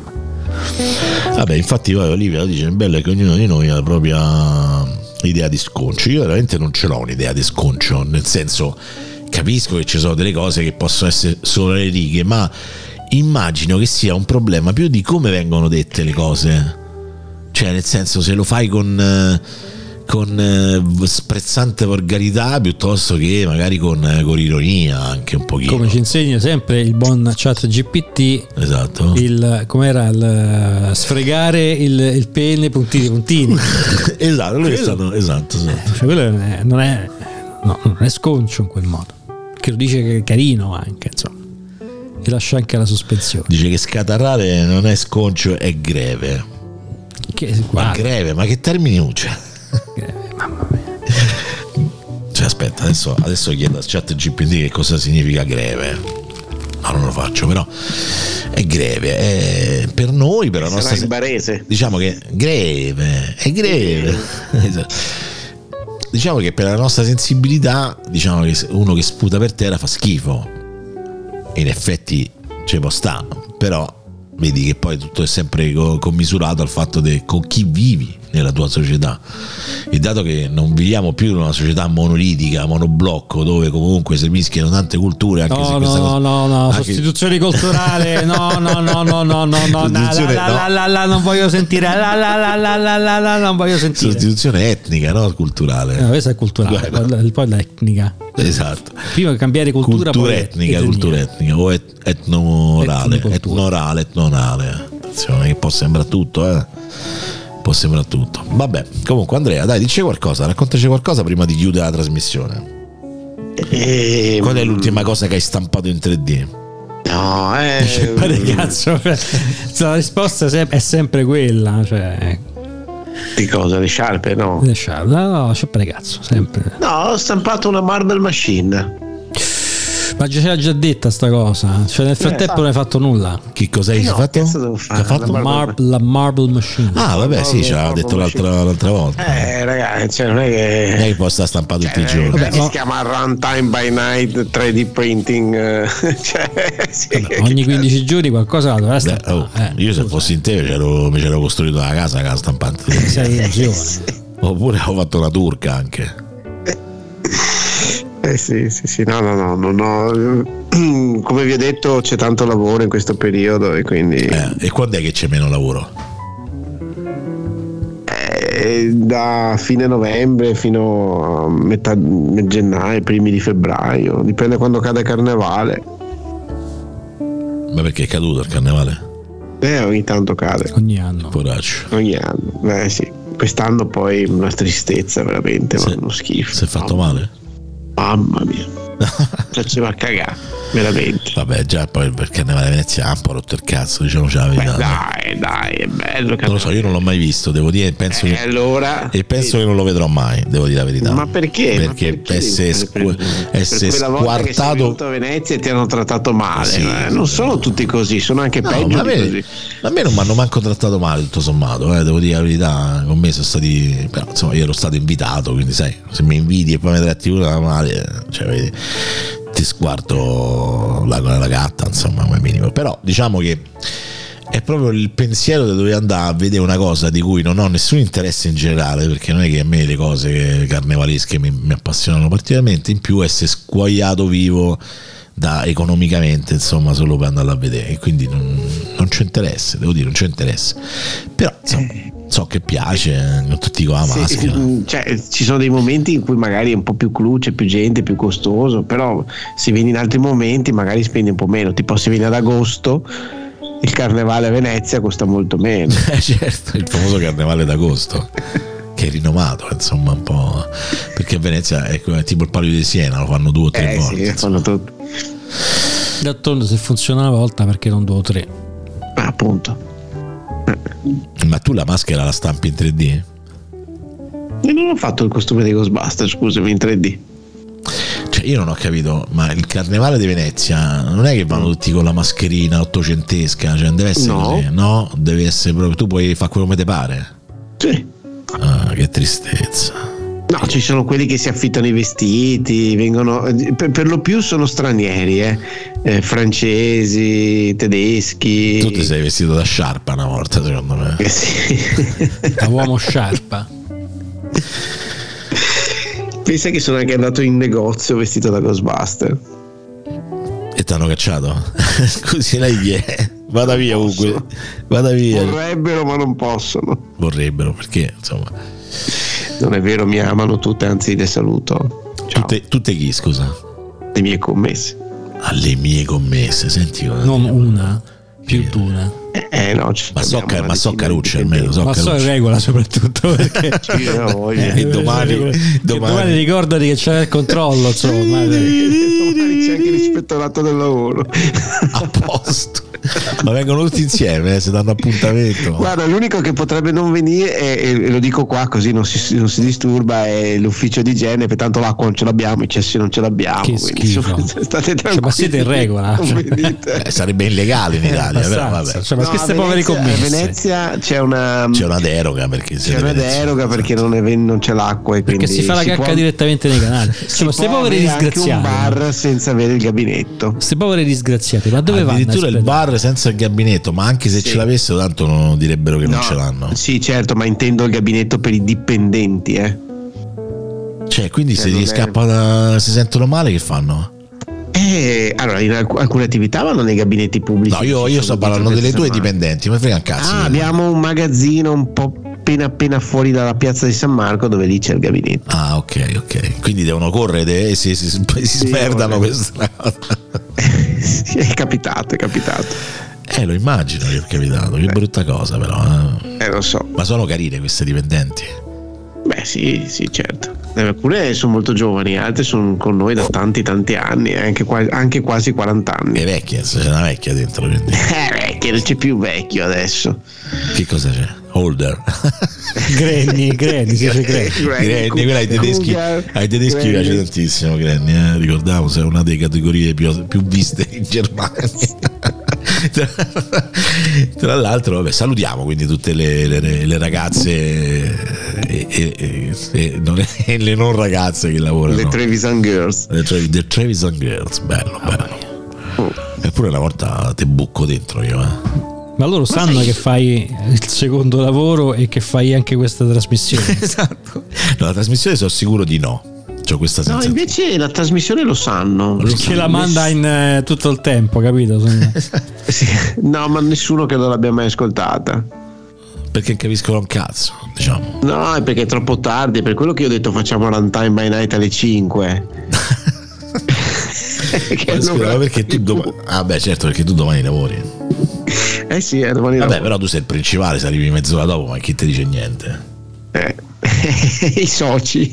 S4: Vabbè, infatti poi Olivia dice, il bello è che ognuno di noi ha la propria idea di sconcio. Io veramente non ce l'ho un'idea di sconcio, nel senso capisco che ci sono delle cose che possono essere solo le righe, ma immagino che sia un problema più di come vengono dette le cose. Cioè, nel senso, se lo fai con... eh, con eh, sprezzante volgarità piuttosto che magari con, eh, con ironia anche un pochino
S5: Come ci insegna sempre il buon chat GPT,
S4: esatto
S5: il com'era il eh, sfregare il, il pene puntini <laughs> puntini.
S4: <laughs> esatto lui è stato esatto, esatto.
S5: Cioè, quello non è, non è- no, non è sconcio in quel modo. Che lo dice che è carino anche, insomma. E lascia anche la sospensione.
S4: Dice che scatarrare non è sconcio, è greve.
S5: Che, guarda,
S4: Ma greve, ma che termini usa? <laughs>
S5: che- Ah. mamma mia.
S4: Cioè, aspetta, adesso, adesso chiedo a chat GPT che cosa significa greve. No, non lo faccio, però è greve. È per noi, per la nostra.
S6: Sarà in barese.
S4: Diciamo che greve, è greve. <laughs> Esatto. diciamo che per la nostra sensibilità, diciamo che se- uno che sputa per terra fa schifo. In effetti ce può sta, però vedi che poi tutto è sempre co- commisurato al fatto de- con chi vivi nella tua società. E dato che non viviamo più in una società monolitica, monoblocco, dove comunque si mischiano tante culture, anche se
S5: No,
S4: questa
S5: no, no,
S4: cosa-
S5: no, no,
S4: anche- <laughs>
S5: sostituzione culturale. No, no, no, no, no, no, no, la,
S4: Sostituzione,
S5: la,
S4: no.
S5: la, la, la, non voglio sentire. La, la, la, la, la, la, la, non voglio sentire.
S4: sostituzione etnica, no? Culturale.
S5: No, questa è culturale,
S4: Guarda.
S5: poi- poi l'etnica.
S4: Esatto.
S5: Prima cambiare cultura,
S4: Cultura,
S5: poi
S4: etnica,
S5: etnia.
S4: cultura etnica o et- etnorale,
S5: Etnicultura.
S4: etnorale, etnorale. Attenzione, che può sembrare tutto, eh. Può sembrare tutto. Vabbè, comunque Andrea, dai, dici qualcosa, raccontaci qualcosa prima di chiudere la trasmissione.
S6: E-
S4: Qual è l'ultima cosa che hai stampato in 3D?
S6: No, eh,
S5: Ma di cazzo, <laughs> cioè, la risposta se- è sempre quella, cioè,
S6: Di cosa? Le sciarpe? No.
S5: lasciarla, no, no, sciappare cazzo, sempre.
S6: No, ho stampato una Marble Machine.
S5: Ma già- ce l'ha già detta sta cosa, cioè nel frattempo non hai fatto nulla.
S4: Che cos'hai
S6: Eh no,
S4: fatto?
S6: cazzo devo fare?
S4: Che hai fatto?
S6: La
S5: Mar- la Marble Machine.
S4: Ah, vabbè, sì, ce l'aveva detto l'altra, l'altra volta.
S6: Eh, ragazzi, cioè, non
S4: Non
S6: è
S4: è
S6: che.
S4: che può stare stampato tutti i
S6: Eh,
S4: giorni.
S6: che si chiama Runtime by Night 3D Printing. eh, <laughs> cioè, sì,
S5: Vabbè, ogni 15 giorni qualcosa la dovrà
S4: Beh,
S5: stampare,
S4: oh,
S5: eh.
S4: io se fossi in te mi c'ero- mi c'ero costruito una casa che la
S5: <laughs>
S4: stampante.
S5: Sei
S4: <laughs>
S5: illusione.
S4: Oppure ho fatto una turca anche.
S6: Eh sì, sì, sì, no, no, no, no, no. <clears throat> Come vi ho detto, c'è tanto lavoro in questo periodo e quindi
S4: Eh, e quando è che c'è meno lavoro?
S6: eh, da fine novembre fino a metà gennaio, primi di febbraio, dipende quando cade carnevale.
S4: Ma perché è caduto il carnevale?
S6: Eh, ogni tanto cade,
S5: ogni anno.
S4: Poraccio.
S6: ogni anno. Beh, sì. Quest'anno poi una tristezza veramente, Eh, ma
S4: Sì.
S6: uno schifo.
S4: Si è fatto male?
S6: Mamma
S4: <laughs>
S6: mia. Faceva cagare, veramente.
S4: Vabbè, già poi il carnevale veneziano ha un po' rotto il cazzo, diciamo diciamoci la
S6: Beh,
S4: verità.
S6: dai, dai, è bello.
S4: Non lo so, io non l'ho mai visto, devo dire, penso
S6: E
S4: che-
S6: allora...
S4: E penso che non lo vedrò mai, devo dire la verità.
S6: Eh, Ma perché? Ma
S4: Perché,
S6: perché?
S4: essere, squ-
S6: Per
S4: essere
S6: quella volta che sei
S4: squartato.
S6: venuto a Venezia e ti hanno trattato male.
S4: Sì.
S6: eh, non sono tutti così, sono anche
S4: No,
S6: peggio
S4: ma a,
S6: di
S4: me,
S6: così.
S4: a me non mi hanno manco trattato male, tutto sommato, eh, devo dire la verità. Con me sono stati. Però, insomma, io ero stato invitato, quindi sai, se mi invidi e poi mi tratti una male, cioè, vedi, ti squarto la, la gatta, insomma, come minimo. Però diciamo che è proprio il pensiero di dover andare a vedere una cosa di cui non ho nessun interesse in generale, perché non è che a me le cose carnevalesche mi, mi appassionano particolarmente, in più essere scuoiato vivo da economicamente, insomma, solo per andarla a vedere. E quindi non, non c'è interesse, devo dire, non c'è interesse. Però insomma, so che piace, eh, non tutti con la
S6: Eh. Sì,
S4: maschera.
S6: mm, cioè, ci sono dei momenti in cui magari è un po' più clou, c'è più gente, più costoso, però se vieni in altri momenti magari spendi un po' meno, tipo se vieni ad agosto il carnevale a Venezia costa molto meno.
S4: <laughs> Eh, certo, il famoso carnevale d'agosto. Che è rinomato, insomma, un po'. Perché a Venezia ecco, è come- tipo il palio di Siena, lo fanno due o tre
S6: Eh
S4: volte.
S6: sì,
S4: insomma.
S6: fanno tutto.
S5: D'altronde se funziona una volta perché non due o tre?
S6: Ah, appunto.
S4: Ma tu la maschera la stampi in 3D?
S6: E non ho fatto il costume dei Ghostbusters, scusami, in 3D.
S4: Cioè, io non ho capito, ma il carnevale di Venezia non è che vanno tutti con la mascherina ottocentesca, cioè non deve essere
S6: Mm. No.
S4: così, no? Deve essere proprio. Tu puoi fare quello che ti pare.
S6: Sì.
S4: Ah, che tristezza.
S6: No, ci sono quelli che si affittano i vestiti, vengono, per, per lo più sono stranieri, eh. Eh, francesi, tedeschi.
S4: Tu ti sei vestito da sciarpa una volta, secondo me.
S6: Eh, sì. <laughs>
S5: Da uomo sciarpa.
S6: Pensa che sono anche andato in negozio vestito da Ghostbuster.
S4: E ti hanno cacciato. <laughs> Così lei è. Vada via comunque. Vada via.
S6: Vorrebbero ma non possono.
S4: Vorrebbero perché, insomma.
S6: Non è vero, mi amano tutte, anzi le saluto. Ciao,
S4: Tutte, tutte chi, scusa?
S6: le mie commesse.
S4: Alle mie commesse, senti cosa.
S5: Non una, più di una.
S6: Eh, eh, no, ci
S4: Ma so,
S6: abbiamo
S4: car-
S6: una
S4: ma so
S6: decina
S4: carucce
S6: di
S4: almeno, so
S5: Ma so in
S4: carucce.
S5: regola soprattutto
S6: <laughs>
S5: perché...
S6: dipendenti. Sì, ho
S5: Eh,
S6: voglia.
S4: E domani-
S5: Che
S4: domani-
S5: <laughs> domani ricordati che c'è il controllo, insomma. dai.
S6: Domani C'è anche l'ispettorato del lavoro.
S4: <laughs> a posto. Ma vengono tutti insieme, eh, se danno appuntamento.
S6: Guarda, l'unico che potrebbe non venire, è- e e lo dico qua così non si, non si disturba, è l'ufficio di igiene, perché tanto l'acqua non ce l'abbiamo, i cessi non ce l'abbiamo.
S5: Che
S6: quindi,
S5: schifo.
S6: insomma, <laughs> state tranquilli.
S5: ma siete in regola?
S6: Non
S5: Cioè.
S6: venite.
S4: Eh, sarebbe illegale in Italia,
S5: Abbastanza.
S4: però vabbè.
S5: Cioè, ma
S6: No,
S5: queste
S6: a
S5: povere
S6: Venezia-
S5: commesse.
S6: A Venezia c'è una,
S4: C'è una esatto. deroga perché
S6: c'è
S4: siete
S6: una
S4: veneziani.
S6: deroga perché non, è ven- non c'è l'acqua e
S5: Perché
S6: quindi
S5: si fa la cacca
S6: può-
S5: direttamente nei canali. Insomma,
S6: si
S5: queste
S6: può
S5: povere
S6: avere anche un
S5: disgraziate.
S6: bar senza avere il gabinetto.
S5: Queste povere disgraziate, ma dove vanno?
S4: Addirittura il
S5: aspetta? <laughs>
S4: bar senza il gabinetto, ma anche se
S6: Sì.
S4: ce l'avessero, tanto non direbbero che non
S6: No,
S4: ce l'hanno.
S6: Sì, certo, ma intendo il gabinetto per i dipendenti, eh.
S4: Cioè, quindi
S6: Cioè,
S4: se
S6: non
S4: gli
S6: è-
S4: scappa da- si sentono male, che fanno?
S6: Eh, allora, in alc- alcune attività vanno nei gabinetti pubblici.
S4: No, io, io sto parlando delle tue dipendenti, ma frega un cazzo.
S6: Ah, abbiamo un magazzino un po' appena appena fuori dalla piazza di San Marco dove lì c'è il gabinetto. <laughs>
S4: Ah, ok, ok. Quindi devono correre e si, si, si smerdano
S6: vabbè.
S4: questa cosa.
S6: Sì, è capitato, è capitato.
S4: Eh, lo immagino che è capitato, che brutta cosa però. eh.
S6: Eh, lo so.
S4: Ma sono carine queste dipendenti.
S6: Beh, sì, sì, certo. Eh, Alcune sono molto giovani, altre sono con noi da tanti, tanti anni, eh, anche, qua- anche quasi 40 anni.
S4: È vecchia, c'è una vecchia dentro, quindi.
S6: Eh, vecchio, non c'è più vecchio adesso.
S4: Che cosa c'è? Holder. <laughs>
S5: Granny, Granny, si dice
S6: Eh,
S5: Granny.
S4: Granny, quella ai tedeschi, ai tedeschi piace tantissimo Granny, eh. ricordiamo se è una delle categorie più, più viste in Germania.
S6: <laughs>
S4: Tra, tra l'altro, vabbè, salutiamo quindi tutte le, le- le ragazze e, e- e- e non- e le non ragazze che lavorano.
S6: Le Trevisan Girls.
S4: Le Trevi- The Trevisan Girls, bello, bello. Eh. Eppure una volta te bucco dentro io, eh.
S5: Ma loro sanno che fai il secondo lavoro e che fai anche questa trasmissione.
S4: Esatto. No, la trasmissione sono sicuro di no. C'ho questa
S6: No,
S4: sensazione.
S6: invece la trasmissione lo sanno. Lo
S5: Che
S6: sanno.
S5: la manda in eh, tutto il
S4: <laughs> Esatto.
S5: tempo, capito? Sono-
S6: Sì. No, ma nessuno credo l'abbia mai ascoltata.
S4: perché capiscono un cazzo, diciamo.
S6: No, è perché è troppo tardi, per quello che io ho detto facciamo runtime by night
S4: <laughs>
S6: alle 5. <laughs> Che
S4: Ma
S6: non
S4: scusa, ma perché tu
S6: più.
S4: domani... Ah beh certo, perché tu domani lavori.
S6: Eh sì, è domani
S4: Vabbè,
S6: lavoro.
S4: però tu sei il principale, se arrivi mezz'ora dopo, ma chi ti dice niente?
S6: Eh, <laughs> I soci.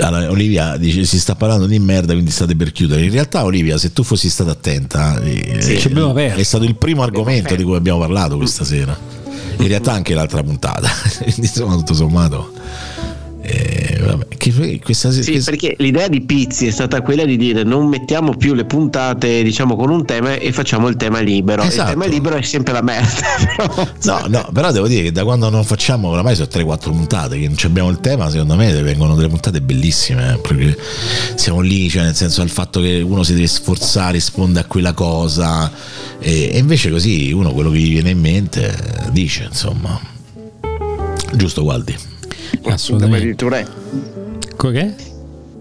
S4: Allora, Olivia dice si sta parlando di merda, quindi state per chiudere. In realtà, Olivia, se tu fossi stata attenta, eh, eh,
S5: ci abbiamo aperto.
S4: è stato il primo argomento di cui abbiamo parlato questa sera. In realtà anche l'altra puntata. <laughs> Quindi, Insomma, tutto sommato. eh, vabbè, che- questa sera.
S6: sì, perché l'idea di Pizzi è stata quella di dire non mettiamo più le puntate, diciamo, con un tema e facciamo il tema libero.
S4: Esatto.
S6: Il tema libero è sempre la merda. <laughs> però-
S4: No, no, però devo dire che da quando non facciamo oramai sono 3-4 puntate che non ci abbiamo il tema, secondo me vengono delle puntate bellissime, eh, perché siamo lì, cioè nel senso al fatto che uno si deve sforzare, risponde a quella cosa e, e invece così uno quello che gli viene in mente eh, dice, insomma. Giusto Gualdi?
S6: Sindrome
S5: Assolutamente.
S6: di Tourette.
S5: Co- Che?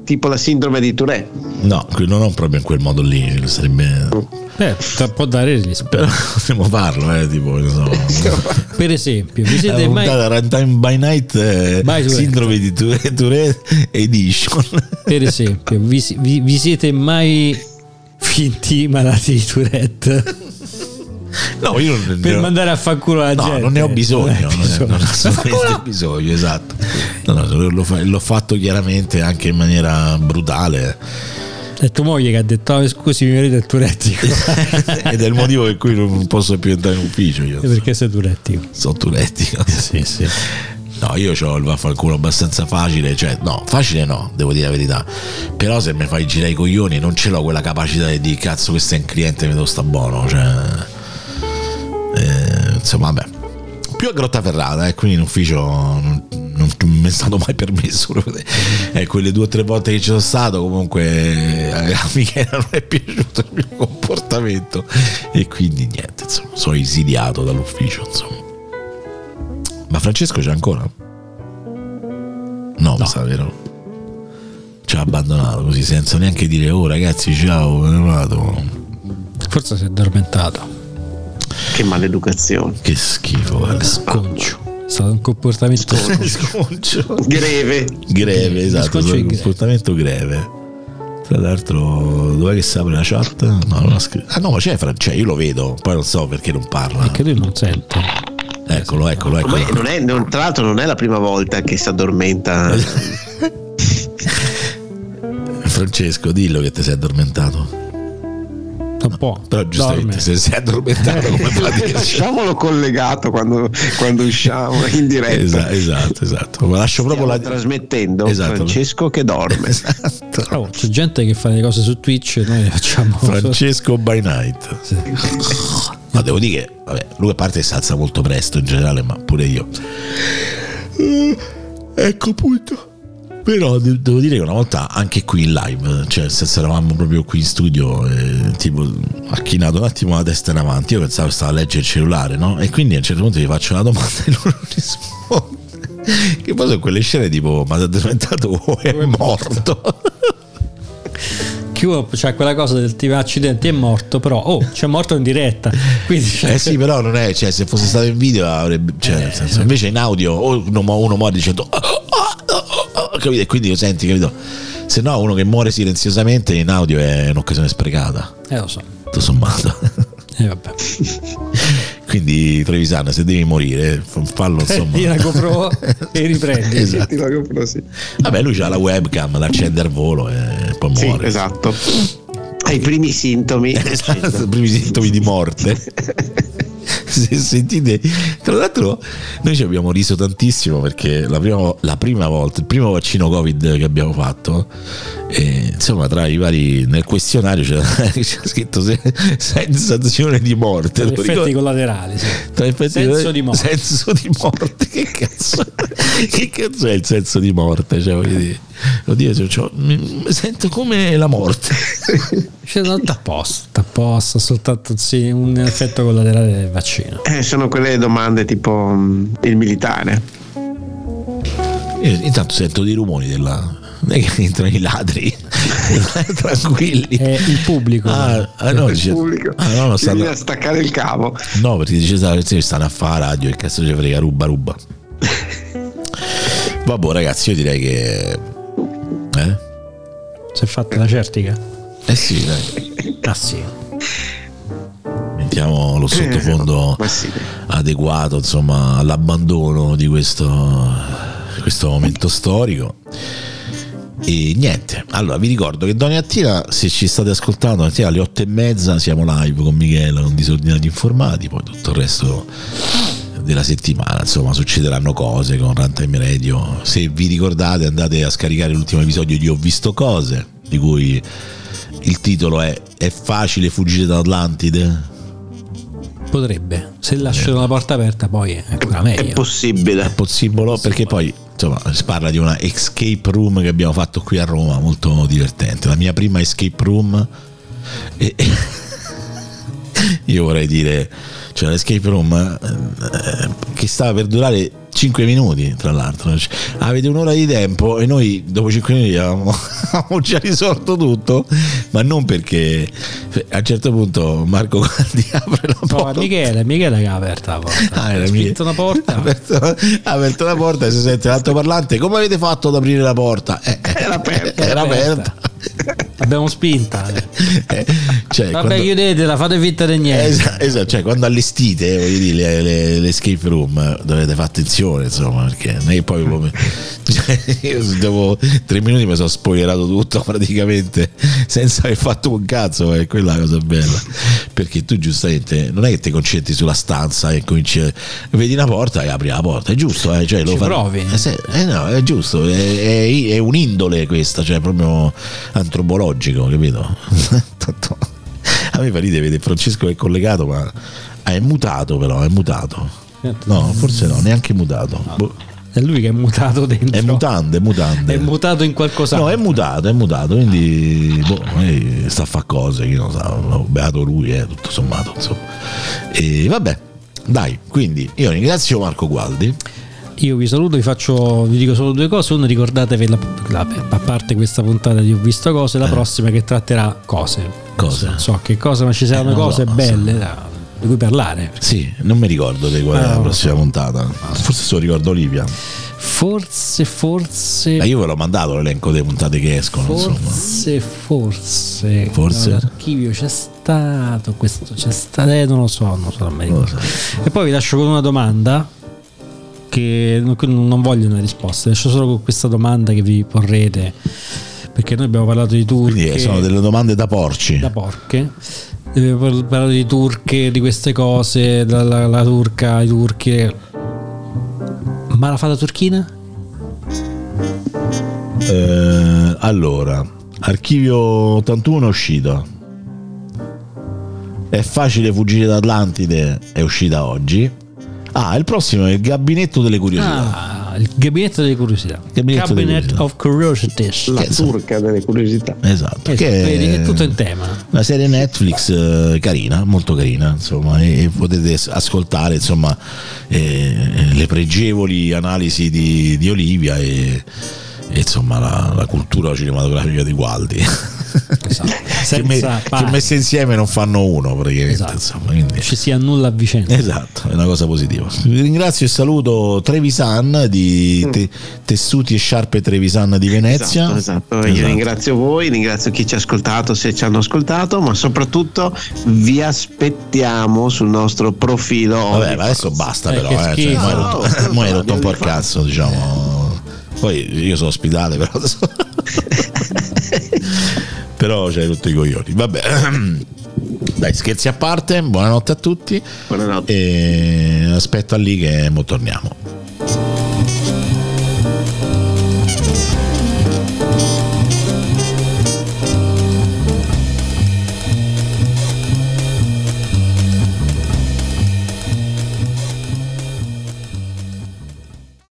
S6: Tipo la sindrome di Tourette.
S4: No, qui non proprio in quel modo lì, sarebbe...
S5: Eh, t- può dare risposta.
S4: Però possiamo farlo, eh, tipo, insomma.
S5: Per esempio, vi
S4: La
S5: <laughs> siete mai,
S4: puntata Runtime by Night, eh,
S5: By Tourette.
S4: sindrome di Tourette, Tourette Edition.
S5: per esempio, vi, si- vi- vi siete mai finti malati
S4: <laughs>
S5: di Tourette
S4: No, io non,
S5: per
S4: non-
S5: mandare a fanculo la
S4: no,
S5: gente? Eh,
S4: non ne ho bisogno,
S5: Non ne ho
S4: non,
S5: bisogno. <laughs>
S4: non ho assolutamente bisogno, esatto. No, no, l'ho, fa- l'ho fatto chiaramente anche in maniera
S5: <laughs>
S4: brutale
S5: È tua moglie che ha detto: "Ah, Scusi, mi merito
S4: <laughs>
S5: il turettico.
S4: ed è il motivo per cui non posso più entrare in ufficio. Io
S5: <laughs> Eh, Perché sei turettico?
S4: sono turettico.
S5: Sì, sì.
S4: No, io ho il vaffanculo abbastanza facile, cioè no, facile no, devo dire la verità. Però se mi fai girare i coglioni non ce l'ho quella capacità di dire, cazzo questo è un cliente, vedo sta buono, cioè... Eh, insomma, vabbè. Più a Grottaferrata, eh, quindi in ufficio non, non mi è stato mai permesso. <laughs> proprio. Eh, quelle due o tre volte che ci sono stato, comunque eh, a Michela <laughs> non è piaciuto il mio comportamento. E quindi niente, insomma, sono esiliato dall'ufficio, insomma. Ma Francesco c'è ancora? No, mi sa vero. Ci ha abbandonato così senza neanche dire oh ragazzi ciao, me ne vado.
S5: Forse si è addormentato.
S6: Che maleducazione.
S4: Che schifo, guarda.
S5: Concio. È stato un comportamento.
S4: Sconcio.
S6: Greve.
S4: Greve, esatto,
S5: sconcio
S4: un
S5: è greve.
S4: comportamento greve. Tra l'altro, dov'è che si apre la chat? No, non ha scritto. Ah no, ma c'è Francesco, io lo vedo, poi non so perché non parla.
S5: Che lui non sente.
S4: Eccolo, eccolo, eccolo.
S6: Ormai non è- non- tra l'altro non è la prima volta che si addormenta.
S4: Francesco, dillo che ti sei addormentato.
S5: Un po'.
S4: Però giustamente
S5: Dorme.
S4: se sei addormentato come fa a dirci?
S6: Lasciamolo collegato quando, quando usciamo in diretta.
S4: Esa- esatto, esatto. Ma lascio proprio
S6: Stiamo
S4: la
S6: trasmettendo
S4: Esatto.
S6: Francesco che dorme.
S4: Esatto.
S5: Oh, c'è gente che fa le cose su Twitch e noi <laughs> le facciamo.
S4: Francesco by night.
S5: Sì.
S4: No, devo dire che vabbè, lui a parte si alza molto presto in generale, ma pure io. Eh, ecco appunto. Però de- devo dire che una volta anche qui in live, cioè se eravamo proprio qui in studio, eh, tipo ha chinato un attimo la testa in avanti, io pensavo stava a leggere il cellulare, no? E quindi a un certo punto gli faccio una domanda e lui non risponde. Che poi sono quelle scene tipo, ma sei addormentato o è morto?
S5: Chiudo, c'è quella cosa del tipo accidenti è morto, però oh, c'è morto
S4: <laughs>
S5: in diretta. Quindi c'è-
S4: Eh sì, però non è, cioè, se fosse stato in video avrebbe, cioè, nel senso, invece in audio o uno, mu- uno muore dicendo "Ah, ah, ah, ah", capito? E quindi lo senti, capito? Se no, uno che muore silenziosamente in audio è un'occasione sprecata,
S5: Eh, lo so.
S4: tutto sommato. <laughs>
S5: Eh, vabbè.
S4: quindi Trevisana, se devi morire, f- fallo
S5: <laughs>
S4: insomma.
S5: Prendi
S4: <laughs>
S5: la GoPro e riprendi.
S4: Esatto.
S6: Ti lo compro, sì.
S4: Vabbè, lui ha la webcam, la accende al volo e poi
S6: Sì,
S4: muore.
S6: esatto. Ai primi sintomi.
S4: <laughs> Esatto, i primi sintomi di morte. <laughs> Se sentite, tra l'altro, noi ci abbiamo riso tantissimo perché la prima, la prima volta, il primo vaccino Covid che abbiamo fatto, eh, insomma, tra i vari nel questionario c'era, <laughs> c'era scritto se- sensazione di morte.
S5: Gli
S4: Lo
S5: effetti
S4: ricordo?
S5: collaterali. sì.
S4: <laughs> Tra effetti-
S5: senso di morte.
S4: senso di morte. Che
S5: <laughs>
S4: cazzo, che cazzo è il senso di morte? Cioè, voglio dire, oddio, cioè, cioè, mi, mi sento come la morte.
S5: C'è tanto apposta, apposta, soltanto sì, un effetto collaterale del vaccino.
S6: <laughs> Eh, sono quelle domande tipo mh, il militare.
S4: Io intanto sento dei rumori della, non è che entrano i ladri, <laughs> tranquilli.
S5: È il pubblico.
S4: Ah, ah, no, dice-
S6: pubblico.
S4: ah, no, no,
S6: Ti viene
S4: stanno-
S6: a staccare il cavo.
S4: No, perché dice Sara, sì, stanno a fare la radio, il cazzo ci frega, ruba, ruba. Vabbè, ragazzi, io direi che. Eh?
S5: Si è fatta una certica.
S4: Eh sì, dai.
S5: Ah sì.
S4: Mettiamo lo sottofondo
S6: Eh, Ma sì.
S4: adeguato, insomma, all'abbandono di questo, questo momento storico. E niente, allora vi ricordo che domani mattina, se ci state ascoltando, domani mattina alle otto e mezza siamo live con Michela con Disordinati Informati, poi tutto il resto della settimana, insomma, succederanno cose con Runtime Radio. Se vi ricordate andate a scaricare l'ultimo episodio di Ho visto cose, di cui il titolo è È facile fuggire da Atlantide?
S5: Potrebbe. Se lasciano la porta aperta poi è ancora
S6: È
S5: meglio.
S6: possibile.
S4: Possibolo perché poi insomma si parla di una escape room che abbiamo fatto qui a Roma molto divertente la mia prima escape room e- <laughs> io vorrei dire cioè l'escape room eh, che stava per durare 5 minuti tra l'altro Cioè, avete un'ora di tempo e noi dopo 5 minuti avevamo, <laughs> avevamo già risolto tutto ma non perché a un certo punto Marco <laughs> Guardi apre la
S5: No,
S4: porta
S5: è Michele, è Michele che ha aperto la porta.
S4: Ah,
S5: ha
S4: era
S5: spinto
S4: mia. <laughs>
S5: una
S4: Ha
S5: porta.
S4: aperto, ha aperto la porta e si sente l'altoparlante. Come avete fatto ad aprire la porta? Eh, eh,
S6: Era aperta.
S4: era aperta.
S5: Abbiamo spinta.
S4: Eh, cioè,
S5: Vabbè,
S4: quando-
S5: chiudetela, fate finta di niente.
S4: Esa- esatto, cioè, quando allestite eh, voglio dire, le, le- le escape room eh, dovete fare attenzione insomma perché non è che poi lo- <laughs> cioè, io dopo tre minuti mi sono spoilerato tutto praticamente senza aver fatto un cazzo è quella è la cosa bella perché tu giustamente non è che ti concentri sulla stanza e cominci vedi una porta e apri la porta è giusto eh, cioè, lo
S5: Ci
S4: fa-
S5: provi.
S4: Eh, se- eh, no, è giusto è, è- è un'indole questa cioè proprio antropologico capito <laughs> tanto a me fa ridere vedere Francesco che è collegato, ma ah, è mutato però, è mutato.
S5: Certo.
S4: No, forse no, neanche mutato. Boh,
S5: È lui che è mutato dentro.
S4: È mutante, è mutante.
S5: È mutato in qualcosa.
S4: No, è mutato, è mutato, quindi boh, magari sta a fare cose, chi non sa, no, beato lui, eh, tutto sommato, insomma. E vabbè, dai, quindi io ringrazio Marco Gualdi. eh.
S5: Io vi saluto, vi, faccio, vi dico solo due cose. Uno, ricordatevi, la- la- a parte questa puntata di Ho visto cose,
S4: Eh.
S5: la prossima che tratterà cose.
S4: Cose.
S5: Non So che cosa, ma ci saranno
S4: Eh, non lo
S5: cose
S4: so,
S5: belle da- di cui parlare.
S4: Sì, non mi ricordo di qual è la
S5: No.
S4: prossima puntata. Forse solo ricordo Olivia.
S5: Forse, forse.
S4: Ma io ve l'ho mandato l'elenco delle puntate che escono, insomma.
S5: Forse, forse,
S4: Forse?
S5: l'archivio c'è stato, questo c'è stato, eh, non lo so, non so, non mi
S4: Non lo
S5: ricordo. E poi vi lascio con una domanda che non- non voglio una risposta, lascio solo con questa domanda che vi porrete, perché noi abbiamo parlato di turche,
S4: Quindi eh, sono delle domande da porci.
S5: da porche, abbiamo par- parlato di turche, di queste cose, la, la- la turca, i turchi, ma la fata turchina?
S4: Eh, allora, archivio 81 è uscito. È facile fuggire da Atlantide, è uscita oggi. Ah, il prossimo è il gabinetto delle curiosità.
S5: Ah, il gabinetto delle curiosità.
S4: Gabinetto delle
S5: Cabinet
S4: curiosità.
S5: of Curiosities.
S6: La
S4: Che so.
S6: turca delle curiosità.
S4: Esatto,
S5: Esatto,
S4: che
S5: vedi che è tutto in
S4: tempo <laughs>
S5: tema.
S4: una serie Netflix eh, carina, molto carina, insomma, e, e potete s- ascoltare insomma, eh, le pregevoli analisi di, di Olivia e, e, insomma la, la cultura cinematografica di Gualdi. <laughs> che, me-
S5: Senza
S4: che
S5: pari.
S4: messe insieme non fanno uno praticamente.
S5: Esatto.
S4: Insomma, quindi-
S5: Ci sia nulla a vicenda.
S4: Esatto, è una cosa positiva. Vi ringrazio e saluto Trevisan
S6: Mm.
S4: di Te- Tessuti e Sciarpe Trevisan di Venezia.
S6: Esatto, esatto. Io
S4: Esatto.
S6: ringrazio voi, ringrazio chi ci ha ascoltato, se ci hanno ascoltato, ma soprattutto vi aspettiamo sul nostro profilo.
S4: Vabbè,
S6: OnlyFans.
S4: ma adesso basta,
S5: Eh,
S4: però.
S5: che
S4: Eh, cioè,
S5: schifo.
S4: mo' hai rotto,
S6: No,
S4: mo' hai
S6: no,
S4: rotto un po' il
S6: devi fare-
S4: cazzo, diciamo. Poi io sono ospedale, però.
S5: <laughs>
S4: però c'hai rotto i coglioni. Vabbè. <clears throat> Dai, scherzi a parte, buonanotte a tutti.
S6: Buonanotte.
S4: E aspetta lì che mo torniamo.